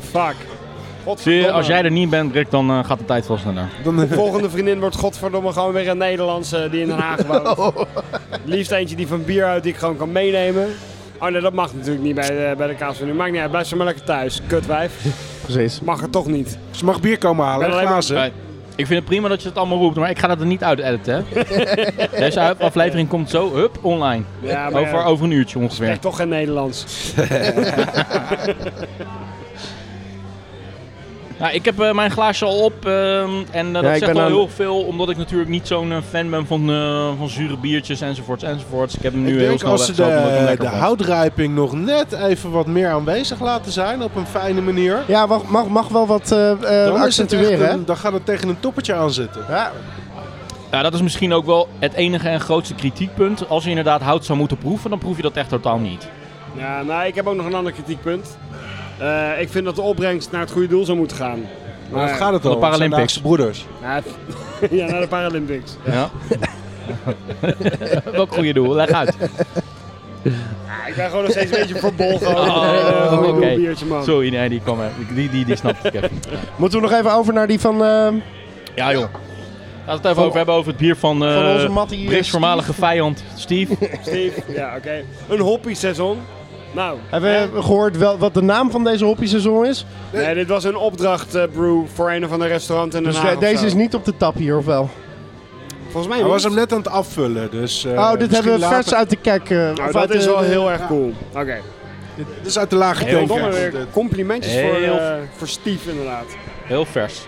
Speaker 2: fuck.
Speaker 1: Zie je,
Speaker 2: Godverdomme.
Speaker 1: als jij er niet bent, Rick, dan eh, gaat de tijd veel sneller.
Speaker 3: Dan,
Speaker 2: Volgende vriendin wordt godverdomme gewoon weer een Nederlandse die in Den Haag
Speaker 1: [laughs]
Speaker 2: woont.
Speaker 1: Oh.
Speaker 2: Liefst eentje die van bier houdt die ik gewoon kan meenemen. Oh nee, dat mag natuurlijk niet bij de, bij de kaas van nu. Maakt niet uit, blijf ze maar lekker thuis. Kutwijf.
Speaker 5: Precies.
Speaker 2: Mag er toch niet.
Speaker 3: ze mag bier komen halen,
Speaker 2: Ik ben alleen maar-
Speaker 3: glazen.
Speaker 1: Nee. Ik vind het prima dat je het allemaal roept, maar ik ga dat er niet uit [laughs] editen. hè. Deze aflevering komt zo, hup, online.
Speaker 2: Ja, maar
Speaker 1: Over,
Speaker 2: ja,
Speaker 1: over een uurtje
Speaker 2: ik
Speaker 1: ongeveer.
Speaker 2: spreek toch geen Nederlands.
Speaker 1: Nou, ik heb eh, mijn glaasje al op ehm, en eh, dat
Speaker 5: Ja, ik
Speaker 1: zegt
Speaker 5: ben
Speaker 1: al
Speaker 5: aan-
Speaker 1: heel veel, omdat ik natuurlijk niet zo'n eh, fan ben van, eh, van zure biertjes enzovoorts enzovoorts. Ik heb hem nu
Speaker 3: Ik
Speaker 1: heel
Speaker 3: denk
Speaker 1: snel
Speaker 3: als ze
Speaker 1: weggehaald, omdat ik hem
Speaker 3: de,
Speaker 1: lekker
Speaker 3: de
Speaker 1: vond.
Speaker 3: houtrijping nog net even wat meer aanwezig laten zijn op een fijne manier.
Speaker 5: Ja, mag, mag, mag wel wat eh, eh,
Speaker 3: Dan, is het echt
Speaker 5: accentueren, hè?
Speaker 3: een- dan gaat het tegen een toppertje aan zitten.
Speaker 5: Ja,
Speaker 1: Ja, dat is misschien ook wel het enige en grootste kritiekpunt. Als je inderdaad hout zou moeten proeven, dan proef je dat echt totaal niet.
Speaker 2: Ja, nou, ik heb ook nog een ander kritiekpunt. Eh, ik vind dat de opbrengst naar het goede doel zou moeten gaan.
Speaker 3: Maar dat gaat het
Speaker 1: de
Speaker 3: al.
Speaker 1: Paralympics.
Speaker 3: zijn Haagse broeders.
Speaker 2: Ja, [laughs] ja, naar de Paralympics.
Speaker 1: [laughs] Ja. Welk goede doel, leg uit.
Speaker 2: Ik ben gewoon nog steeds een beetje
Speaker 1: [laughs]
Speaker 2: verbolgen. over
Speaker 1: Oh,
Speaker 2: het hele eh, goede
Speaker 1: oké.
Speaker 2: biertje, man.
Speaker 1: Sorry, nee, die kwam er. Die, die, die snapte ik even.
Speaker 5: moeten we nog even over naar die van, eh,
Speaker 1: Ja, joh. Laten we het even over hebben over het bier van, eh
Speaker 5: van onze Mattie. eh,
Speaker 1: Rick's
Speaker 5: Steve?
Speaker 1: voormalige vijand [laughs] Steve.
Speaker 2: Steve, [laughs] ja, oké. Een hoppy-seizoen. Nou,
Speaker 5: Hebben we gehoord wel, wat de naam van deze hoppieseizoen is?
Speaker 2: nee, dit was een opdracht, eh, brew, voor een of ander restaurant in Den
Speaker 5: Dus
Speaker 2: Haag.
Speaker 5: de-
Speaker 2: of
Speaker 5: deze
Speaker 2: zo.
Speaker 5: is niet op de tap hier, of wel?
Speaker 2: Volgens mij
Speaker 3: Hij
Speaker 2: niet.
Speaker 3: was hem net aan het afvullen. Dus, eh,
Speaker 5: oh, dit
Speaker 3: misschien
Speaker 5: hebben we
Speaker 3: later-
Speaker 5: vers uit de kek. eh,
Speaker 2: Nou,
Speaker 5: of
Speaker 2: dat
Speaker 5: uit
Speaker 2: is
Speaker 5: de-
Speaker 2: wel
Speaker 5: de-
Speaker 2: heel erg cool. Oké.
Speaker 3: Dit is uit de lage
Speaker 2: Heel domme
Speaker 3: tanker.
Speaker 2: weer. Complimentjes
Speaker 1: Heel-
Speaker 2: voor, eh, voor Steve, inderdaad.
Speaker 1: Heel vers.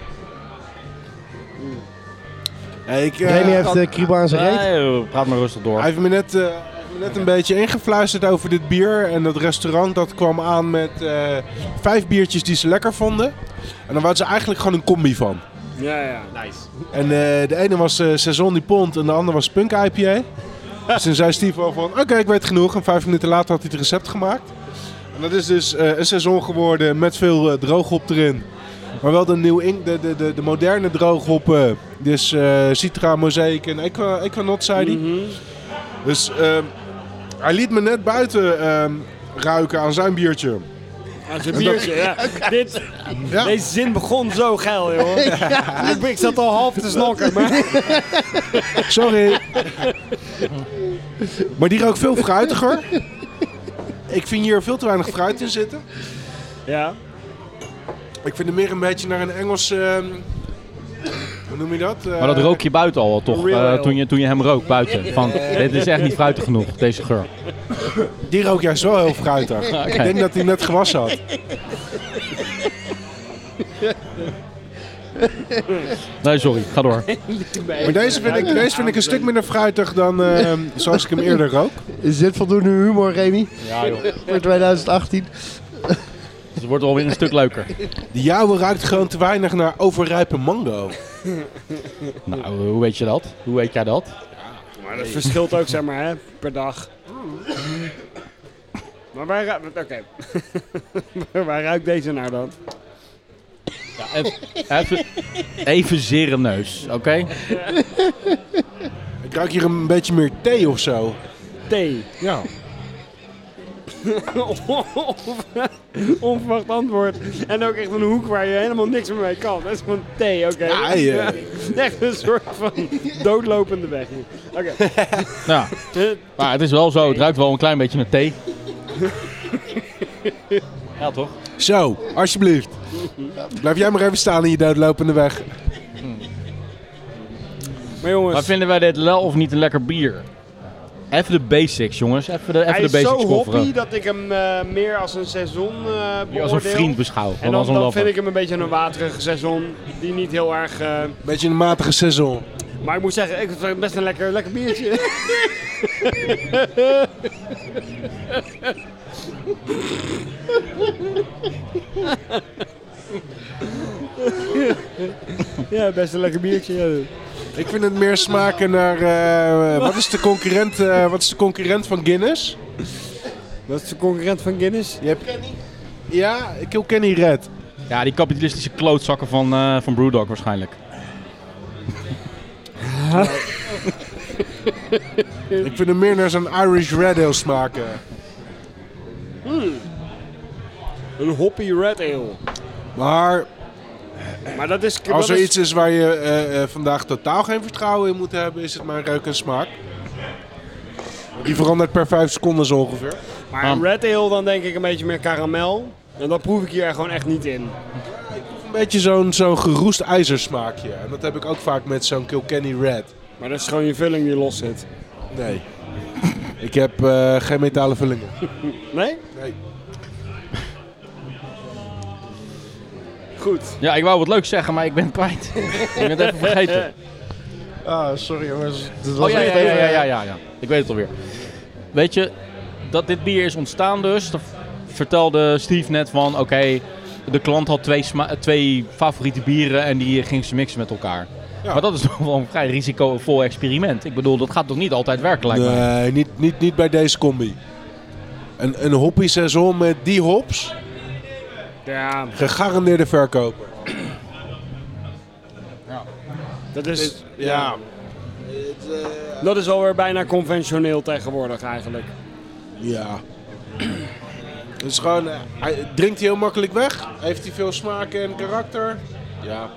Speaker 3: Hey, ik, eh,
Speaker 5: Remy heeft
Speaker 3: had-
Speaker 5: de kriebel aan zijn reet.
Speaker 1: Nee, joh, praat maar rustig door.
Speaker 3: Hij heeft me net, eh, hij heeft me net een beetje ingefluisterd over dit bier. En dat restaurant dat kwam aan met eh, vijf biertjes die ze lekker vonden. En dan waren ze eigenlijk gewoon een combi van.
Speaker 2: Ja, ja.
Speaker 3: En eh, de ene was eh Saison die Pont en de andere was Punk IPA. dus toen zei Steve al van, oké, ik weet genoeg. En vijf minuten later had hij het recept gemaakt. En dat is dus eh, een Saison geworden met veel eh, drooghop erin. Maar wel de, nieuw in, de, de, de, de moderne drooghoppen. Dus eh, Citra, Mosaic en Equa- Equanot, zei hij.
Speaker 2: Mhm.
Speaker 3: Dus ehm, hij liet me net buiten ehm, ruiken aan zijn biertje.
Speaker 2: Aan zijn biertje, [laughs] ja. Dit,
Speaker 3: Ja.
Speaker 2: Deze zin begon zo geil, [laughs] joh. Ik- Ik zat al half te snokken, maar...
Speaker 3: Sorry. maar die rookt veel fruitiger. Ik vind hier veel te weinig fruit in zitten.
Speaker 2: Ja.
Speaker 3: Ik vind hem meer een beetje naar een Engels... ehm, hoe noem je dat? Eh,
Speaker 1: Maar dat rook je buiten al wel, toch?
Speaker 2: Real
Speaker 1: Eh,
Speaker 2: ale.
Speaker 1: toen, je, toen je hem rook buiten. [laughs] Van, dit is echt niet fruitig genoeg, deze geur.
Speaker 3: Die rookt juist wel heel
Speaker 1: [laughs]
Speaker 3: fruitig. Ik denk dat hij net gewassen had.
Speaker 1: Nee, sorry, ga [laughs] door.
Speaker 3: Maar deze vind ik, deze vind ik een stuk minder fruitig dan ehm, zoals ik hem eerder rook.
Speaker 5: Is dit voldoende humor, Remy?
Speaker 1: Ja, joh.
Speaker 5: Voor 2018.
Speaker 1: Dus het wordt alweer een stuk leuker.
Speaker 3: De jouwe ruikt gewoon te weinig naar overrijpe mango.
Speaker 1: Nou, hoe weet je dat? Hoe weet jij dat?
Speaker 2: Maar dat verschilt ook, zeg maar, hè, per dag. Maar waar, ru- oké. [laughs] waar ruikt deze naar dan?
Speaker 1: Even, even, [laughs] even zere neus, oké?
Speaker 3: Ik ruik hier een beetje meer thee of zo.
Speaker 2: Thee.
Speaker 3: Ja.
Speaker 2: [laughs] Onverwacht antwoord. En ook echt een hoek waar je helemaal niks meer mee kan. Dat is gewoon thee, oké?
Speaker 3: Ja, ja.
Speaker 2: [laughs] Echt een soort van doodlopende weg. hier.
Speaker 1: [laughs]
Speaker 2: Oké.
Speaker 1: Ja, Nou, maar het is wel zo, het ruikt wel een klein beetje naar thee. Ja, toch?
Speaker 3: Zo, alsjeblieft. Blijf jij maar even staan in je doodlopende weg.
Speaker 2: Maar jongens,
Speaker 1: Maar vinden wij dit wel of niet een lekker bier? Even de basics, jongens. Even de, even
Speaker 2: hij
Speaker 1: de
Speaker 2: is
Speaker 1: basics
Speaker 2: zo hoppy
Speaker 1: kofferen.
Speaker 2: dat ik hem eh, meer als een seizoen eh
Speaker 1: Die als een
Speaker 2: beoordeel.
Speaker 1: vriend beschouw,
Speaker 2: En
Speaker 1: dan
Speaker 2: dan,
Speaker 1: als een
Speaker 2: dan vind
Speaker 1: lover.
Speaker 2: ik hem een beetje een waterige seizoen. Die niet heel erg... eh,
Speaker 3: Beetje een matige seizoen.
Speaker 2: Maar ik moet zeggen, ik vind het best een lekker, lekker biertje. [laughs] ja, best een lekker biertje. Ja.
Speaker 3: Ik vind het meer smaken naar... eh, wat, is de concurrent, eh, wat is de concurrent van Guinness?
Speaker 2: Dat is de concurrent van Guinness.
Speaker 3: Je hebt... Ja, Kilkenny Red.
Speaker 1: Ja, die kapitalistische klootzakken van, eh van Brewdog waarschijnlijk.
Speaker 3: Ik vind hem meer naar zo'n Irish Red Ale smaken.
Speaker 2: Een hoppy red ale.
Speaker 3: Maar
Speaker 2: Maar dat is...
Speaker 3: Als
Speaker 2: dat
Speaker 3: er
Speaker 2: is-
Speaker 3: iets is waar je eh, eh, vandaag totaal geen vertrouwen in moet hebben, is het maar reuk en smaak. Die verandert per vijf seconden zo ongeveer.
Speaker 2: Maar een Red Ale dan denk ik een beetje meer karamel. En dat proef ik hier gewoon echt niet in.
Speaker 3: Een beetje zo'n zo'n geroest ijzersmaakje. En dat heb ik ook vaak met zo'n Kilkenny Red.
Speaker 2: Maar dat is gewoon je vulling die los zit.
Speaker 3: Nee. ik heb eh, geen metalen vullingen.
Speaker 2: Nee?
Speaker 3: Nee.
Speaker 2: Goed.
Speaker 1: Ja, ik wou wat leuks zeggen, maar ik ben het [laughs] kwijt. ik ben het even vergeten.
Speaker 5: Ah, sorry jongens. Dit was
Speaker 1: Oh ja
Speaker 5: echt
Speaker 1: ja ja,
Speaker 5: even-
Speaker 1: ja, ja, ja, ja. Ik weet het alweer. Weet je, dat dit bier is ontstaan dus. Dat vertelde Steve net van, oké, de klant had twee, sma- twee favoriete bieren en die ging ze mixen met elkaar.
Speaker 3: Ja.
Speaker 1: Maar dat is [laughs] toch wel een vrij risicovol experiment. Ik bedoel, dat gaat toch niet altijd werken lijkt mij.
Speaker 3: Nee, niet, niet, niet bij deze combi. Een, een hoppie seizoen met die hops,
Speaker 2: Ja,
Speaker 3: gegarandeerde verkoper.
Speaker 2: dat is,
Speaker 3: Ja,
Speaker 2: dat is alweer bijna conventioneel tegenwoordig eigenlijk.
Speaker 3: Ja. Het is gewoon, eh, hij- drinkt hij heel makkelijk weg? Heeft hij veel smaak en karakter? Ja.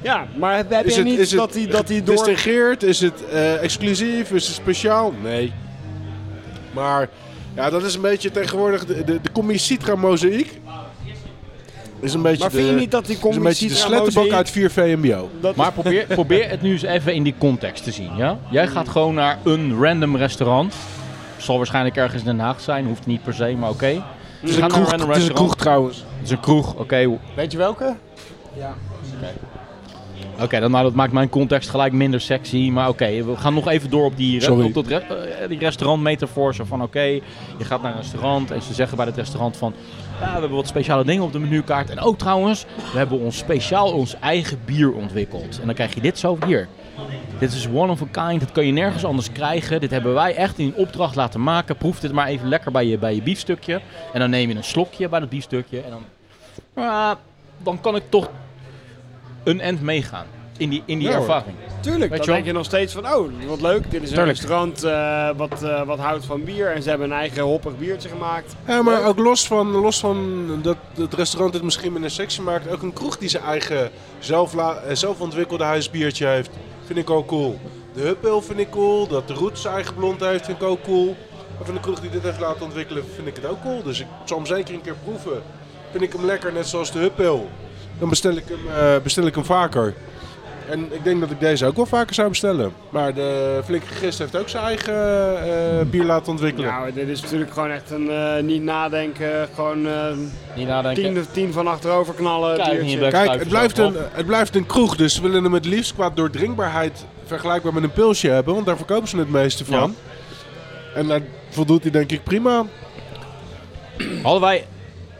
Speaker 2: Ja, maar heb, heb je niet dat hij dat hij door...
Speaker 3: gedistingeerd? Is het eh, exclusief? Is het speciaal? Nee. Maar ja, dat is een beetje tegenwoordig de, de, de combi Citra mozaïek. Is een beetje
Speaker 2: Maar vind je
Speaker 3: de-
Speaker 2: niet dat die
Speaker 3: is
Speaker 2: combi
Speaker 3: een beetje de
Speaker 2: Citra
Speaker 3: slettenbak
Speaker 2: mozaïek-
Speaker 3: uit 4 VMBO.
Speaker 2: Dat
Speaker 1: Maar
Speaker 3: [laughs]
Speaker 1: probeer, probeer het nu eens even in die context te zien, ja? Jij gaat gewoon naar een random restaurant. Zal waarschijnlijk ergens in Den Haag zijn, hoeft niet per se, maar oké.
Speaker 3: Het is
Speaker 1: Ze gaan
Speaker 3: een
Speaker 1: naar
Speaker 3: kroeg,
Speaker 1: random
Speaker 3: het is een
Speaker 1: restaurant.
Speaker 3: kroeg trouwens.
Speaker 1: Het is een kroeg, oké.
Speaker 5: Weet je welke?
Speaker 1: Oké, dan, nou, dat maakt mijn context gelijk minder sexy. Maar oké, we gaan nog even door op die, re-
Speaker 3: Sorry.
Speaker 1: op dat re- eh, die restaurantmetafoor. Zo van oké, je gaat naar een restaurant en ze zeggen bij het restaurant van... Ja, we hebben wat speciale dingen op de menukaart. En ook trouwens, we hebben ons speciaal ons eigen bier ontwikkeld. En dan krijg je dit zo hier. Dit is one of a kind, dat kan je nergens anders krijgen. Dit hebben wij echt in opdracht laten maken. Proef dit maar even lekker bij je, bij je biefstukje. En dan neem je een slokje bij dat biefstukje. En dan, Ah, dan kan ik toch een end meegaan. In die, in die
Speaker 3: Ja, hoor.
Speaker 1: ervaring. Weet
Speaker 2: Tuurlijk, dan
Speaker 1: je wel?
Speaker 2: denk je nog steeds van, oh, wat leuk. Dit is een
Speaker 1: Tuurlijk.
Speaker 2: restaurant eh, wat, eh, wat houdt van bier. En ze hebben een eigen hoppig biertje gemaakt.
Speaker 3: Ja, maar ook los van, los van dat het restaurant het misschien minder sexy maakt, ook een kroeg die zijn eigen zelf, zelf ontwikkelde huisbiertje heeft, vind ik ook cool. De Huppel vind ik cool, dat de Roots zijn eigen blond heeft, vind ik ook cool. Maar van de kroeg die dit heeft laten ontwikkelen, vind ik het ook cool. Dus ik zal hem zeker een keer proeven. Vind ik hem lekker, net zoals de Huppel. Dan bestel ik hem, eh, bestel ik hem vaker. En ik denk dat ik deze ook wel vaker zou bestellen. Maar de Flinke Gist heeft ook zijn eigen eh, bier laten ontwikkelen.
Speaker 2: Nou, dit is natuurlijk gewoon echt een eh, niet nadenken. Gewoon eh,
Speaker 1: Niet nadenken.
Speaker 2: tien, tien van achterover knallen.
Speaker 1: Kijk,
Speaker 2: biertje.
Speaker 1: niet bij-
Speaker 3: Kijk,
Speaker 1: Schuif
Speaker 3: het blijft,
Speaker 1: jezelf
Speaker 3: een, het blijft een kroeg, dus ze willen hem het liefst qua doordringbaarheid vergelijkbaar met een pilsje hebben, want daar verkopen ze het meeste van. En daar voldoet hij denk ik prima aan.
Speaker 1: Hadden wij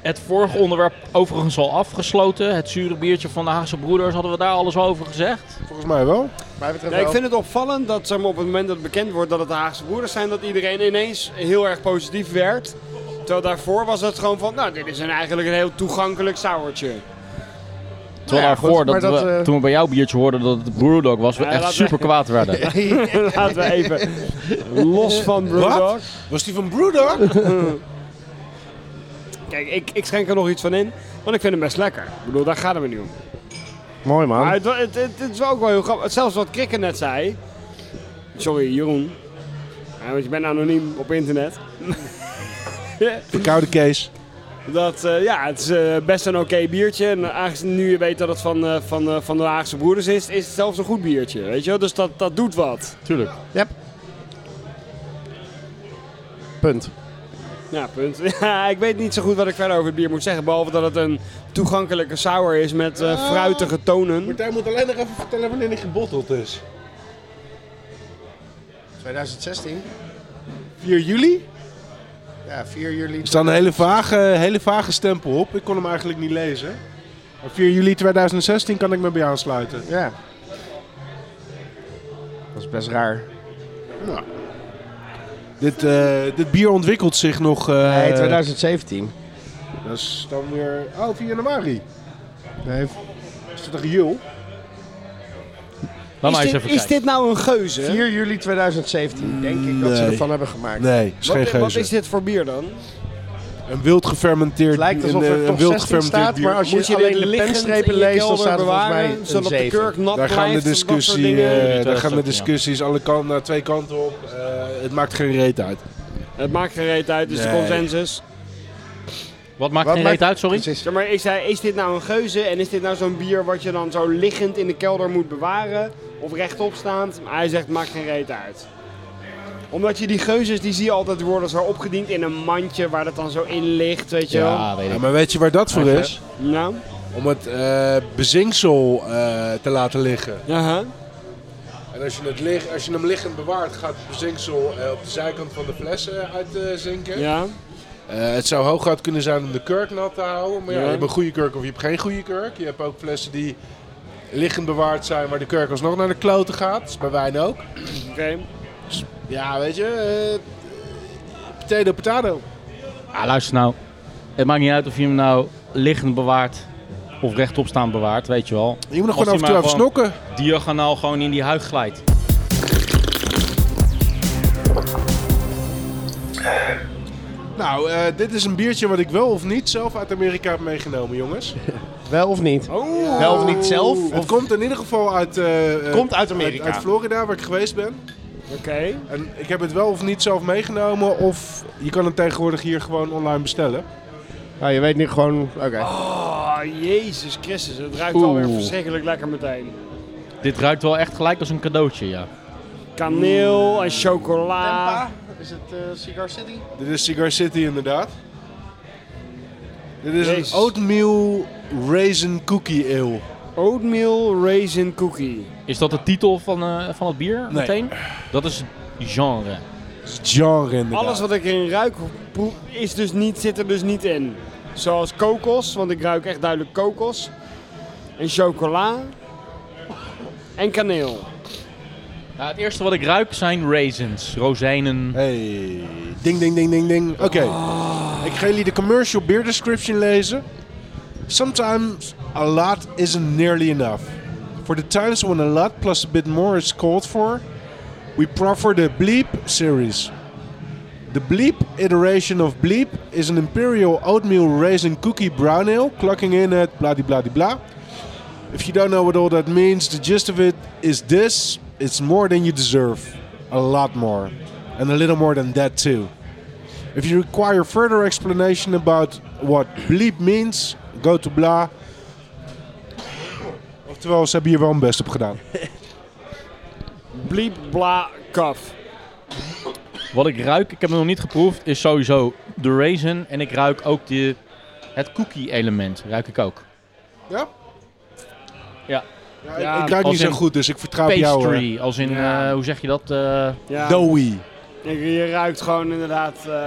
Speaker 1: het vorige onderwerp overigens al afgesloten. Het zure biertje van de Haagse Broeders. Hadden we daar alles over gezegd?
Speaker 3: Volgens mij wel.
Speaker 5: Mij betreft
Speaker 2: Ja, ik
Speaker 5: wel.
Speaker 2: vind het opvallend dat zeg maar, op het moment dat bekend wordt dat het de Haagse broeders zijn, dat iedereen ineens heel erg positief werd. Terwijl daarvoor was het gewoon van, nou dit is een, eigenlijk een heel toegankelijk sauertje.
Speaker 1: Terwijl
Speaker 5: ja,
Speaker 1: daarvoor,
Speaker 5: goed, maar
Speaker 1: dat
Speaker 5: dat,
Speaker 1: we,
Speaker 5: eh,
Speaker 1: toen we bij jouw biertje hoorden dat het Brewdog was, we
Speaker 2: Ja,
Speaker 1: echt
Speaker 2: laten we-
Speaker 1: super kwaad werden.
Speaker 2: [laughs] Laten we even los van Brewdog.
Speaker 3: Wat? Was die van Brewdog?
Speaker 2: Kijk, ik, ik schenk er nog iets van in, want ik vind hem best lekker. Ik bedoel, daar gaat het me niet om.
Speaker 5: Mooi man.
Speaker 2: Maar het, wa- het, het, het is wel ook wel heel grappig. Zelfs wat Krikken net zei. Sorry, Jeroen. Ja, want je bent anoniem op internet.
Speaker 3: [laughs] De koude Kees.
Speaker 2: Dat, eh, ja, het is eh, best een oké biertje. En aangezien nu je weet dat het van, eh, van, eh, van de Haagse Broeders is, is het zelfs een goed biertje. Weet je wel? Dus dat, dat doet wat.
Speaker 1: Tuurlijk.
Speaker 5: Punt.
Speaker 2: Ja, punt. [laughs] Ja, ik weet niet zo goed wat ik verder over het bier moet zeggen. Behalve dat het een toegankelijke sour is met eh, fruitige tonen.
Speaker 3: Martijn moet alleen nog even vertellen wanneer hij gebotteld is.
Speaker 5: 2016?
Speaker 3: 4 juli?
Speaker 5: Ja, 4 juli.
Speaker 3: Er staat een hele vage, hele vage stempel op. Ik kon hem eigenlijk niet lezen. Maar 4 juli 2016 kan ik me bij aansluiten.
Speaker 5: Ja. Dat is best raar.
Speaker 3: Dit, eh, dit bier ontwikkelt zich nog... eh,
Speaker 5: Nee, 2017.
Speaker 3: Dat is dan weer... Oh, 4 januari.
Speaker 5: Nee,
Speaker 3: Is dat een jul?
Speaker 1: Laat maar
Speaker 2: is,
Speaker 1: eens
Speaker 2: dit,
Speaker 1: even
Speaker 2: is
Speaker 1: kijken.
Speaker 2: dit nou een geuze?
Speaker 5: 4 juli 2017, denk ik dat ze
Speaker 3: Nee.
Speaker 5: ervan hebben gemaakt.
Speaker 3: Nee, is
Speaker 2: Wat,
Speaker 3: geen
Speaker 2: wat
Speaker 3: geuze.
Speaker 2: is dit voor bier dan?
Speaker 3: Een een wild gefermenteerd...
Speaker 5: Het lijkt alsof
Speaker 3: een,
Speaker 5: er
Speaker 3: een
Speaker 5: toch
Speaker 3: wild
Speaker 5: 16
Speaker 3: gefermenteerd
Speaker 5: staat,
Speaker 3: bier.
Speaker 5: maar als je,
Speaker 2: Moet je
Speaker 5: alleen
Speaker 2: alleen
Speaker 5: de
Speaker 2: liggend
Speaker 5: penstrepen
Speaker 2: in je
Speaker 5: leest, dan
Speaker 2: kelder
Speaker 5: staat er volgens mij
Speaker 2: bewaren,
Speaker 5: een
Speaker 2: zodat de
Speaker 5: 7.
Speaker 2: kurk nat
Speaker 3: Daar
Speaker 2: blijft.
Speaker 3: gaan de
Speaker 2: en dat soort
Speaker 3: discussie,
Speaker 2: dingen.
Speaker 3: eh, daar gaan de
Speaker 1: 2017,
Speaker 3: discussies alle kanten, naar twee kanten op. Eh, het maakt geen reet uit.
Speaker 2: Het maakt geen reet uit, dus de
Speaker 3: Nee.
Speaker 2: consensus.
Speaker 1: Wat maakt
Speaker 5: Wat
Speaker 1: geen
Speaker 5: maakt-
Speaker 1: reet uit, sorry?
Speaker 5: Precies.
Speaker 2: Zeg maar, ik zei, is dit nou een geuze en is dit nou zo'n bier wat je dan zo liggend in de kelder moet bewaren? Of rechtop staand? Maar hij zegt, maakt geen reet uit. Omdat je die geuzes, die zie je altijd die worden zo opgediend in een mandje waar dat dan zo in ligt, weet je wel.
Speaker 1: Ja, weet
Speaker 3: Ja,
Speaker 1: ik.
Speaker 3: maar weet je waar dat voor
Speaker 1: Echt,
Speaker 3: is?
Speaker 2: Nou,
Speaker 3: Om het eh, bezinksel eh, te laten liggen.
Speaker 2: aha.
Speaker 3: En als je, het lig, als je hem liggend bewaart, gaat het bezinksel eh, op de zijkant van de fles eh, uitzinken.
Speaker 2: ja.
Speaker 3: Eh, het zou hooguit kunnen zijn om de kurk nat te houden. Maar ja,
Speaker 2: Ja.
Speaker 3: je hebt een goede kurk of je hebt geen goede kurk. Je hebt ook flessen die liggend bewaard zijn, waar de kurk alsnog naar de kloten gaat. Dat is bij wijn ook.
Speaker 2: Oké.
Speaker 3: Ja, weet je. eh potato, potato.
Speaker 1: Ah, luister nou. Het maakt niet uit of je hem nou liggend bewaart of rechtop staan bewaart, weet je wel.
Speaker 3: Je moet nog
Speaker 1: Als
Speaker 3: gewoon af en
Speaker 1: die
Speaker 3: toe
Speaker 1: maar
Speaker 3: even
Speaker 1: gewoon-
Speaker 3: snokken.
Speaker 1: Diagonaal gewoon in die huid glijdt.
Speaker 3: Nou, eh, dit is een biertje wat ik wel of niet zelf uit Amerika heb meegenomen,
Speaker 5: [laughs]
Speaker 3: jongens. Oh.
Speaker 5: Wel of niet? Oh. Wel of niet zelf?
Speaker 3: Het
Speaker 5: Of
Speaker 3: komt in ieder geval uit, eh, eh,
Speaker 5: Komt uit Amerika.
Speaker 3: uit Florida, waar ik geweest ben.
Speaker 2: Oké.
Speaker 3: En ik heb het wel of niet zelf meegenomen. Of je kan het tegenwoordig hier gewoon online bestellen.
Speaker 5: Ah, je weet nu gewoon... Oké.
Speaker 2: Oh, Jezus Christus, het ruikt
Speaker 1: Oeh.
Speaker 2: alweer verschrikkelijk lekker meteen.
Speaker 1: Dit ruikt wel echt gelijk als een cadeautje, ja.
Speaker 2: Kaneel en chocola.
Speaker 5: Is het eh, Cigar City?
Speaker 3: Dit is Cigar City inderdaad. Dit is
Speaker 2: Jezus.
Speaker 3: een oatmeal raisin cookie ale.
Speaker 2: Oatmeal raisin cookie.
Speaker 1: Is dat de titel van, eh, van het bier meteen? Dat is genre.
Speaker 3: Het is genre inderdaad.
Speaker 2: Alles wat ik erin ruik proe- is dus niet, zit er dus niet in. Zoals kokos, want ik ruik echt duidelijk kokos. En chocola. En kaneel.
Speaker 1: Nou, het eerste wat ik ruik zijn raisins, rozijnen.
Speaker 3: Hey, ding ding ding ding ding. Oké, ik ga jullie de commercial beer description lezen. Sometimes a lot isn't nearly enough. For the times when a lot plus a bit more is called for, we proffer the Bleep series. The Bleep iteration of Bleep is an imperial oatmeal raisin cookie brown ale, clocking in at blah blah blah. If you don't know what all that means, the gist of it is this it's more than you deserve. A lot more. And a little more than that, too. If you require further explanation about what bleep means, go to bla. Oftewel, ze hebben hier wel hun best op gedaan.
Speaker 2: Bliep, bla, kaf.
Speaker 1: Wat ik ruik, ik heb het nog niet geproefd, is sowieso de raisin. En ik ruik ook de, het cookie element, ruik ik ook.
Speaker 3: Ja?
Speaker 1: Ja.
Speaker 3: Ja,
Speaker 2: Ja,
Speaker 3: ik, ik ruik
Speaker 1: als
Speaker 3: niet zo
Speaker 1: in
Speaker 3: goed, dus ik vertrouw op jou. hoor.
Speaker 1: Pastry, als in,
Speaker 2: Ja.
Speaker 1: eh, hoe zeg je dat? eh
Speaker 2: Ja,
Speaker 3: Doughy.
Speaker 2: ik- je ruikt gewoon inderdaad... eh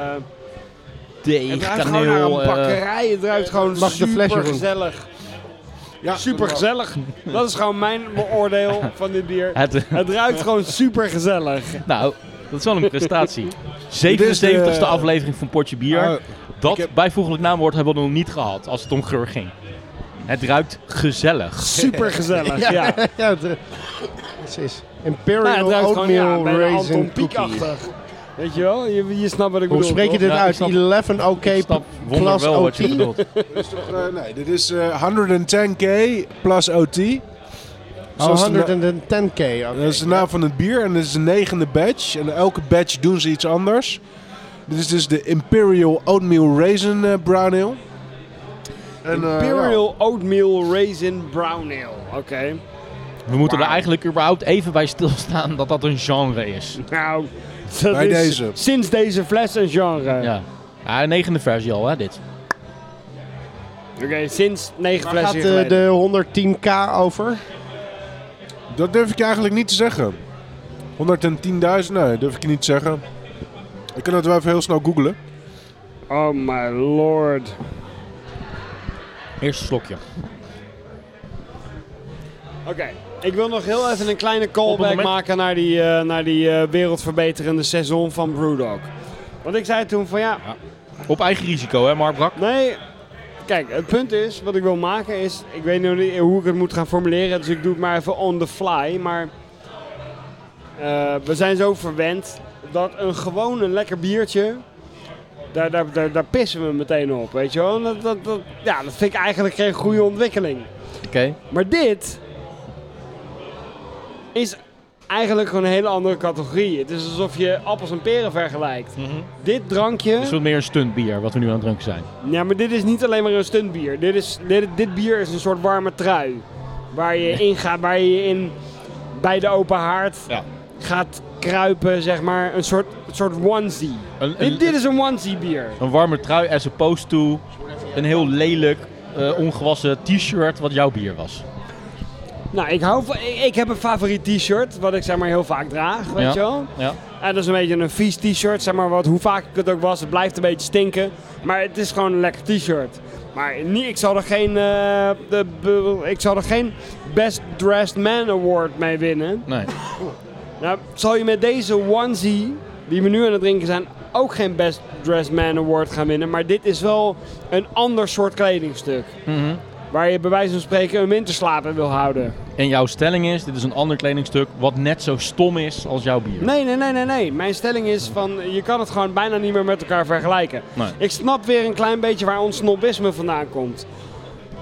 Speaker 1: deeg,
Speaker 2: het ruikt gewoon naar
Speaker 1: kaneel.
Speaker 2: een
Speaker 1: eh,
Speaker 2: bakkerij. Het ruikt gewoon
Speaker 5: Mag ik de flesje
Speaker 2: super
Speaker 5: proeven?
Speaker 2: gezellig.
Speaker 3: Ja,
Speaker 2: Super gezellig. [laughs] Dat is gewoon mijn beoordeel van dit
Speaker 5: [laughs]
Speaker 2: bier.
Speaker 1: het, [laughs]
Speaker 2: Het ruikt gewoon super gezellig.
Speaker 1: nou, dat is wel een
Speaker 3: [laughs]
Speaker 1: prestatie.
Speaker 3: is de-
Speaker 1: 77ste aflevering van Potje Bier.
Speaker 3: Ah,
Speaker 1: dat
Speaker 3: ik heb-
Speaker 1: bijvoeglijk naamwoord hebben we nog niet gehad als het om geur ging. Het ruikt gezellig.
Speaker 2: Super gezellig, ja.
Speaker 5: Ja, [laughs] ja het- precies. Imperial
Speaker 2: Nou, het ruikt gewoon ja,
Speaker 5: Oatmeal
Speaker 2: bijna Anton
Speaker 5: Raisin Cookie.
Speaker 2: Pieck-achtig. Weet je wel? Je, je snapt wat ik
Speaker 5: Hoe
Speaker 2: bedoel,
Speaker 5: spreek je dit
Speaker 1: Ja, ik
Speaker 5: uit?
Speaker 1: snap-
Speaker 5: 11 oké
Speaker 1: Ik snap wonder
Speaker 5: klas
Speaker 1: wel
Speaker 5: OT.
Speaker 1: wat je bedoelt.
Speaker 3: eh, nee, dit is eh, 110k plus OT. Zoals de
Speaker 5: Oh,
Speaker 3: na-
Speaker 5: 110k. oké.
Speaker 3: Oh, Dat is de naam van het bier en dit is de negende batch. En elke batch doen ze iets anders. Dit is dus de Imperial Oatmeal Raisin eh, Brown Ale. En, eh,
Speaker 5: nou?
Speaker 2: Imperial Oatmeal Raisin Brown Ale. Oké.
Speaker 1: We moeten er eigenlijk überhaupt even bij stilstaan dat dat een genre is.
Speaker 2: Nou, [laughs] dat
Speaker 3: Bij
Speaker 2: is
Speaker 3: deze.
Speaker 2: sinds deze fles een genre.
Speaker 1: Ja. Ja, de negende versie al, hè, dit.
Speaker 2: Oké, sinds negen
Speaker 5: Waar gaat eh,
Speaker 2: flessen
Speaker 5: de,
Speaker 2: geleden.
Speaker 5: de 110k over?
Speaker 3: nou, dat durf ik eigenlijk niet te zeggen. 110.000? Nee, durf ik niet te zeggen. Ik kan het wel even heel snel googlen.
Speaker 2: Oh my lord.
Speaker 1: Eerste slokje.
Speaker 2: Oké. Ik wil nog heel even een kleine callback
Speaker 1: moment-
Speaker 2: maken naar die, eh, naar die eh, wereldverbeterende seizoen van Brewdog. Want ik zei toen van ja,
Speaker 1: Op eigen risico, hè, Mark Brak?
Speaker 2: Nee, kijk, het punt is, wat ik wil maken is, ik weet nog niet hoe ik het moet gaan formuleren, dus ik doe het maar even on the fly. Maar eh, we zijn zo verwend dat een gewoon een lekker biertje Daar, daar, daar, daar pissen we meteen op, weet je wel. En Dat, dat, dat, ja, dat vind ik eigenlijk geen goede ontwikkeling.
Speaker 1: Oké.
Speaker 2: Maar dit is eigenlijk gewoon een hele andere categorie. Het is alsof je appels en peren vergelijkt. Dit drankje...
Speaker 1: Het is wat meer een stuntbier wat we nu aan het drinken zijn.
Speaker 2: Ja, maar dit is niet alleen maar een stuntbier. Dit, is, dit, dit bier is een soort warme trui. Waar je in gaat, waar je in bij de open haard
Speaker 1: Ja.
Speaker 2: gaat kruipen, zeg maar. Een soort, een soort onesie.
Speaker 1: Een,
Speaker 2: dit,
Speaker 1: een,
Speaker 2: dit is een onesie bier.
Speaker 1: een warme trui as opposed to een heel lelijk, eh, ongewassen t-shirt wat jouw bier was.
Speaker 2: Nou, ik, hou van, ik, ik heb een favoriet t-shirt, wat ik zeg maar heel vaak draag, weet
Speaker 1: Ja.
Speaker 2: je wel.
Speaker 1: Ja.
Speaker 2: En dat is een beetje een vies t-shirt, zeg maar, wat, hoe vaak ik het ook was, het blijft een beetje stinken. Maar het is gewoon een lekker t-shirt. Maar niet, ik zal er geen, eh, de, bu- ik zal er geen Best Dressed Man Award mee winnen.
Speaker 1: Nee.
Speaker 2: Nou, zal je met deze onesie, die we nu aan het drinken zijn, ook geen Best Dressed Man Award gaan winnen. Maar dit is wel een ander soort kledingstuk.
Speaker 1: Mhm.
Speaker 2: Waar je bij wijze van spreken een winterslaap in wil houden.
Speaker 1: En jouw stelling is, dit is een ander kledingstuk wat net zo stom is als jouw bier.
Speaker 2: Nee, nee, nee, nee, nee. Mijn stelling is van, je kan het gewoon bijna niet meer met elkaar vergelijken.
Speaker 1: Nee.
Speaker 2: Ik snap weer een klein beetje waar ons snobisme vandaan komt.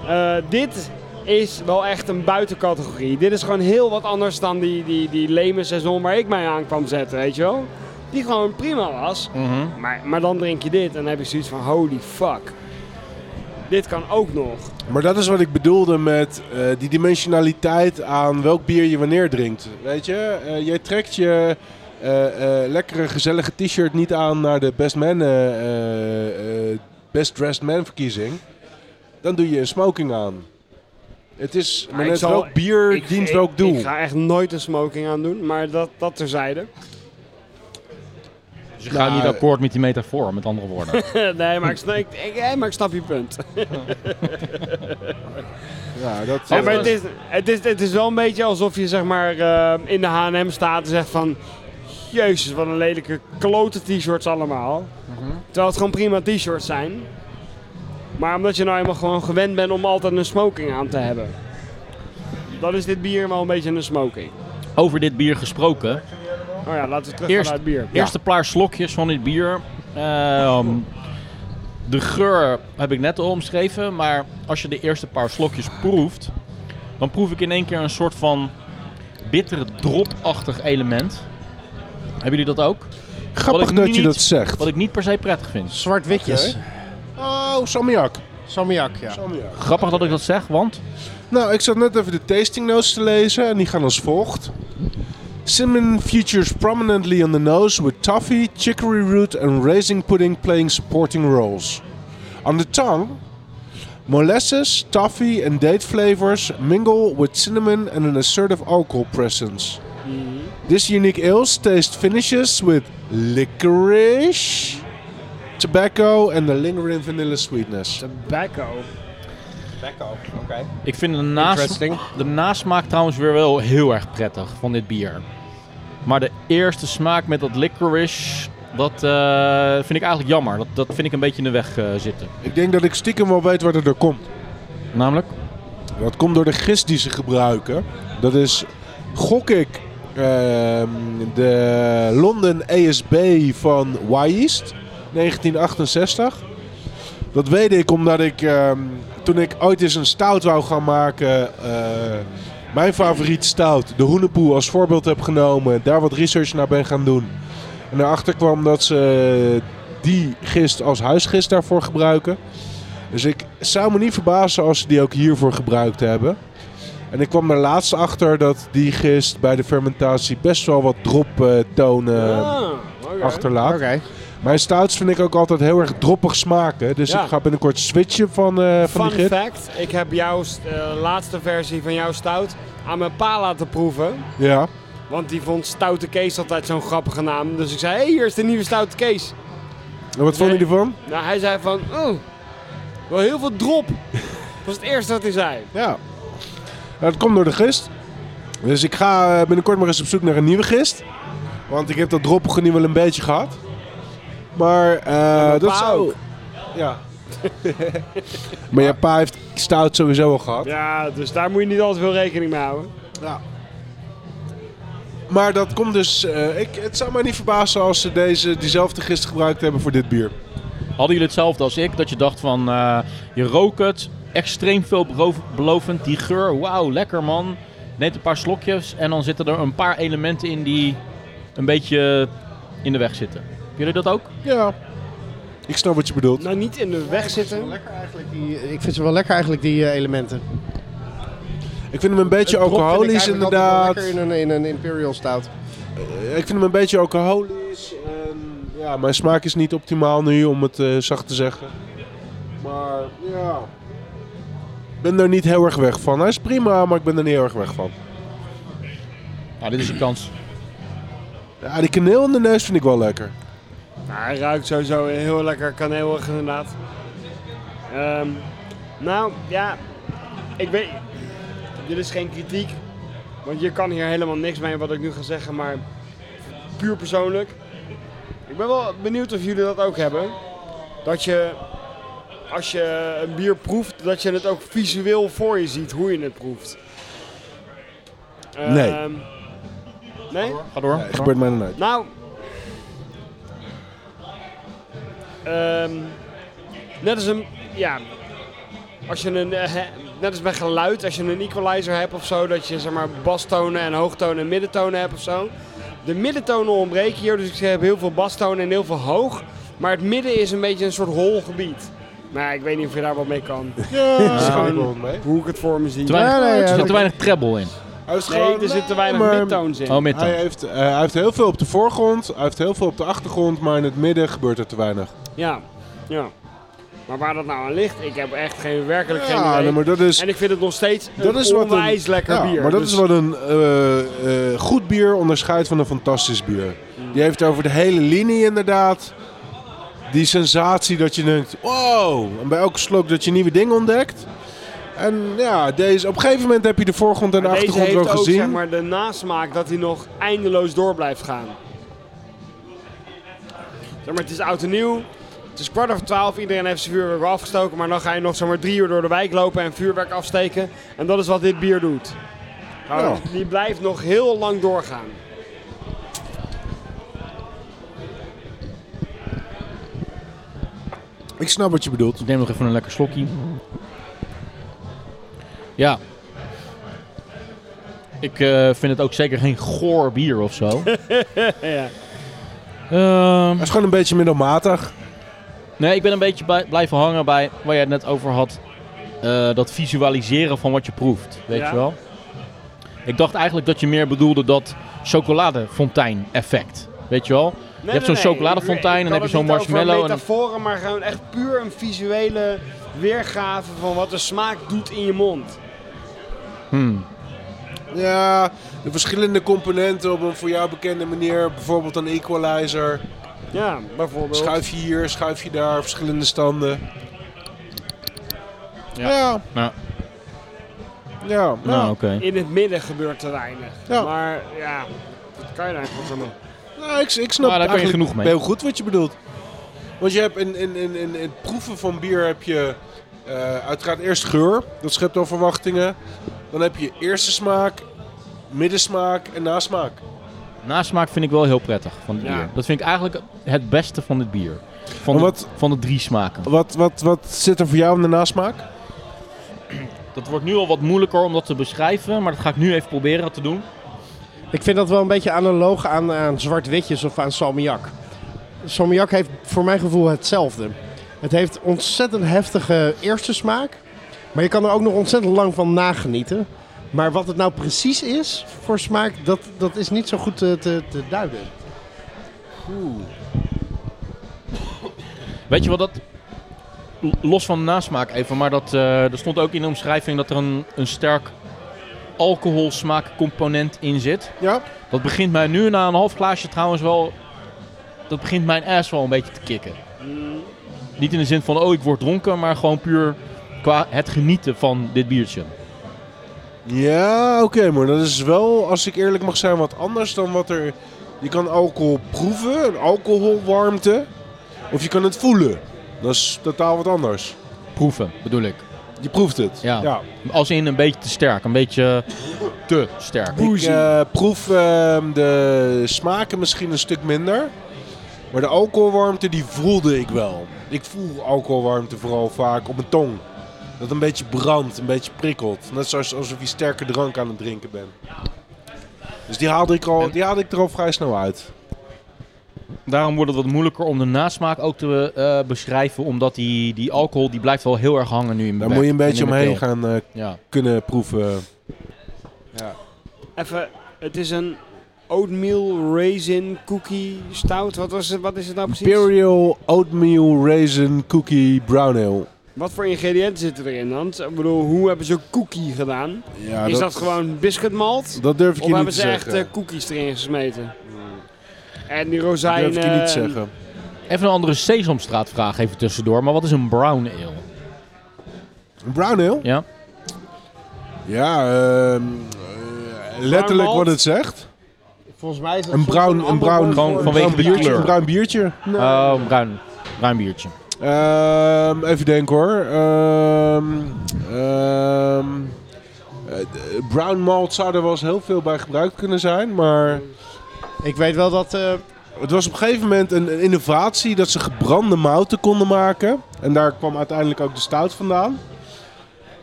Speaker 2: Eh, dit is wel echt een buitencategorie. Dit is gewoon heel wat anders dan die, die, die leme seizoen waar ik mij aan kwam zetten, weet je wel? Die gewoon prima was.
Speaker 1: Mhm.
Speaker 2: Maar, maar dan drink je dit en dan heb je zoiets van, holy fuck. Dit kan ook nog.
Speaker 3: Maar dat is wat ik bedoelde met eh, die dimensionaliteit aan welk bier je wanneer drinkt. Weet je, Eh, jij trekt je eh, eh, lekkere gezellige t-shirt niet aan naar de Best Man, eh, eh, eh, Best Dressed Man verkiezing. Dan doe je een smoking aan. Het is maar
Speaker 2: ik
Speaker 3: net
Speaker 2: zal-
Speaker 3: welk bier dient welk doel.
Speaker 2: Ik ga echt nooit een smoking aan doen, maar dat, dat terzijde.
Speaker 1: Dus je gaat
Speaker 3: Nou,
Speaker 1: niet akkoord met die metafoor, met andere [laughs] woorden.
Speaker 2: [laughs] nee, maar ik, snap, ik, ik- eh, maar ik snap je punt.
Speaker 3: Ja, dat,
Speaker 2: Ja, Oh, maar
Speaker 3: eh,
Speaker 2: het, is, het, is, het is wel een beetje alsof je zeg maar, eh, in de H&M staat en zegt van... Jezus, wat een lelijke klote t-shirts allemaal. Terwijl het gewoon prima t-shirts zijn. Maar omdat je nou eenmaal gewoon gewend bent om altijd een smoking aan te hebben. Dan is dit bier wel een beetje een smoking.
Speaker 1: Over dit bier gesproken.
Speaker 2: Oh ja, laten we terug
Speaker 1: Eerst-
Speaker 2: naar het bier.
Speaker 1: Eerste paar slokjes van dit bier. Ehm, de geur heb ik net al omschreven, maar als je de eerste paar slokjes proeft, dan proef ik in één keer een soort van bittere dropachtig element. Hebben jullie dat ook?
Speaker 3: grappig
Speaker 1: ik
Speaker 3: dat
Speaker 1: niet-
Speaker 3: je dat zegt.
Speaker 1: Wat ik niet per se prettig vind.
Speaker 5: Zwart-witjes.
Speaker 3: Oké. Oh, salmiak.
Speaker 5: Salmiak, ja.
Speaker 3: Salmiak.
Speaker 1: Grappig dat ik dat zeg, want
Speaker 3: Nou, ik zat net even de tasting notes te lezen en die gaan als volgt. Cinnamon features prominently on the nose with toffee, chicory root and raisin pudding playing supporting roles. On the tongue, molasses, toffee and date flavors mingle with cinnamon and an assertive alcohol presence. This unique ale's taste finishes with licorice, tobacco and the lingering vanilla sweetness.
Speaker 2: Tobacco.
Speaker 6: Tobacco, oké.
Speaker 1: ik vind de, nasma
Speaker 6: Interesting.
Speaker 1: de nasmaak trouwens weer wel heel erg prettig van dit bier. Maar de eerste smaak met dat licorice, dat eh, vind ik eigenlijk jammer. Dat, dat vind ik een beetje in de weg eh, zitten.
Speaker 3: Ik denk dat ik stiekem wel weet waar het er komt.
Speaker 1: Namelijk?
Speaker 3: Dat komt door de gist die ze gebruiken. Dat is, gok ik, ehm, de London ASB van Y-East, 1968. Dat weet ik omdat ik, ehm, toen ik ooit eens een stout wou gaan maken, eh, mijn favoriet stout, de Hoenepoe, als voorbeeld heb genomen. Daar wat research naar ben gaan doen. En erachter kwam dat ze die gist als huisgist daarvoor gebruiken. Dus ik zou me niet verbazen als ze die ook hiervoor gebruikt hebben. En ik kwam er laatst achter dat die gist bij de fermentatie best wel wat droptonen
Speaker 2: Ah, oké.
Speaker 3: achterlaat.
Speaker 5: Oké.
Speaker 3: Mijn stouts vind ik ook altijd heel erg droppig smaken. Dus
Speaker 2: Ja.
Speaker 3: ik ga binnenkort switchen van, eh, van
Speaker 2: Fun
Speaker 3: die gist.
Speaker 2: fact, ik heb jouw st- eh, laatste versie van jouw stout aan mijn pa laten proeven.
Speaker 3: Ja.
Speaker 2: Want die vond Stoute Kees altijd zo'n grappige naam. Dus ik zei, hé, hey, hier is de nieuwe Stoute Kees.
Speaker 3: En wat vond je ervan?
Speaker 2: Nou, hij zei van, oh, wel heel veel drop. Dat was het eerste wat hij zei.
Speaker 3: Ja. Nou, dat komt door de gist. Dus ik ga eh, binnenkort maar eens op zoek naar een nieuwe gist. Want ik heb dat droppige nu wel een beetje gehad. Maar eh,
Speaker 2: mijn
Speaker 3: dat
Speaker 2: pa
Speaker 3: zou...
Speaker 2: ook.
Speaker 5: [laughs]
Speaker 3: Ja. maar je pa heeft stout sowieso al gehad.
Speaker 2: Ja, dus daar moet je niet altijd veel rekening mee houden.
Speaker 3: Maar dat komt dus... eh, ik, het zou mij niet verbazen als ze deze, diezelfde gist gebruikt hebben voor dit bier.
Speaker 1: Hadden jullie hetzelfde als ik? Dat je dacht van, eh, je rookt het, extreem veelbelovend, die geur, wauw, lekker man. Neemt een paar slokjes en dan zitten er een paar elementen in die een beetje in de weg zitten. Jullie dat ook?
Speaker 3: Ja. Ik snap wat je bedoelt.
Speaker 2: Nou, niet in de weg zitten.
Speaker 5: Lekker eigenlijk die, eh, ik vind ze wel lekker eigenlijk, die eh, elementen.
Speaker 3: Ik vind hem een beetje
Speaker 5: Het drop vind ik
Speaker 3: alcoholisch
Speaker 5: eigenlijk altijd wel
Speaker 3: inderdaad.
Speaker 5: Lekker in een, in een Imperial Stout.
Speaker 3: Eh, Ik vind hem een beetje alcoholisch. En, ja, mijn smaak is niet optimaal nu, om het eh, zacht te zeggen. Maar ja... Ik ben er niet heel erg weg van. Hij is prima, maar ik ben er niet heel erg weg van.
Speaker 1: Nou, dit is je kans.
Speaker 3: Ja, die kaneel in de neus vind ik wel lekker.
Speaker 2: Nou, hij ruikt sowieso heel lekker kaneelig inderdaad. Ehm, nou ja, ik weet. Dit is geen kritiek. Want je kan hier helemaal niks mee wat ik nu ga zeggen. Maar puur persoonlijk. Ik ben wel benieuwd of jullie dat ook hebben. Dat je als je een bier proeft, dat je het ook visueel voor je ziet hoe je het proeft.
Speaker 3: Nee.
Speaker 2: Ehm, nee?
Speaker 1: Ga door.
Speaker 3: Nee, gebeurt mij dan uit.
Speaker 2: Nou. Ehm, net als een. Ja. Als je een. eh, hè, net als bij geluid, als je een equalizer hebt of zo. Dat je zeg maar bastonen en hoogtonen en middentonen hebt of zo. De middentonen ontbreken hier. Dus ik heb heel veel bastonen en heel veel hoog. Maar het midden is een beetje een soort hol gebied. Maar ik weet niet of je daar wat mee kan.
Speaker 3: Ja, dat is
Speaker 2: Ja.
Speaker 3: gewoon wel mee.
Speaker 2: Hoe ik het voor me zie.
Speaker 1: Te weinig,
Speaker 5: Ja, nee, ja,
Speaker 1: er zit
Speaker 5: dat-
Speaker 1: te weinig treble in.
Speaker 3: Hij is
Speaker 2: Nee,
Speaker 3: gewoon-
Speaker 2: er zit te weinig
Speaker 3: maar-
Speaker 2: midtones in.
Speaker 1: Oh, mid dan.
Speaker 3: Hij heeft, eh, hij heeft heel veel op de voorgrond, hij heeft heel veel op de achtergrond, maar in het midden gebeurt er te weinig.
Speaker 2: Ja, ja. Maar waar dat nou aan ligt, ik heb echt geen, werkelijk geen idee.
Speaker 3: Ja, nee, maar dat is,
Speaker 2: En ik vind het nog steeds een
Speaker 3: dat is wat
Speaker 2: onwijs
Speaker 3: een,
Speaker 2: lekker
Speaker 3: ja,
Speaker 2: bier.
Speaker 3: Maar dat
Speaker 2: Dus
Speaker 3: is wat een eh, eh, goed bier onderscheidt van een fantastisch bier. Die heeft over de hele linie inderdaad die sensatie dat je denkt, wow, en bij elke slok dat je nieuwe dingen ontdekt. En ja, deze, op een gegeven moment heb je de voorgrond en de
Speaker 2: maar deze
Speaker 3: achtergrond
Speaker 2: heeft
Speaker 3: wel
Speaker 2: ook
Speaker 3: gezien.
Speaker 2: zeg maar, de nasmaak dat hij nog eindeloos door blijft gaan. Zeg maar, het is oud en nieuw. Het is kwart over twaalf, iedereen heeft zijn vuurwerk al afgestoken. Maar dan ga je nog zeg maar, drie uur door de wijk lopen en vuurwerk afsteken. En dat is wat dit bier doet. Nou,
Speaker 3: Ja.
Speaker 2: Die blijft nog heel lang doorgaan.
Speaker 3: Ik snap wat je bedoelt.
Speaker 1: Ik neem nog even een lekker slokje. Ja. Ik eh, vind het ook zeker geen goor bier of
Speaker 2: [laughs]
Speaker 1: zo.
Speaker 2: Ja.
Speaker 1: Ehm,
Speaker 3: Hij is gewoon een beetje middelmatig.
Speaker 1: nee, ik ben een beetje bij- blijven hangen bij waar jij het net over had. Eh, dat visualiseren van wat je proeft, weet
Speaker 2: Ja.
Speaker 1: je wel? Ik dacht eigenlijk dat je meer bedoelde dat chocoladefontein effect, weet je wel?
Speaker 2: Nee,
Speaker 1: hebt zo'n
Speaker 2: nee, nee.
Speaker 1: chocoladefontein,
Speaker 2: Ik-
Speaker 1: dan heb
Speaker 2: ik had
Speaker 1: je zo'n
Speaker 2: het niet over
Speaker 1: marshmallow en-
Speaker 2: metaforen, maar gewoon echt puur een visuele weergave van wat de smaak doet in je mond.
Speaker 1: Hmm.
Speaker 3: Ja, de verschillende componenten op een voor jou bekende manier. Bijvoorbeeld een equalizer.
Speaker 2: Ja, bijvoorbeeld.
Speaker 3: Schuif je hier, schuif je daar, verschillende standen.
Speaker 1: Ja.
Speaker 3: Ja, ja,
Speaker 1: Nou,
Speaker 3: ja.
Speaker 1: nou oké.
Speaker 2: In het midden gebeurt te weinig.
Speaker 3: Ja.
Speaker 2: Maar ja, dat kan je daar eigenlijk van doen.
Speaker 3: Nou, ik, ik snap
Speaker 1: Maar daar kan je
Speaker 3: eigenlijk
Speaker 1: genoeg mee.
Speaker 3: heel goed wat je bedoelt. Want je hebt in, in, in, in, in het proeven van bier heb je eh, uiteraard eerst geur. Dat schept al verwachtingen. Dan heb je eerste smaak, middensmaak en nasmaak.
Speaker 1: Nasmaak vind ik wel heel prettig van het
Speaker 2: Ja.
Speaker 1: bier. Dat vind ik eigenlijk het beste van dit bier. Van,
Speaker 3: Maar
Speaker 1: de-
Speaker 3: wat-
Speaker 1: van de drie smaken.
Speaker 3: Wat, wat, wat zit er voor jou in de nasmaak?
Speaker 1: Dat wordt nu al wat moeilijker om dat te beschrijven, maar dat ga ik nu even proberen te doen.
Speaker 5: Ik vind dat wel een beetje analoog aan, aan zwart-witjes of aan salmiak. Salmiak heeft voor mijn gevoel hetzelfde. Het heeft ontzettend heftige eerste smaak. Maar je kan er ook nog ontzettend lang van nagenieten. Maar wat het nou precies is voor smaak, dat, dat is niet zo goed te, te, te duiden.
Speaker 1: Weet je wat dat. Los van de nasmaak even, maar dat, eh, er stond ook in de omschrijving dat er een, een sterk alcoholsmaakcomponent in zit.
Speaker 3: Ja.
Speaker 1: Dat begint mij nu na een half glaasje trouwens wel. Dat begint mijn ass wel een beetje te kicken. Niet in de zin van, oh ik word dronken, maar gewoon puur qua het genieten van dit biertje.
Speaker 3: Ja, oké, maar dat is wel, als ik eerlijk mag zijn, wat anders dan wat er. Je kan alcohol proeven, een alcoholwarmte, of je kan het voelen. Dat is totaal wat anders.
Speaker 1: Proeven, bedoel ik.
Speaker 3: Je proeft het.
Speaker 1: Ja. Als in een beetje te sterk, een beetje te sterk.
Speaker 3: Ik eh, proef ehm, de smaken misschien een stuk minder. Maar de alcoholwarmte die voelde ik wel. Ik voel alcoholwarmte vooral vaak op mijn tong. Dat een beetje brandt, een beetje prikkelt. Net zoals alsof je sterke drank aan het drinken bent. Dus die haalde ik, al, die haalde ik er al vrij snel uit.
Speaker 1: eh, Daarom wordt het wat moeilijker om de nasmaak ook te eh, beschrijven. Omdat die, die alcohol die blijft wel heel erg hangen nu in mijn
Speaker 3: Daar moet je een
Speaker 1: bek en
Speaker 3: beetje
Speaker 1: in mijn
Speaker 3: omheen
Speaker 1: keel.
Speaker 3: gaan eh,
Speaker 1: Ja.
Speaker 3: kunnen proeven.
Speaker 2: Even, het is een oatmeal raisin cookie stout. Wat, was het, wat is het nou precies?
Speaker 3: Imperial Oatmeal Raisin Cookie Brown Ale.
Speaker 2: Wat voor ingrediënten zitten erin dan? Ik bedoel, hoe hebben ze cookie gedaan?
Speaker 3: Ja,
Speaker 2: is dat gewoon biscuitmalt?
Speaker 3: Dat durf ik
Speaker 2: Of
Speaker 3: je niet
Speaker 2: hebben
Speaker 3: te
Speaker 2: ze echt
Speaker 3: zeggen.
Speaker 2: eh, cookies erin gesmeten? En die
Speaker 3: dat
Speaker 2: rozijnen... eh,
Speaker 3: durf ik je niet te
Speaker 2: en-
Speaker 3: zeggen.
Speaker 1: Even een andere Sesamstraatvraag even tussendoor. Maar wat is een brown ale?
Speaker 3: Een Brown ale?
Speaker 1: Ja?
Speaker 3: Ja, ehm, eh, letterlijk
Speaker 2: malt?
Speaker 3: wat het zegt.
Speaker 2: Volgens mij is dat
Speaker 3: Een
Speaker 2: soms
Speaker 3: bruin,
Speaker 2: een
Speaker 3: een
Speaker 2: ander
Speaker 3: bruin,
Speaker 2: woord
Speaker 1: Gewoon
Speaker 2: voor-
Speaker 1: vanwege
Speaker 3: een
Speaker 1: de
Speaker 3: bruin biertje.
Speaker 1: kleur.
Speaker 3: Een bruin biertje. Nee.
Speaker 1: Oh, bruin. Bruin biertje.
Speaker 3: Ehm, even denken hoor. Ehm, ehm, eh, d- brown malt zou er wel eens heel veel bij gebruikt kunnen zijn, maar...
Speaker 5: Ik weet wel dat... eh,
Speaker 3: Het was op een gegeven moment een, een innovatie dat ze gebrande mouten konden maken. En daar kwam uiteindelijk ook de stout vandaan.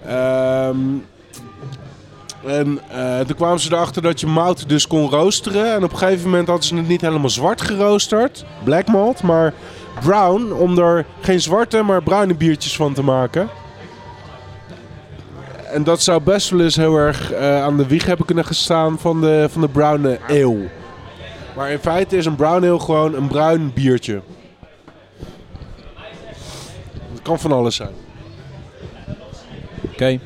Speaker 3: Ehm, en eh, toen kwamen ze erachter dat je mout dus kon roosteren. En op een gegeven moment hadden ze het niet helemaal zwart geroosterd, black malt, maar brown. Om er geen zwarte, maar bruine biertjes van te maken. En dat zou best wel eens heel erg eh, aan de wieg hebben kunnen gestaan van de, van de bruine eeuw. Maar in feite is een brown ale gewoon een bruin biertje. Het kan van alles zijn.
Speaker 1: Oké.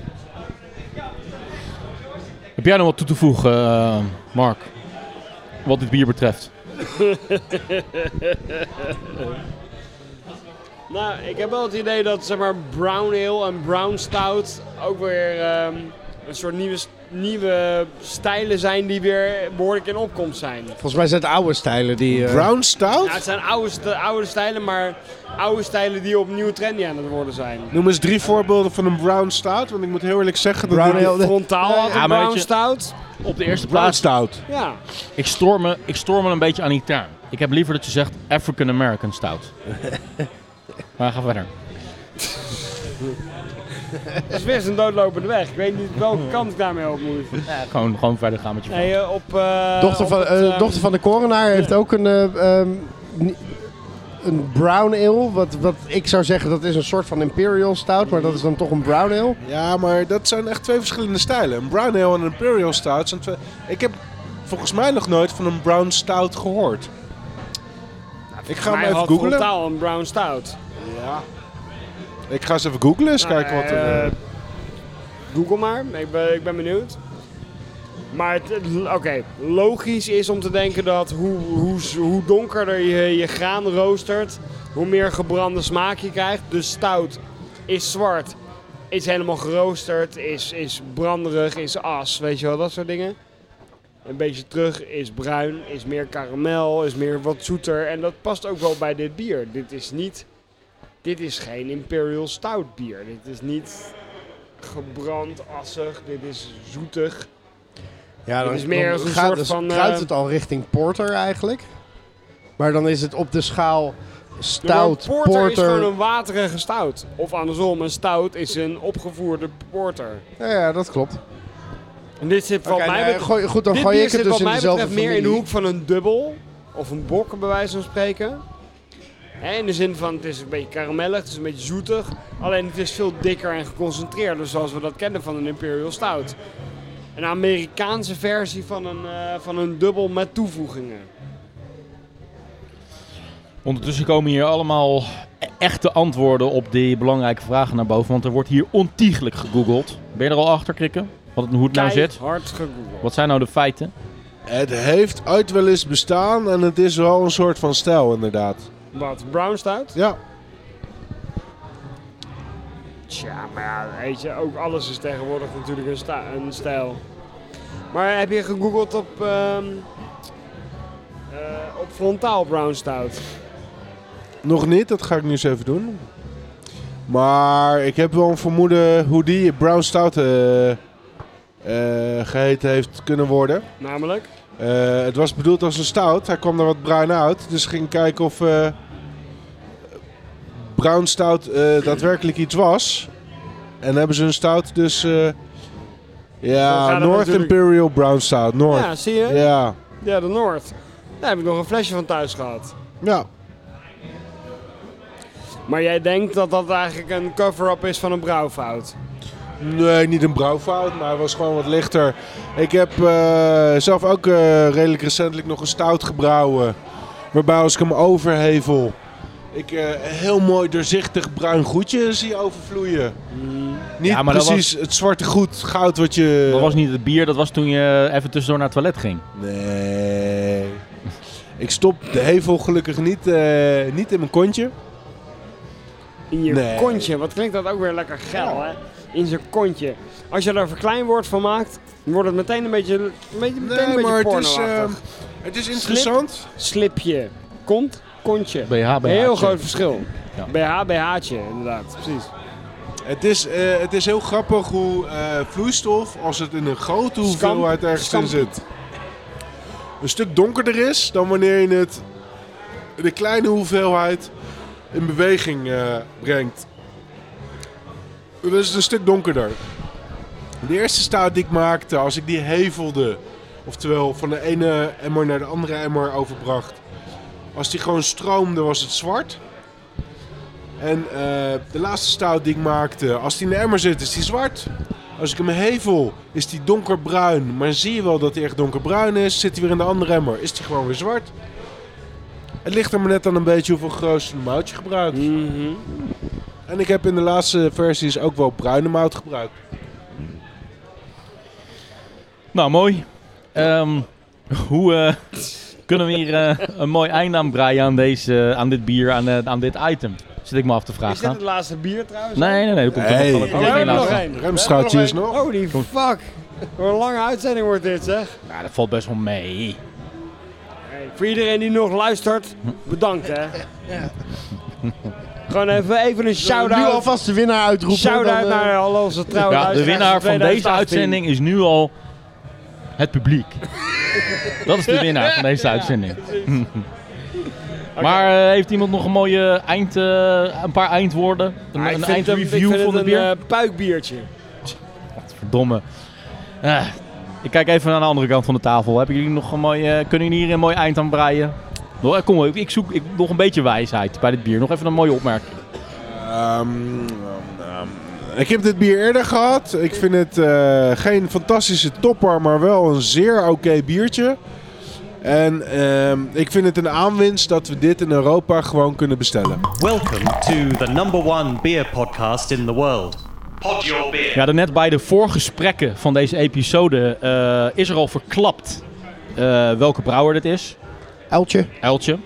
Speaker 1: Heb jij nog wat toe te voegen, eh, Mark? Wat dit bier betreft.
Speaker 2: Nou, ik heb wel het idee dat zeg maar, brown ale en brown stout ook weer ehm, een soort nieuwe, nieuwe stijlen zijn die weer behoorlijk in opkomst zijn.
Speaker 5: volgens mij zijn het oude stijlen die... eh,
Speaker 3: Brown stout?
Speaker 2: Ja, het zijn oude, st- oude stijlen, maar oude stijlen die opnieuw trendy aan het worden zijn.
Speaker 3: Noem eens drie voorbeelden van een brown stout. Want ik moet heel eerlijk zeggen dat
Speaker 5: Brown
Speaker 3: dit-
Speaker 5: ale.
Speaker 2: Frontaal had een
Speaker 1: Ja, maar weet
Speaker 2: brown
Speaker 1: je-
Speaker 2: stout.
Speaker 1: Op de eerste
Speaker 3: Brown
Speaker 1: plaats.
Speaker 3: stout.
Speaker 2: Ja,
Speaker 1: Ik stoor me, ik stoor me een beetje aan die term. Ik heb liever dat je zegt African American
Speaker 2: [laughs]
Speaker 1: stout. maar ga verder.
Speaker 2: dat is weer een doodlopende weg. Ik weet niet welke kant ik daarmee op moet.
Speaker 1: Gewoon, gewoon verder gaan met je
Speaker 2: Nee, eh, op, eh,
Speaker 5: Dochter
Speaker 2: op
Speaker 5: van,
Speaker 2: het,
Speaker 5: eh,
Speaker 2: eh,
Speaker 5: dochter van de korenaar heeft ook een, eh, ehm, ni- een brown ale. Wat, wat ik zou zeggen, dat is een soort van imperial stout, maar dat is dan toch een brown ale.
Speaker 3: Ja, maar dat zijn echt twee verschillende stijlen. Een brown ale en een imperial stout zijn twee... Ik heb volgens mij nog nooit van een brown stout gehoord. Ik ga
Speaker 2: Nou, Voor
Speaker 3: hem
Speaker 2: mij
Speaker 3: even
Speaker 2: had
Speaker 3: googlen.
Speaker 2: Frontaal een brown stout.
Speaker 3: Ja. Ik ga eens even googlen, eens kijken wat er...
Speaker 2: Eh, Google maar, ik ben, ik ben benieuwd. Maar het- het- oké, logisch is om te denken dat hoe, hoe, hoe donkerder je je graan roostert, hoe meer gebrande smaak je krijgt. Dus stout is zwart, is helemaal geroosterd, is, is branderig, is as, weet je wel, dat soort dingen. Een beetje terug is bruin, is meer karamel, is meer wat zoeter. En dat past ook wel bij dit bier. Dit is niet dit is geen Imperial Stout bier. Dit is niet gebrand, assig. Dit is zoetig.
Speaker 5: Ja,
Speaker 2: Het is meer als een
Speaker 5: gaat,
Speaker 2: soort
Speaker 5: dus
Speaker 2: van, eh,
Speaker 5: kruipt het al richting porter eigenlijk. Maar dan is het op de schaal
Speaker 2: Ja, maar een
Speaker 5: stout,
Speaker 2: porter,
Speaker 5: porter.
Speaker 2: is gewoon een waterige stout. Of andersom, een stout is een opgevoerde porter.
Speaker 5: Ja, ja, dat klopt.
Speaker 2: En dit zit wat
Speaker 5: Oké,
Speaker 2: mij
Speaker 5: nou,
Speaker 2: betreft...
Speaker 5: gooi- goed, dan
Speaker 2: Eh, dit
Speaker 5: gooi
Speaker 2: bier
Speaker 5: ik
Speaker 2: zit
Speaker 5: het dus
Speaker 2: wat
Speaker 5: in
Speaker 2: mij
Speaker 5: dezelfde
Speaker 2: betreft meer in de
Speaker 5: familie.
Speaker 2: hoek van een dubbel. Of een bok, bij wijze van spreken. Hè, in de zin van, het is een beetje karamellig, het is een beetje zoetig. Alleen het is veel dikker en geconcentreerder, dus zoals we dat kennen van een Imperial Stout. Een Amerikaanse versie van een, eh, van een dubbel met toevoegingen.
Speaker 1: Ondertussen komen hier allemaal echte antwoorden op die belangrijke vragen naar boven. Want er wordt hier ontiegelijk gegoogeld. Ben je er al achter, Krikken? Wat het, hoe het nou zit?
Speaker 2: Hard gegoogeld.
Speaker 1: Wat zijn nou de feiten?
Speaker 3: Het heeft ooit wel eens bestaan en het is wel een soort van stijl inderdaad.
Speaker 2: Wat, brown stout?
Speaker 3: Ja.
Speaker 2: Tja, maar ja, weet je, ook alles is tegenwoordig natuurlijk een, sta- een stijl. Maar heb je gegoogeld op, ehm, eh, op frontaal brown stout?
Speaker 3: Nog niet, dat ga ik nu eens even doen. Maar ik heb wel een vermoeden hoe die Brown Stout eh, eh, geheten heeft kunnen worden.
Speaker 2: Namelijk?
Speaker 3: Eh, het was bedoeld als een stout. Hij kwam er wat bruin uit. Dus ging kijken of eh bruin stout eh, daadwerkelijk iets was. En hebben ze een stout dus... eh,
Speaker 2: Zo gaat
Speaker 3: ja,
Speaker 2: het
Speaker 3: North
Speaker 2: natuurlijk.
Speaker 3: Imperial Brown Stout. North.
Speaker 2: Ja, zie je? Ja.
Speaker 3: ja.
Speaker 2: de Noord. Daar heb ik nog een flesje van thuis gehad.
Speaker 3: ja.
Speaker 2: Maar jij denkt dat dat eigenlijk een cover-up is van een brouwfout?
Speaker 3: Nee, niet een brouwfout, maar hij was gewoon wat lichter. Ik heb eh, zelf ook eh, redelijk recentelijk nog een stout gebrouwen. Waarbij als ik hem overhevel, ik eh, een heel mooi doorzichtig bruin goedje zie overvloeien. Niet
Speaker 1: Mm. Ja, maar dat
Speaker 3: precies het zwarte goed, goud wat je...
Speaker 1: Dat was niet het bier, dat was toen je even tussendoor naar het toilet ging.
Speaker 3: Nee. Ik stop de hevel gelukkig niet, eh, niet in mijn kontje.
Speaker 2: In je
Speaker 3: Nee.
Speaker 2: kontje. Wat klinkt dat ook weer lekker geil, hè? In zijn kontje. Als je daar een verklein woord van maakt, dan wordt het meteen een beetje, een beetje, meteen een
Speaker 3: Nee,
Speaker 2: beetje
Speaker 3: maar het is,
Speaker 2: pornoachtig.
Speaker 3: eh, het is interessant.
Speaker 2: Slipje. Kont, kontje.
Speaker 1: BH, BH.
Speaker 2: Heel groot verschil.
Speaker 1: Ja.
Speaker 2: BH, BH'tje, inderdaad. Precies.
Speaker 3: Het is, eh, het is heel grappig hoe eh, vloeistof, als het in een grote hoeveelheid ergens in
Speaker 2: Scamp.
Speaker 3: zit, een stuk donkerder is dan wanneer je het in een kleine hoeveelheid in beweging eh, brengt. Dan is het een stuk donkerder. De eerste staat die ik maakte, als ik die hevelde, oftewel van de ene emmer naar de andere emmer overbracht, als die gewoon stroomde, was het zwart. En eh, de laatste stout die ik maakte, als die in de emmer zit, is die zwart. Als ik hem hevel, is die donkerbruin. Maar zie je wel dat hij echt donkerbruin is, zit hij weer in de andere emmer, is die gewoon weer zwart. Het ligt er maar net aan een beetje hoeveel grootste moutje gebruikt.
Speaker 2: Mhm.
Speaker 3: En ik heb in de laatste versies ook wel bruine mout gebruikt.
Speaker 1: Nou, mooi. Ehm, hoe eh, [laughs] kunnen we hier eh, een mooi einde aan breien aan, deze, aan dit bier, aan, eh, aan dit item? Zit ik me af te
Speaker 2: Is dit
Speaker 1: vragen.
Speaker 2: het laatste bier trouwens?
Speaker 1: Nee, nee, nee. Er komt er
Speaker 3: Hey.
Speaker 1: nog wel er komt
Speaker 2: Oh,
Speaker 1: er
Speaker 2: we
Speaker 1: geen Nou,
Speaker 2: hebben
Speaker 1: laatste.
Speaker 2: nog één.
Speaker 3: Remstraatje is nog.
Speaker 2: Holy fuck. Wat een lange uitzending wordt dit, zeg.
Speaker 1: Nou, dat valt best wel
Speaker 2: Oh,
Speaker 1: mee.
Speaker 2: Voor iedereen die nog luistert, bedankt, hè. Gewoon even, even een
Speaker 5: Nu
Speaker 2: shout-out.
Speaker 5: alvast de winnaar uitroepen. dan,
Speaker 2: Shout-out
Speaker 5: eh,
Speaker 2: naar al onze trouwe
Speaker 1: Ja, de
Speaker 2: luisteraars
Speaker 1: winnaar van deze
Speaker 2: 2018.
Speaker 1: uitzending is nu al het publiek. dat is de winnaar van deze uitzending. [laughs] maar eh, heeft iemand nog een mooie eind, eh, een paar eindwoorden? Een,
Speaker 2: Ah, ik
Speaker 1: een
Speaker 2: vind het ik vind
Speaker 1: eindreview van
Speaker 2: het
Speaker 1: het
Speaker 2: een
Speaker 1: bier?
Speaker 2: eh, puikbiertje.
Speaker 1: Verdomme. Eh, ik kijk even aan de andere kant van de tafel. Hebben jullie nog een mooi, eh, kunnen jullie hier een mooi eind aan breien? Nou, eh, Kom, ik- ik zoek ik, nog een beetje wijsheid bij dit bier. Nog even een mooie opmerking.
Speaker 3: Ehm, ehm, ik heb dit bier eerder gehad. Ik vind het eh, geen fantastische topper, maar wel een zeer oké biertje. En ehm, ik vind het een aanwinst dat we dit in Europa gewoon kunnen bestellen.
Speaker 4: Welcome to the number one beer podcast in the world. Pod your beer.
Speaker 1: Ja, net bij de voorgesprekken van deze episode eh, is er al verklapt eh, welke brouwer dit is.
Speaker 5: Uiltje.
Speaker 1: Uiltje.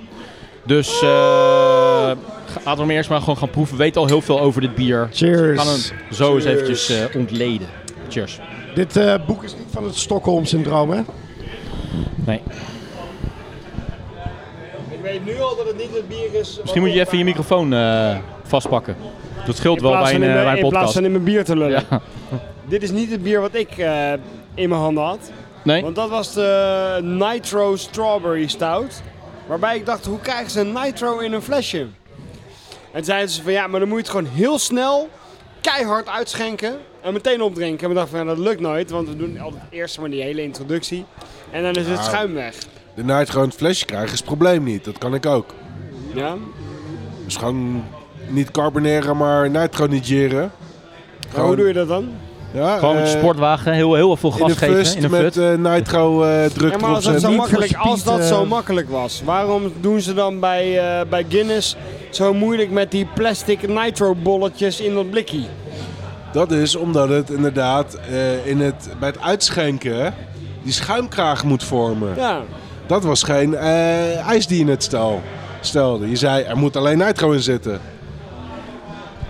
Speaker 1: Dus eh, ga- laten we hem eerst maar gewoon gaan proeven. We weten al heel veel over dit bier. We gaan
Speaker 5: Cheers.
Speaker 1: hem zo eens eventjes eh, ontleden. Cheers.
Speaker 5: Dit eh, boek is niet van het Stockholm-syndroom, hè?
Speaker 1: Nee.
Speaker 2: Ik weet nu al dat het niet het bier is...
Speaker 1: Misschien moet je even je microfoon eh, vastpakken. Dat scheelt wel bij een, eh, bij een
Speaker 2: In plaats
Speaker 1: podcast.
Speaker 2: van in mijn bier te lullen.
Speaker 1: Ja.
Speaker 2: [laughs] Dit is niet het bier wat ik eh, in mijn handen had.
Speaker 1: Nee?
Speaker 2: Want dat was de Nitro Strawberry Stout. Waarbij ik dacht, hoe krijgen ze een nitro in een flesje? En zeiden ze van ja, maar dan moet je het gewoon heel snel, keihard uitschenken en meteen opdrinken. En we dachten van ja, dat lukt nooit, want we doen altijd eerst maar die hele introductie. En dan is het
Speaker 3: Ja.
Speaker 2: schuim weg.
Speaker 3: De night gewoon het flesje krijgen is het probleem niet. Dat kan ik ook.
Speaker 2: Ja?
Speaker 3: Dus gewoon niet carboneren, maar night chronigeren.
Speaker 2: Maar hoe doe je dat dan?
Speaker 3: Ja,
Speaker 1: Gewoon met
Speaker 3: eh,
Speaker 1: je sportwagen, heel, heel veel
Speaker 3: in
Speaker 1: gas
Speaker 3: de
Speaker 1: geven
Speaker 3: fust
Speaker 1: in een fut.
Speaker 3: met eh, nitro eh, druk
Speaker 2: Ja, maar
Speaker 3: erop
Speaker 2: als dat,
Speaker 3: zetten.
Speaker 2: zo
Speaker 5: niet
Speaker 2: makkelijk,
Speaker 5: verspied,
Speaker 2: als dat
Speaker 5: eh.
Speaker 2: zo makkelijk was, waarom doen ze dan bij, eh, bij Guinness zo moeilijk met die plastic nitro bolletjes in dat blikkie?
Speaker 3: Dat is omdat het inderdaad eh, in het, bij het uitschenken die schuimkraag moet vormen.
Speaker 2: Ja.
Speaker 3: Dat was geen eh, ijs die je net stel, stelde. Je zei, er moet alleen nitro in zitten.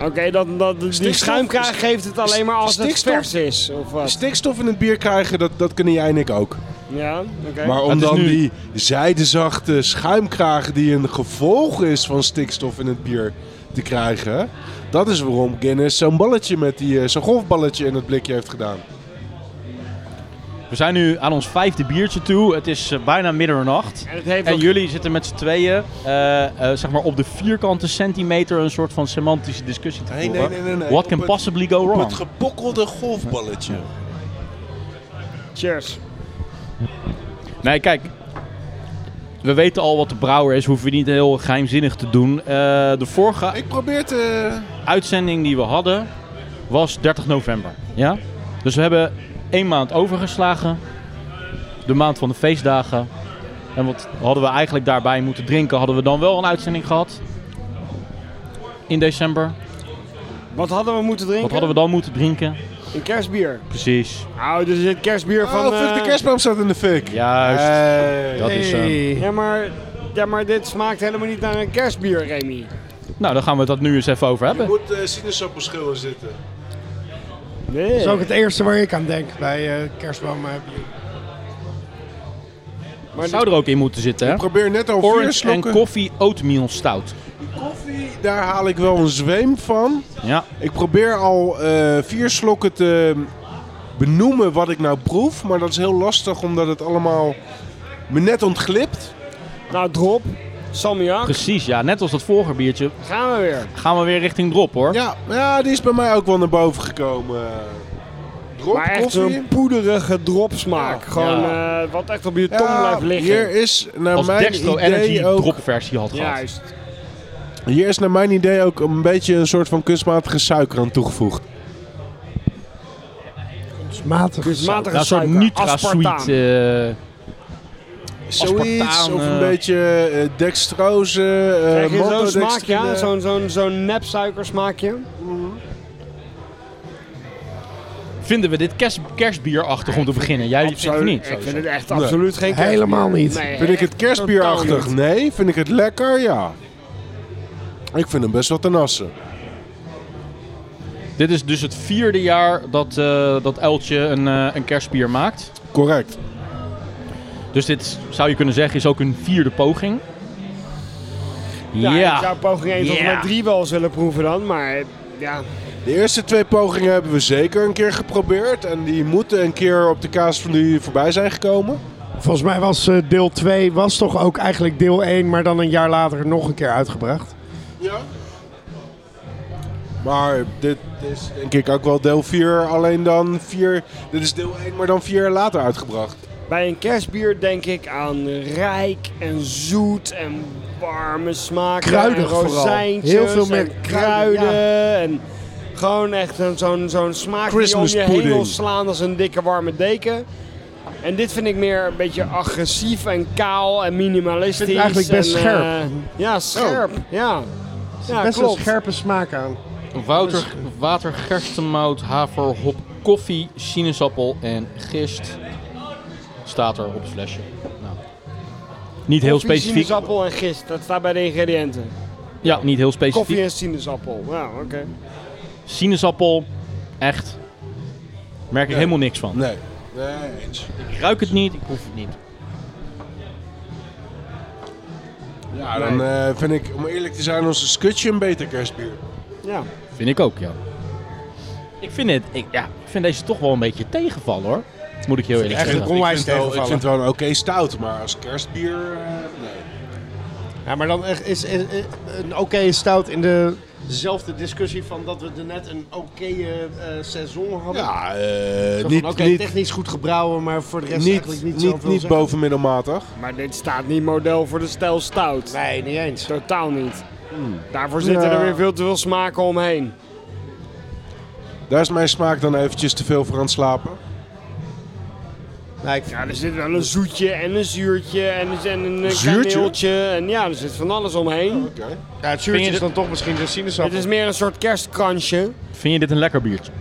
Speaker 2: Oké, dat, dat, die
Speaker 3: Stikstof-
Speaker 2: schuimkraag geeft het alleen maar als het
Speaker 3: stikstof-
Speaker 2: vers is, of wat?
Speaker 3: Stikstof in het bier krijgen, dat, dat kunnen jij en ik ook.
Speaker 2: Ja, oké.
Speaker 3: Maar om
Speaker 1: het is
Speaker 3: dan
Speaker 1: nu-
Speaker 3: die zijdezachte schuimkraag die een gevolg is van stikstof in het bier te krijgen... dat is waarom Guinness zo'n balletje met die, eh, zo'n golfballetje in het blikje heeft gedaan.
Speaker 1: We zijn nu aan ons vijfde biertje toe. Het is eh, bijna middernacht.
Speaker 2: En het heeft
Speaker 1: En
Speaker 2: ook-
Speaker 1: jullie zitten met z'n tweeën eh, eh, zeg maar op de vierkante centimeter een soort van semantische discussie te
Speaker 7: Nee,
Speaker 1: voeren.
Speaker 7: nee, nee, nee, nee.
Speaker 1: What
Speaker 7: Op
Speaker 1: can
Speaker 7: het-
Speaker 1: possibly go
Speaker 7: Op het
Speaker 1: wrong?
Speaker 7: gepokkelde golfballetje.
Speaker 2: Cheers.
Speaker 1: Nee, kijk. We weten al wat de brouwer is, hoeven we niet heel geheimzinnig te doen. Eh, de vorige
Speaker 7: Ik probeer te...
Speaker 1: uitzending die we hadden was 30 november. Ja? Dus we hebben één maand overgeslagen. De maand van de feestdagen. En wat hadden we eigenlijk daarbij moeten drinken? Hadden we dan wel een uitzending gehad? In december.
Speaker 2: Wat hadden we moeten drinken?
Speaker 1: Wat hadden we dan moeten drinken?
Speaker 2: Een kerstbier.
Speaker 1: Precies.
Speaker 2: Nou, dus het kerstbier van...
Speaker 3: Oh, fuck, de
Speaker 2: eh,
Speaker 3: kerstboom staat in de fik.
Speaker 1: Juist.
Speaker 3: Hey.
Speaker 1: Dat is, eh,
Speaker 2: Ja maar, ja, maar dit smaakt helemaal niet naar een kerstbier, Remy.
Speaker 1: nou, daar gaan we het dat nu eens even over
Speaker 3: Er
Speaker 1: hebben.
Speaker 3: moet eh, sinaasappelschillen zitten.
Speaker 2: Nee.
Speaker 5: Dat is ook het eerste waar ik aan denk bij eh kerstboom. eh, bier.
Speaker 2: maar
Speaker 1: Zou er ook in moeten zitten, hè?
Speaker 3: Ik probeer net al vier
Speaker 1: Orange en
Speaker 3: slokken.
Speaker 1: koffie oatmeal stout.
Speaker 3: koffie, daar haal ik wel een zweem van.
Speaker 1: Ja.
Speaker 3: Ik probeer al eh, vier slokken te benoemen wat ik nou proef. Maar dat is heel lastig omdat het allemaal me net ontglipt.
Speaker 2: Nou, drop. Salmiak.
Speaker 1: Precies, ja. Net als dat vorige biertje
Speaker 2: Gaan we weer.
Speaker 1: gaan we weer richting drop, hoor.
Speaker 3: Ja, ja, die is bij mij ook wel naar boven gekomen. Drop
Speaker 2: maar echt
Speaker 3: koffie.
Speaker 2: een poederige dropsmaak.
Speaker 3: Ja.
Speaker 2: Gewoon eh, wat echt op je tong
Speaker 3: Ja,
Speaker 2: blijft liggen.
Speaker 3: Hier is naar
Speaker 1: Als
Speaker 3: mijn
Speaker 1: Dextro
Speaker 3: idee
Speaker 1: Energy
Speaker 3: ook
Speaker 1: dropversie had gehad. Nou,
Speaker 2: Juist.
Speaker 3: Hier is naar mijn idee ook een beetje een soort van kunstmatige suiker aan toegevoegd.
Speaker 5: dus Matig.
Speaker 2: Kunstmatige
Speaker 1: Ja, een soort
Speaker 2: suiker.
Speaker 1: nitra
Speaker 2: Aspartaam.
Speaker 1: sweet. eh,
Speaker 3: Zoiets,
Speaker 1: Aspartaan,
Speaker 3: of een
Speaker 1: eh.
Speaker 3: beetje eh, dextrose,
Speaker 2: Krijg
Speaker 3: eh
Speaker 2: je zo'n
Speaker 3: maltodextrine.
Speaker 2: smaak, ja? Zo'n zo'n zo'n nep suikersmaakje.
Speaker 1: vinden we dit kerst, kerstbierachtig om te beginnen? Jij vindt het niet.
Speaker 2: Ik
Speaker 1: zo
Speaker 2: vind
Speaker 1: zeggen.
Speaker 2: het echt absoluut geen kerstbier.
Speaker 5: Helemaal niet.
Speaker 2: Nee,
Speaker 3: Vind
Speaker 2: echt
Speaker 3: ik het kerstbierachtig?
Speaker 2: totaal niet.
Speaker 3: Nee. Vind ik het lekker? Ja. Ik vind hem best wel ten assen.
Speaker 1: Dit is dus het vierde jaar dat, eh dat Eltje een, eh, een kerstbier maakt.
Speaker 3: Correct.
Speaker 1: Dus dit zou je kunnen zeggen is ook een vierde poging.
Speaker 2: Ja,
Speaker 1: Ja,
Speaker 2: ik zou poging 1 tot en
Speaker 1: Ja.
Speaker 2: met 3 wel eens willen proeven dan, maar ja.
Speaker 3: De eerste twee pogingen hebben we zeker een keer geprobeerd. En die moeten een keer op de kaas van nu voorbij zijn gekomen.
Speaker 5: Volgens mij was eh, deel 2 was toch ook eigenlijk deel 1, maar dan een jaar later nog een keer uitgebracht.
Speaker 3: Ja. Maar dit is denk ik ook wel deel 4. Alleen dan 4. Dit is deel 1, maar dan 4 later uitgebracht.
Speaker 2: Bij een kerstbier denk ik aan rijk en zoet en warme smaak.
Speaker 5: Kruidig
Speaker 2: en
Speaker 5: vooral.
Speaker 2: rozijntjes
Speaker 5: Heel veel meer
Speaker 2: en
Speaker 5: kruiden,
Speaker 2: kruiden. En gewoon echt een- zo'n zo'n smaak
Speaker 3: Christmas
Speaker 2: die om je
Speaker 3: pudding.
Speaker 2: heen wil slaan als een dikke warme deken. En dit vind ik meer een beetje agressief en kaal en minimalistisch.
Speaker 5: Ik vind het eigenlijk best
Speaker 2: en, eh,
Speaker 5: scherp. Oh.
Speaker 2: ja, scherp. Ja, ja
Speaker 5: Best
Speaker 2: klopt.
Speaker 5: een scherpe smaak aan.
Speaker 1: Wouter, water, gerstemout, haver, hop, koffie, sinaasappel en gist staat er op het flesje. Nou. Niet heel
Speaker 2: Koffie,
Speaker 1: specifiek.
Speaker 2: sinaasappel en gist, dat staat bij de ingrediënten.
Speaker 1: Ja, niet heel specifiek.
Speaker 2: Koffie en sinaasappel, ja, oké.
Speaker 1: sinaasappel, echt. Merk ik helemaal niks van.
Speaker 3: Nee. Nee, eens.
Speaker 1: Ik ruik het niet, ik proef het niet.
Speaker 5: Ah,
Speaker 3: Ja, dan eh, vind ik, om eerlijk te zijn, onze skutje een beter kerstbier.
Speaker 2: Ja.
Speaker 1: Vind ik ook, ja. Ik vind, het, ik, ja, ik vind deze toch wel een beetje tegenvallen hoor. Moet ik heel eerlijk
Speaker 5: echt
Speaker 1: zeggen.
Speaker 5: een onwijs
Speaker 3: ik vind, wel, ik
Speaker 5: tegenvallen.
Speaker 3: vind het wel een oké stout, maar als kerstbier, eh, nee.
Speaker 5: Ja, maar dan echt is, is- is- een oké stout in dezelfde discussie van dat we er net een oké eh, seizoen hadden.
Speaker 3: Ja,
Speaker 5: Zo
Speaker 3: eh,
Speaker 5: van,
Speaker 3: niet,
Speaker 5: oké,
Speaker 3: niet,
Speaker 5: technisch goed gebrouwen, maar voor de rest
Speaker 3: niet,
Speaker 5: eigenlijk niet
Speaker 3: niet,
Speaker 5: zoveel
Speaker 3: niet
Speaker 5: zeggen.
Speaker 3: bovenmiddelmatig.
Speaker 2: Maar dit staat niet model voor de stijl stout.
Speaker 5: Nee, niet eens.
Speaker 2: Totaal niet. Daarvoor zitten
Speaker 3: Ja.
Speaker 2: er weer veel te veel smaken omheen.
Speaker 3: Daar is mijn smaak dan eventjes te veel voor aan het slapen.
Speaker 5: Nee, ik-
Speaker 2: Ja, er zit wel een zoetje en een zuurtje en een, en een eh,
Speaker 3: Zuurtje?
Speaker 2: kaneeltje. En ja, er zit van alles omheen.
Speaker 5: ja, het
Speaker 1: Vind
Speaker 5: zuurtje
Speaker 1: je
Speaker 5: is
Speaker 1: dit-
Speaker 5: dan toch misschien de
Speaker 2: Het
Speaker 5: sinaasappel.
Speaker 2: is meer een soort kerstkransje.
Speaker 1: Vind je dit een lekker biertje?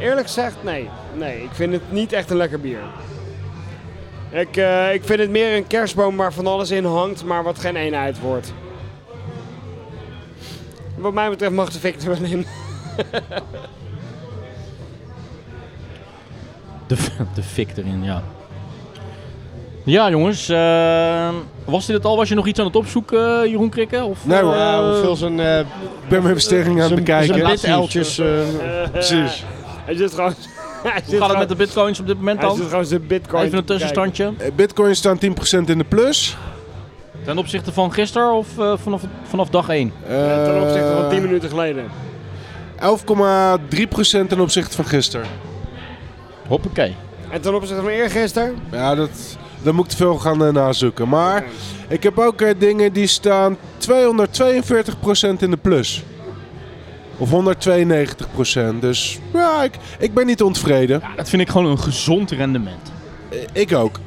Speaker 2: Eerlijk gezegd, nee. Nee, ik vind het niet echt een lekker bier. Ik, eh, ik vind het meer een kerstboom waar van alles in hangt, maar wat geen eenheid wordt. Wat mij betreft mag de Victor wel in. [laughs]
Speaker 1: De, [laughs] de fik erin, ja. Ja jongens, ehm, was dit het al? Was je nog iets aan het opzoeken, eh, Jeroen Krikke? Of,
Speaker 3: Nee hoor,
Speaker 5: Ja, hoeveel zijn, eh
Speaker 3: ik ben mijn bestemming aan het
Speaker 5: zijn, zijn
Speaker 3: bekijken.
Speaker 5: biteltjes, eh,
Speaker 2: Precies. Het is gewoon [laughs]
Speaker 1: Hoe gaat het met de bitcoins op dit moment
Speaker 2: Hij zit
Speaker 1: dan?
Speaker 2: gewoon zijn bitcoin
Speaker 1: Even een
Speaker 2: te bekijken.
Speaker 1: tussenstandje.
Speaker 3: Eh, Bitcoin staat 10% in de plus.
Speaker 1: Ten opzichte van gisteren of eh, vanaf, vanaf dag 1?
Speaker 2: Eh, Ten opzichte van
Speaker 3: Eh,
Speaker 2: 10 minuten geleden.
Speaker 3: 11,3% ten opzichte van gisteren.
Speaker 1: Hoppakee.
Speaker 2: En ten opzichte van eergisteren?
Speaker 3: Ja, dat, dat moet ik te veel gaan eh, nazoeken. Maar ik heb ook eh, dingen die staan 242% in de plus. Of 192%. Dus ja, ik, ik ben niet ontevreden.
Speaker 1: Dat vind ik gewoon een gezond rendement.
Speaker 3: Eh, Ik ook.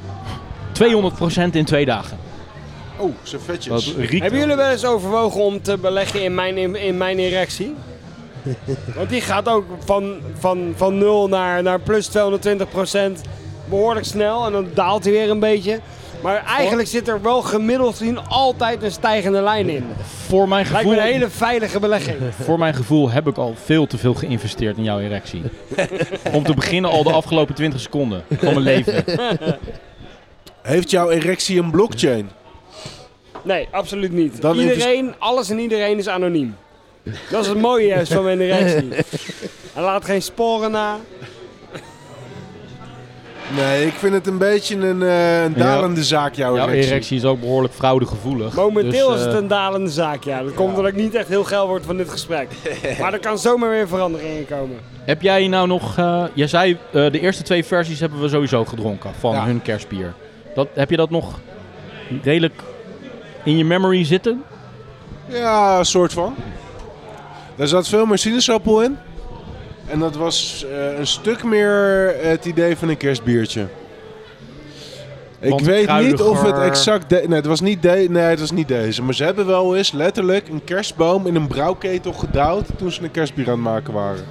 Speaker 1: 200% in twee dagen.
Speaker 3: Oh, zo vetjes.
Speaker 2: Hebben jullie wel eens overwogen om te beleggen in mijn, in, in mijn erectie? Want die gaat ook van, van, van 0 naar, naar plus 220 behoorlijk snel. En dan daalt hij weer een beetje. Maar eigenlijk zit er wel gemiddeld gezien altijd een stijgende lijn in.
Speaker 1: Voor mijn,
Speaker 2: Lijkt
Speaker 1: gevoel,
Speaker 2: me een hele veilige belegging.
Speaker 1: voor mijn gevoel heb ik al veel te veel geïnvesteerd in jouw
Speaker 2: [laughs]
Speaker 1: erectie. Om te beginnen al de afgelopen 20 seconden van mijn leven.
Speaker 3: Heeft jouw erectie een blockchain?
Speaker 2: Nee, absoluut niet.
Speaker 3: Dan
Speaker 2: iedereen, alles en iedereen is anoniem. Dat is het mooie juist van mijn erectie. Hij laat geen sporen na.
Speaker 3: Nee, ik vind het een beetje een, eh, een dalende zaak, jouw
Speaker 1: Jouw
Speaker 3: erectie.
Speaker 1: erectie is ook behoorlijk fraudegevoelig.
Speaker 2: Momenteel
Speaker 1: Dus,
Speaker 2: is het
Speaker 1: eh,
Speaker 2: een dalende zaak, ja. Dat komt omdat ik niet echt heel geil word van dit [laughs] gesprek. maar er kan zomaar weer verandering in komen.
Speaker 1: Heb jij nou nog... eh, jij zei, eh, de eerste twee versies hebben we sowieso gedronken van
Speaker 3: Ja.
Speaker 1: hun kerstbier. Dat, heb je dat nog redelijk in je memory zitten?
Speaker 3: Ja, een soort van. Daar zat veel meer sinaasappel in. En dat was eh, een stuk meer het idee van een kerstbiertje. Ik
Speaker 1: Want
Speaker 3: weet niet of het
Speaker 1: kruidiger.
Speaker 3: exact... de- nee, het was niet de- nee, het was niet deze. Maar ze hebben wel eens letterlijk een kerstboom in een brouwketel gedouwd... toen ze een kerstbier aan het maken waren.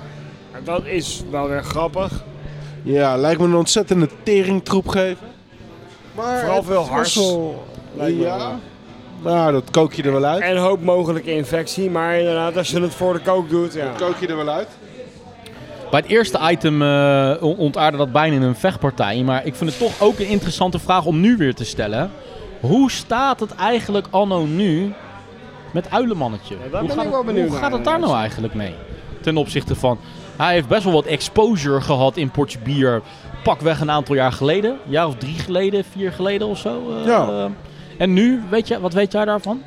Speaker 2: Dat is wel weer grappig.
Speaker 3: Ja, lijkt me een ontzettende teringtroep geven. Maar
Speaker 2: Vooral
Speaker 3: het
Speaker 2: veel
Speaker 3: was
Speaker 2: hars,
Speaker 3: wel-
Speaker 2: lijkt me
Speaker 3: Ja.
Speaker 2: wel.
Speaker 3: Nou, dat kook je er wel uit.
Speaker 2: En een hoop mogelijke infectie, maar inderdaad, als je het voor de kook doet, ja.
Speaker 3: Kook je er wel uit.
Speaker 1: Bij het eerste item eh, on- ontaarde dat bijna in een vechtpartij. Maar ik vind het toch ook een interessante vraag om nu weer te stellen. Hoe staat het eigenlijk anno nu met Uilemannetje?
Speaker 2: daar
Speaker 1: hoe
Speaker 2: ben
Speaker 1: gaat
Speaker 2: ik wel
Speaker 1: het-
Speaker 2: benieuwd
Speaker 1: Hoe
Speaker 2: naar,
Speaker 1: gaat het daar
Speaker 3: eh,
Speaker 1: nou eigenlijk mee? Ten opzichte van... Hij heeft best wel wat exposure gehad in Portje Bier. Pakweg een aantal jaar geleden. Een jaar of drie geleden, vier geleden of zo. eh,
Speaker 3: Ja.
Speaker 1: En nu, weet je, wat weet jij daarvan?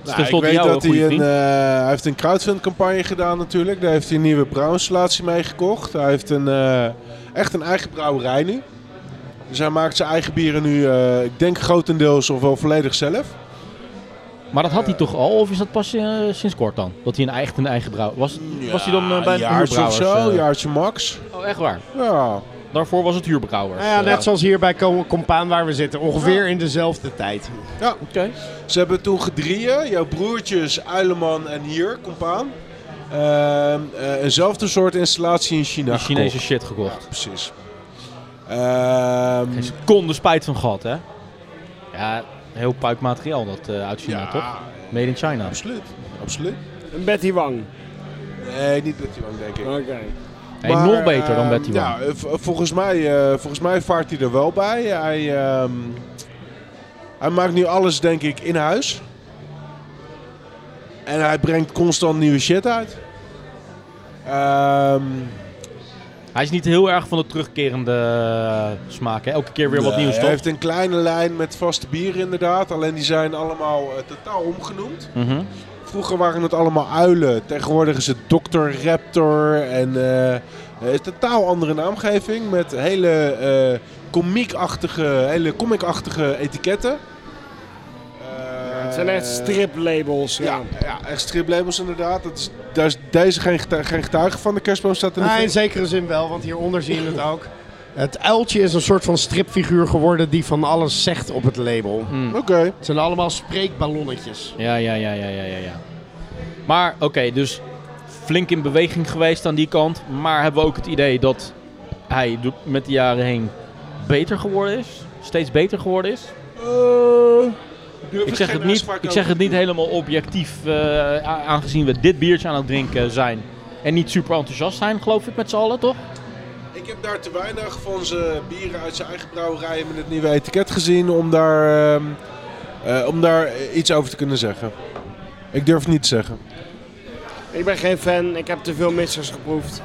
Speaker 1: Het is
Speaker 3: Nou, ik
Speaker 1: tenslotte
Speaker 3: weet
Speaker 1: jouw
Speaker 3: dat
Speaker 1: goede
Speaker 3: hij, een,
Speaker 1: vriend.
Speaker 3: eh, hij heeft een crowdfundcampagne gedaan natuurlijk. Daar heeft hij een nieuwe brouwinstallatie mee gekocht. Hij heeft een, eh, echt een eigen brouwerij nu. Dus hij maakt zijn eigen bieren nu, eh, ik denk grotendeels of wel volledig zelf.
Speaker 1: Maar dat had
Speaker 3: Eh,
Speaker 1: hij toch al? Of is dat pas eh, sinds kort dan? Dat hij een eigen, een eigen brouw... Was, was hij dan eh, bij
Speaker 3: een
Speaker 1: een
Speaker 3: jaartje of
Speaker 1: huurbrouwers? eh?
Speaker 3: zo, een jaartje max.
Speaker 1: Oh, echt waar?
Speaker 3: Ja,
Speaker 1: Daarvoor was het huurbrouwers.
Speaker 5: Nou ja,
Speaker 1: Eh,
Speaker 5: net zoals hier bij Co- Compaan waar we zitten. Ongeveer in dezelfde tijd.
Speaker 1: Oké.
Speaker 3: Ze hebben toen gedrieën, jouw broertjes, Uileman en hier, compaan. Ehm, eh, eenzelfde soort installatie in China
Speaker 1: Die Chinese
Speaker 3: gekocht.
Speaker 1: shit gekocht.
Speaker 3: Precies. Ehm,
Speaker 1: Geen seconde spijt van gehad, hè? Ja, heel puik materiaal dat eh, uit China,
Speaker 3: Ja.
Speaker 1: toch? Made in China.
Speaker 3: absoluut, absoluut.
Speaker 2: Een Betty Wang.
Speaker 3: Nee, niet Betty Wang, denk ik.
Speaker 2: Oké.
Speaker 1: Hey,
Speaker 3: Maar,
Speaker 1: nog beter dan
Speaker 3: ehm,
Speaker 1: Betty Wang.
Speaker 3: Ja, eh, v- volgens, mij, eh, volgens mij vaart hij er wel bij. Hij, ehm, hij maakt nu alles, denk ik, in huis. En hij brengt constant nieuwe shit uit. Ehm,
Speaker 1: Hij is niet heel erg van de terugkerende eh, smaak, hè? Elke keer weer wat
Speaker 3: nee,
Speaker 1: nieuws,
Speaker 3: Hij
Speaker 1: toch?
Speaker 3: heeft een kleine lijn met vaste bieren inderdaad. Alleen die zijn allemaal eh, totaal omgenoemd.
Speaker 1: Mhm.
Speaker 3: Vroeger waren het allemaal uilen. Tegenwoordig is het Dr. Raptor en eh, eh, een totaal andere naamgeving met hele eh komiekachtige, hele comicachtige etiketten. Eh,
Speaker 2: Het zijn echt striplabels, ja.
Speaker 3: Ja, ja, echt striplabels inderdaad. Dat is, daar is deze geen getuige, geen getuige van. De kerstboom staat in de
Speaker 5: Nou, in
Speaker 3: fik.
Speaker 5: zekere zin wel, want hieronder zie je het ook. Het uiltje is een soort van stripfiguur geworden die van alles zegt op het label.
Speaker 3: Oké.
Speaker 5: Het zijn allemaal spreekballonnetjes.
Speaker 1: Ja, ja, ja, ja, ja, ja, ja. Maar, oké, dus flink in beweging geweest aan die kant. Maar hebben we ook het idee dat hij do- met de jaren heen beter geworden is? Steeds beter geworden is? Ik zeg, het niet, ik zeg het niet helemaal objectief, eh, a- aangezien we dit biertje aan het drinken zijn. En niet super enthousiast zijn, geloof ik, met z'n allen, toch?
Speaker 3: Ik heb daar te weinig van zijn bieren uit zijn eigen brouwerijen met het nieuwe etiket gezien om daar, ehm, eh, om daar eh, iets over te kunnen zeggen. Ik durf het niet te zeggen.
Speaker 2: Ik ben geen fan, ik heb te veel missers geproefd.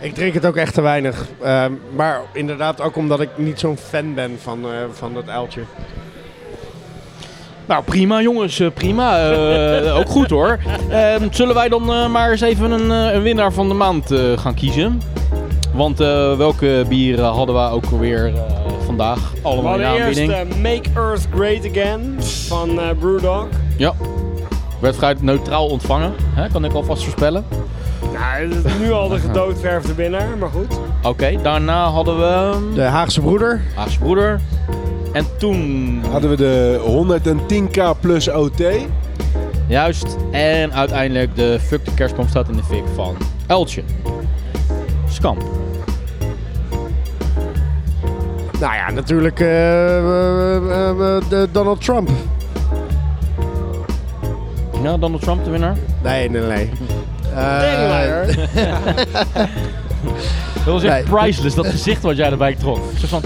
Speaker 5: Ik drink het ook echt te weinig. Ehm, maar inderdaad ook omdat ik niet zo'n fan ben van, eh, van dat uiltje.
Speaker 1: Nou, prima jongens, eh, prima. Eh, ook goed hoor. Ehm, zullen wij dan eh, maar eens even een, eh, een winnaar van de maand eh, gaan kiezen? Want eh, welke bieren hadden we ook alweer eh, vandaag?
Speaker 2: We
Speaker 1: Allemaal in de
Speaker 2: hadden eerst
Speaker 1: aanbieding.
Speaker 2: eh, Make Earth Great Again van eh, Brewdog.
Speaker 1: Ja. Werd vrij neutraal ontvangen, hè? kan ik alvast voorspellen.
Speaker 2: Nou, dat is nu
Speaker 1: [laughs]
Speaker 2: al de gedoodverfde winnaar, maar goed.
Speaker 1: Oké, daarna hadden we
Speaker 5: De Haagse broeder.
Speaker 1: Haagse Broeder. En toen,
Speaker 3: Hadden we de 110k plus OT.
Speaker 1: juist, en uiteindelijk de Fuck de Kerstboom staat in de fik van Eltje. Skamp.
Speaker 5: Nou ja, natuurlijk eh, eh, eh, eh, de Donald Trump.
Speaker 1: Ja, Nou, Donald Trump de winnaar.
Speaker 5: Nee, nee, nee. Eh,
Speaker 2: Anyway,
Speaker 1: Dat was echt
Speaker 5: Nee.
Speaker 1: priceless, dat gezicht wat jij erbij trok. Zo van,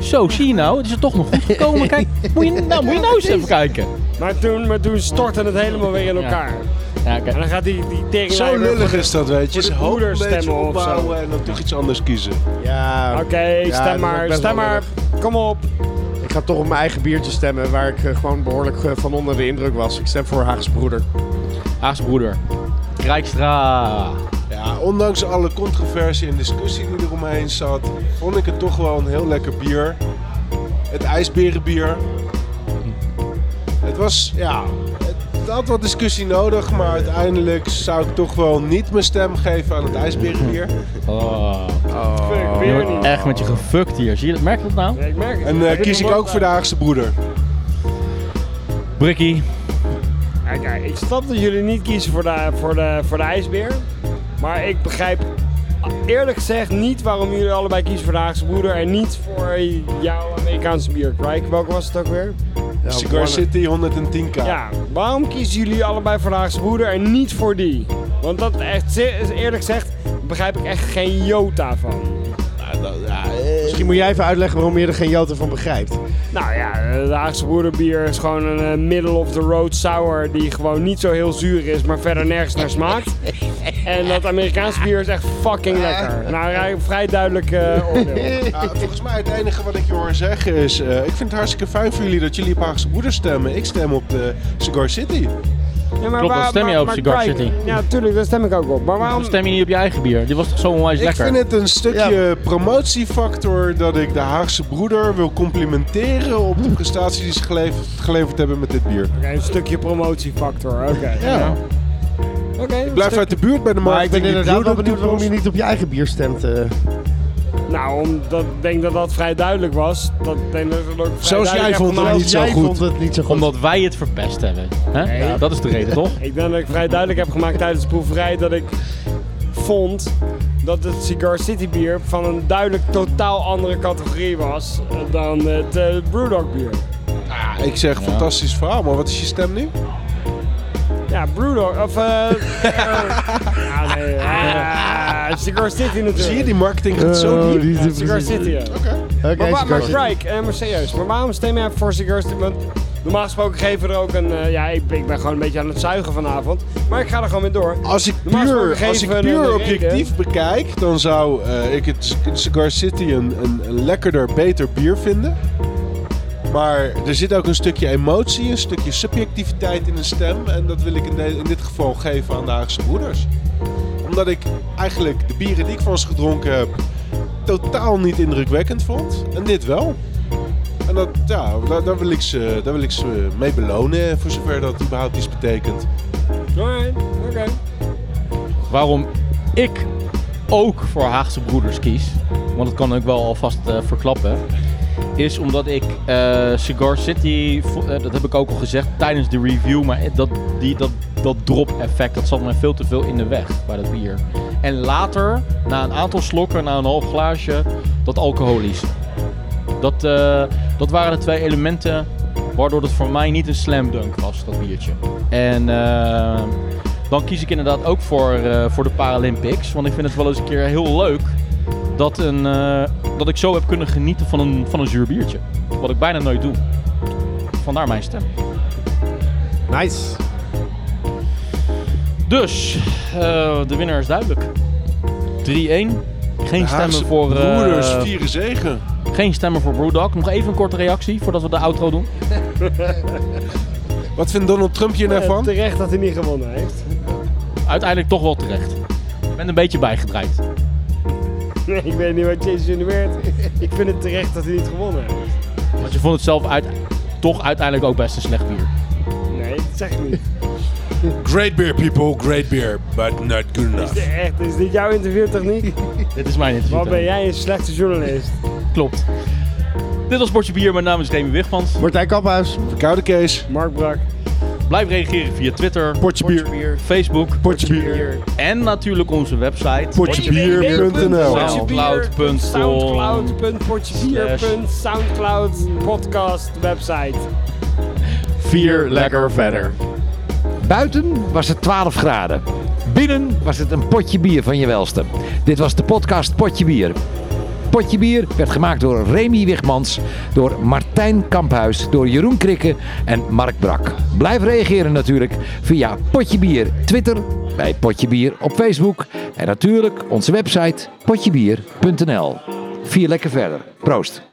Speaker 1: zo, zie je nou, het is er toch nog goed gekomen. Kijk, moet je, nou, moet je nou eens even kijken.
Speaker 2: maar, toen, maar toen stortte het helemaal weer in
Speaker 1: Ja.
Speaker 2: elkaar.
Speaker 1: Ja, kijk.
Speaker 2: En dan gaat die, die teringleider...
Speaker 3: Zo lullig is dat, weet
Speaker 2: voor
Speaker 3: je. Ze
Speaker 2: de
Speaker 3: hopen een beetje
Speaker 2: broederstemmen of zo.
Speaker 3: opbouwen en dan toch iets anders kiezen.
Speaker 5: ja,
Speaker 2: Oké,
Speaker 5: Ja, dat
Speaker 2: stem
Speaker 5: wordt
Speaker 2: maar,
Speaker 5: best
Speaker 2: stem
Speaker 5: wel
Speaker 2: maar. Kom op.
Speaker 5: ik ga toch op mijn eigen biertje stemmen waar ik eh, gewoon behoorlijk eh, van onder de indruk was. Ik stem voor Haagse broeder.
Speaker 1: Haagse broeder. Rijkstra.
Speaker 3: Ja, ondanks alle controversie en discussie die eromheen zat, vond ik het toch wel een heel lekker bier. Het ijsberenbier. Het was, ja, het had wat discussie nodig, maar uiteindelijk zou ik toch wel niet mijn stem geven aan het ijsberenbier.
Speaker 1: Oh,
Speaker 2: Fuck,
Speaker 1: je
Speaker 2: weer
Speaker 1: wordt
Speaker 2: niet.
Speaker 1: echt met je gefukt hier. Zie je dat? Merk je dat nou?
Speaker 2: Ja, ik merk het.
Speaker 3: En
Speaker 2: Heb
Speaker 3: eh,
Speaker 2: je
Speaker 3: kies ik
Speaker 2: nog
Speaker 3: ook voor de Haagse broeder. Dus
Speaker 1: Brikkie.
Speaker 2: Ja, kijk, ik snap dat jullie niet kiezen voor de, voor, de, voor de ijsbeer. Maar ik begrijp eerlijk gezegd niet waarom jullie allebei kiezen voor de Haagse Broeder. En niet voor jouw Amerikaanse bier, Crike. Welke was het ook weer?
Speaker 5: Ja,
Speaker 3: Cigar City 110k.
Speaker 2: Ja, waarom kiezen jullie allebei voor de Haagse Broeder en niet voor die? Want dat echt, ze- eerlijk gezegd begrijp ik echt geen jota van.
Speaker 5: Misschien moet jij even uitleggen waarom je er geen joten van begrijpt.
Speaker 2: Nou ja, eh, de Haagse Broeder bier is gewoon een eh, middle of the road sour die gewoon niet zo heel zuur is, maar verder nergens naar [laughs] smaakt. En dat Amerikaanse bier is echt fucking lekker. Nou, ja, vrij duidelijk eh, oordeel.
Speaker 3: Ja, volgens mij het enige wat ik je hoor zeggen is, eh, ik vind het hartstikke fijn voor jullie dat jullie op Haagse broeder stemmen. Ik stem op de Cigar City.
Speaker 2: [laughs] Ja, maar
Speaker 1: Klopt, dan stem je op
Speaker 2: maar
Speaker 1: Cigar
Speaker 2: Crike-
Speaker 1: City.
Speaker 2: Ja, tuurlijk, daar stem ik ook op. Maar waarom...
Speaker 1: Waarom stem je niet op je eigen bier? Dit was toch zo onwijs
Speaker 3: Ik
Speaker 1: lekker?
Speaker 3: vind het een stukje promotiefactor dat ik de Haagse broeder wil complimenteren op de prestaties die ze geleverd, geleverd hebben met dit bier.
Speaker 2: Oké, een stukje promotiefactor, oké.
Speaker 3: Ja.
Speaker 2: Oké.
Speaker 3: Blijf uit de buurt bij de
Speaker 5: Maar ik
Speaker 3: marketing.
Speaker 5: ben inderdaad wel benieuwd waarom je
Speaker 3: niet.
Speaker 5: niet op je eigen bier stemt. eh.
Speaker 2: Nou, omdat ik denk dat dat vrij duidelijk was. Dat ik denk dat ik het ook vrij
Speaker 3: Zoals jij
Speaker 2: duidelijk heb
Speaker 3: vond,
Speaker 2: gemaakt.
Speaker 3: niet zo
Speaker 5: jij
Speaker 3: goed.
Speaker 5: vond het niet zo goed.
Speaker 1: Omdat wij het verpest hebben. Hè? Ja, dat is de reden, toch?
Speaker 2: Ik denk dat ik vrij duidelijk heb gemaakt tijdens de proeverij dat ik vond dat het Cigar City bier van een duidelijk totaal andere categorie was eh, dan het eh, Brewdog bier.
Speaker 3: Ah, ik zeg fantastisch verhaal, maar wat is je stem nu?
Speaker 2: Ja, Brewdog, of eh... [laughs] ja, nee, eh, Cigar City natuurlijk.
Speaker 3: Zie je, die marketing gaat zo
Speaker 5: Oh,
Speaker 3: diep.
Speaker 5: die-
Speaker 2: Ja, Cigar City, ja.
Speaker 5: Oké,
Speaker 2: Maar, wa- maar
Speaker 5: Cigar City.
Speaker 2: Strike, eh, maar serieus, maar waarom stem jij voor Cigar City? Want normaal gesproken geven we er ook een... eh, ja, ik, ik ben gewoon een beetje aan het zuigen vanavond. Maar ik ga er gewoon mee door.
Speaker 3: Als ik
Speaker 2: Normaal
Speaker 3: puur,
Speaker 2: gesproken
Speaker 3: als ik
Speaker 2: geven we een
Speaker 3: puur
Speaker 2: reden.
Speaker 3: objectief bekijk, dan zou eh, ik het Cigar City een, een, een lekkerder, beter bier vinden. Maar er zit ook een stukje emotie, een stukje subjectiviteit in een stem. En dat wil ik in, de- in dit geval geven aan de Haagse Broeders. Omdat ik eigenlijk de bieren die ik van ze gedronken heb, totaal niet indrukwekkend vond. En dit wel. En dat, ja, daar, daar, wil ik ze, daar wil ik ze mee belonen, voor zover dat überhaupt iets betekent.
Speaker 2: Alright, oké.
Speaker 1: waarom ik ook voor Haagse Broeders kies, want dat kan ik wel alvast eh, verklappen, is omdat ik eh, Cigar City, vo- eh, dat heb ik ook al gezegd tijdens de review, maar dat, die, dat, dat drop effect, dat zat mij veel te veel in de weg bij dat bier. En later, na een aantal slokken, na een half glaasje, dat alcoholisch. Dat, eh, dat waren de twee elementen waardoor het voor mij niet een slam dunk was, dat biertje. En eh, dan kies ik inderdaad ook voor, eh, voor de Paralympics. Want ik vind het wel eens een keer heel leuk dat, een, eh, dat ik zo heb kunnen genieten van een, van een zuur biertje. Wat ik bijna nooit doe. Vandaar mijn stem.
Speaker 5: Nice.
Speaker 1: Dus, eh, de winnaar is duidelijk. Geen stemmen,
Speaker 7: Haagse
Speaker 1: voor, eh,
Speaker 7: Broeders, vieren zegen.
Speaker 1: geen stemmen voor Brewdog. Nog even een korte reactie voordat we de outro doen.
Speaker 3: Wat vindt Donald Trump hier nou
Speaker 2: Eh,
Speaker 3: van?
Speaker 2: Terecht dat hij niet gewonnen heeft.
Speaker 1: Uiteindelijk toch wel terecht. Ik ben een beetje bijgedraaid.
Speaker 2: Nee, ik weet niet wat Jezus Univeert. Ik vind het terecht dat hij niet gewonnen heeft.
Speaker 1: Want je vond het zelf uit, toch uiteindelijk ook best een slecht bier.
Speaker 2: Nee, dat zeg ik niet.
Speaker 7: Great beer, people. Great beer, but not good enough.
Speaker 2: Echt, is dit jouw interviewtechniek?
Speaker 1: Dit is mijn interview.
Speaker 2: Wat ben jij een slechte journalist?
Speaker 1: Klopt. Dit was Bordje Bier, mijn naam is Remy Wigmans.
Speaker 5: Martijn Kaphuis.
Speaker 3: Verkoude Kees.
Speaker 2: Mark Brak.
Speaker 1: Blijf reageren via Twitter,
Speaker 3: Potje bier.
Speaker 1: Facebook
Speaker 3: Potje bier.
Speaker 1: en natuurlijk onze website.
Speaker 3: Potjebier.nl
Speaker 1: Soundcloud.com.
Speaker 2: Soundcloud.potjebier.soundcloud podcast website.
Speaker 5: Vier lekker verder.
Speaker 8: Buiten was het 12 graden. Binnen was het een potje bier van je welste. Dit was de podcast Potje Bier. Potje Bier werd gemaakt door Remy Wigmans, door Martijn Kamphuis, door Jeroen Krikke en Mark Brak. Blijf reageren natuurlijk via Potje Bier Twitter, bij Potje Bier op Facebook en natuurlijk onze website potjebier.nl. Vier lekker verder. Proost.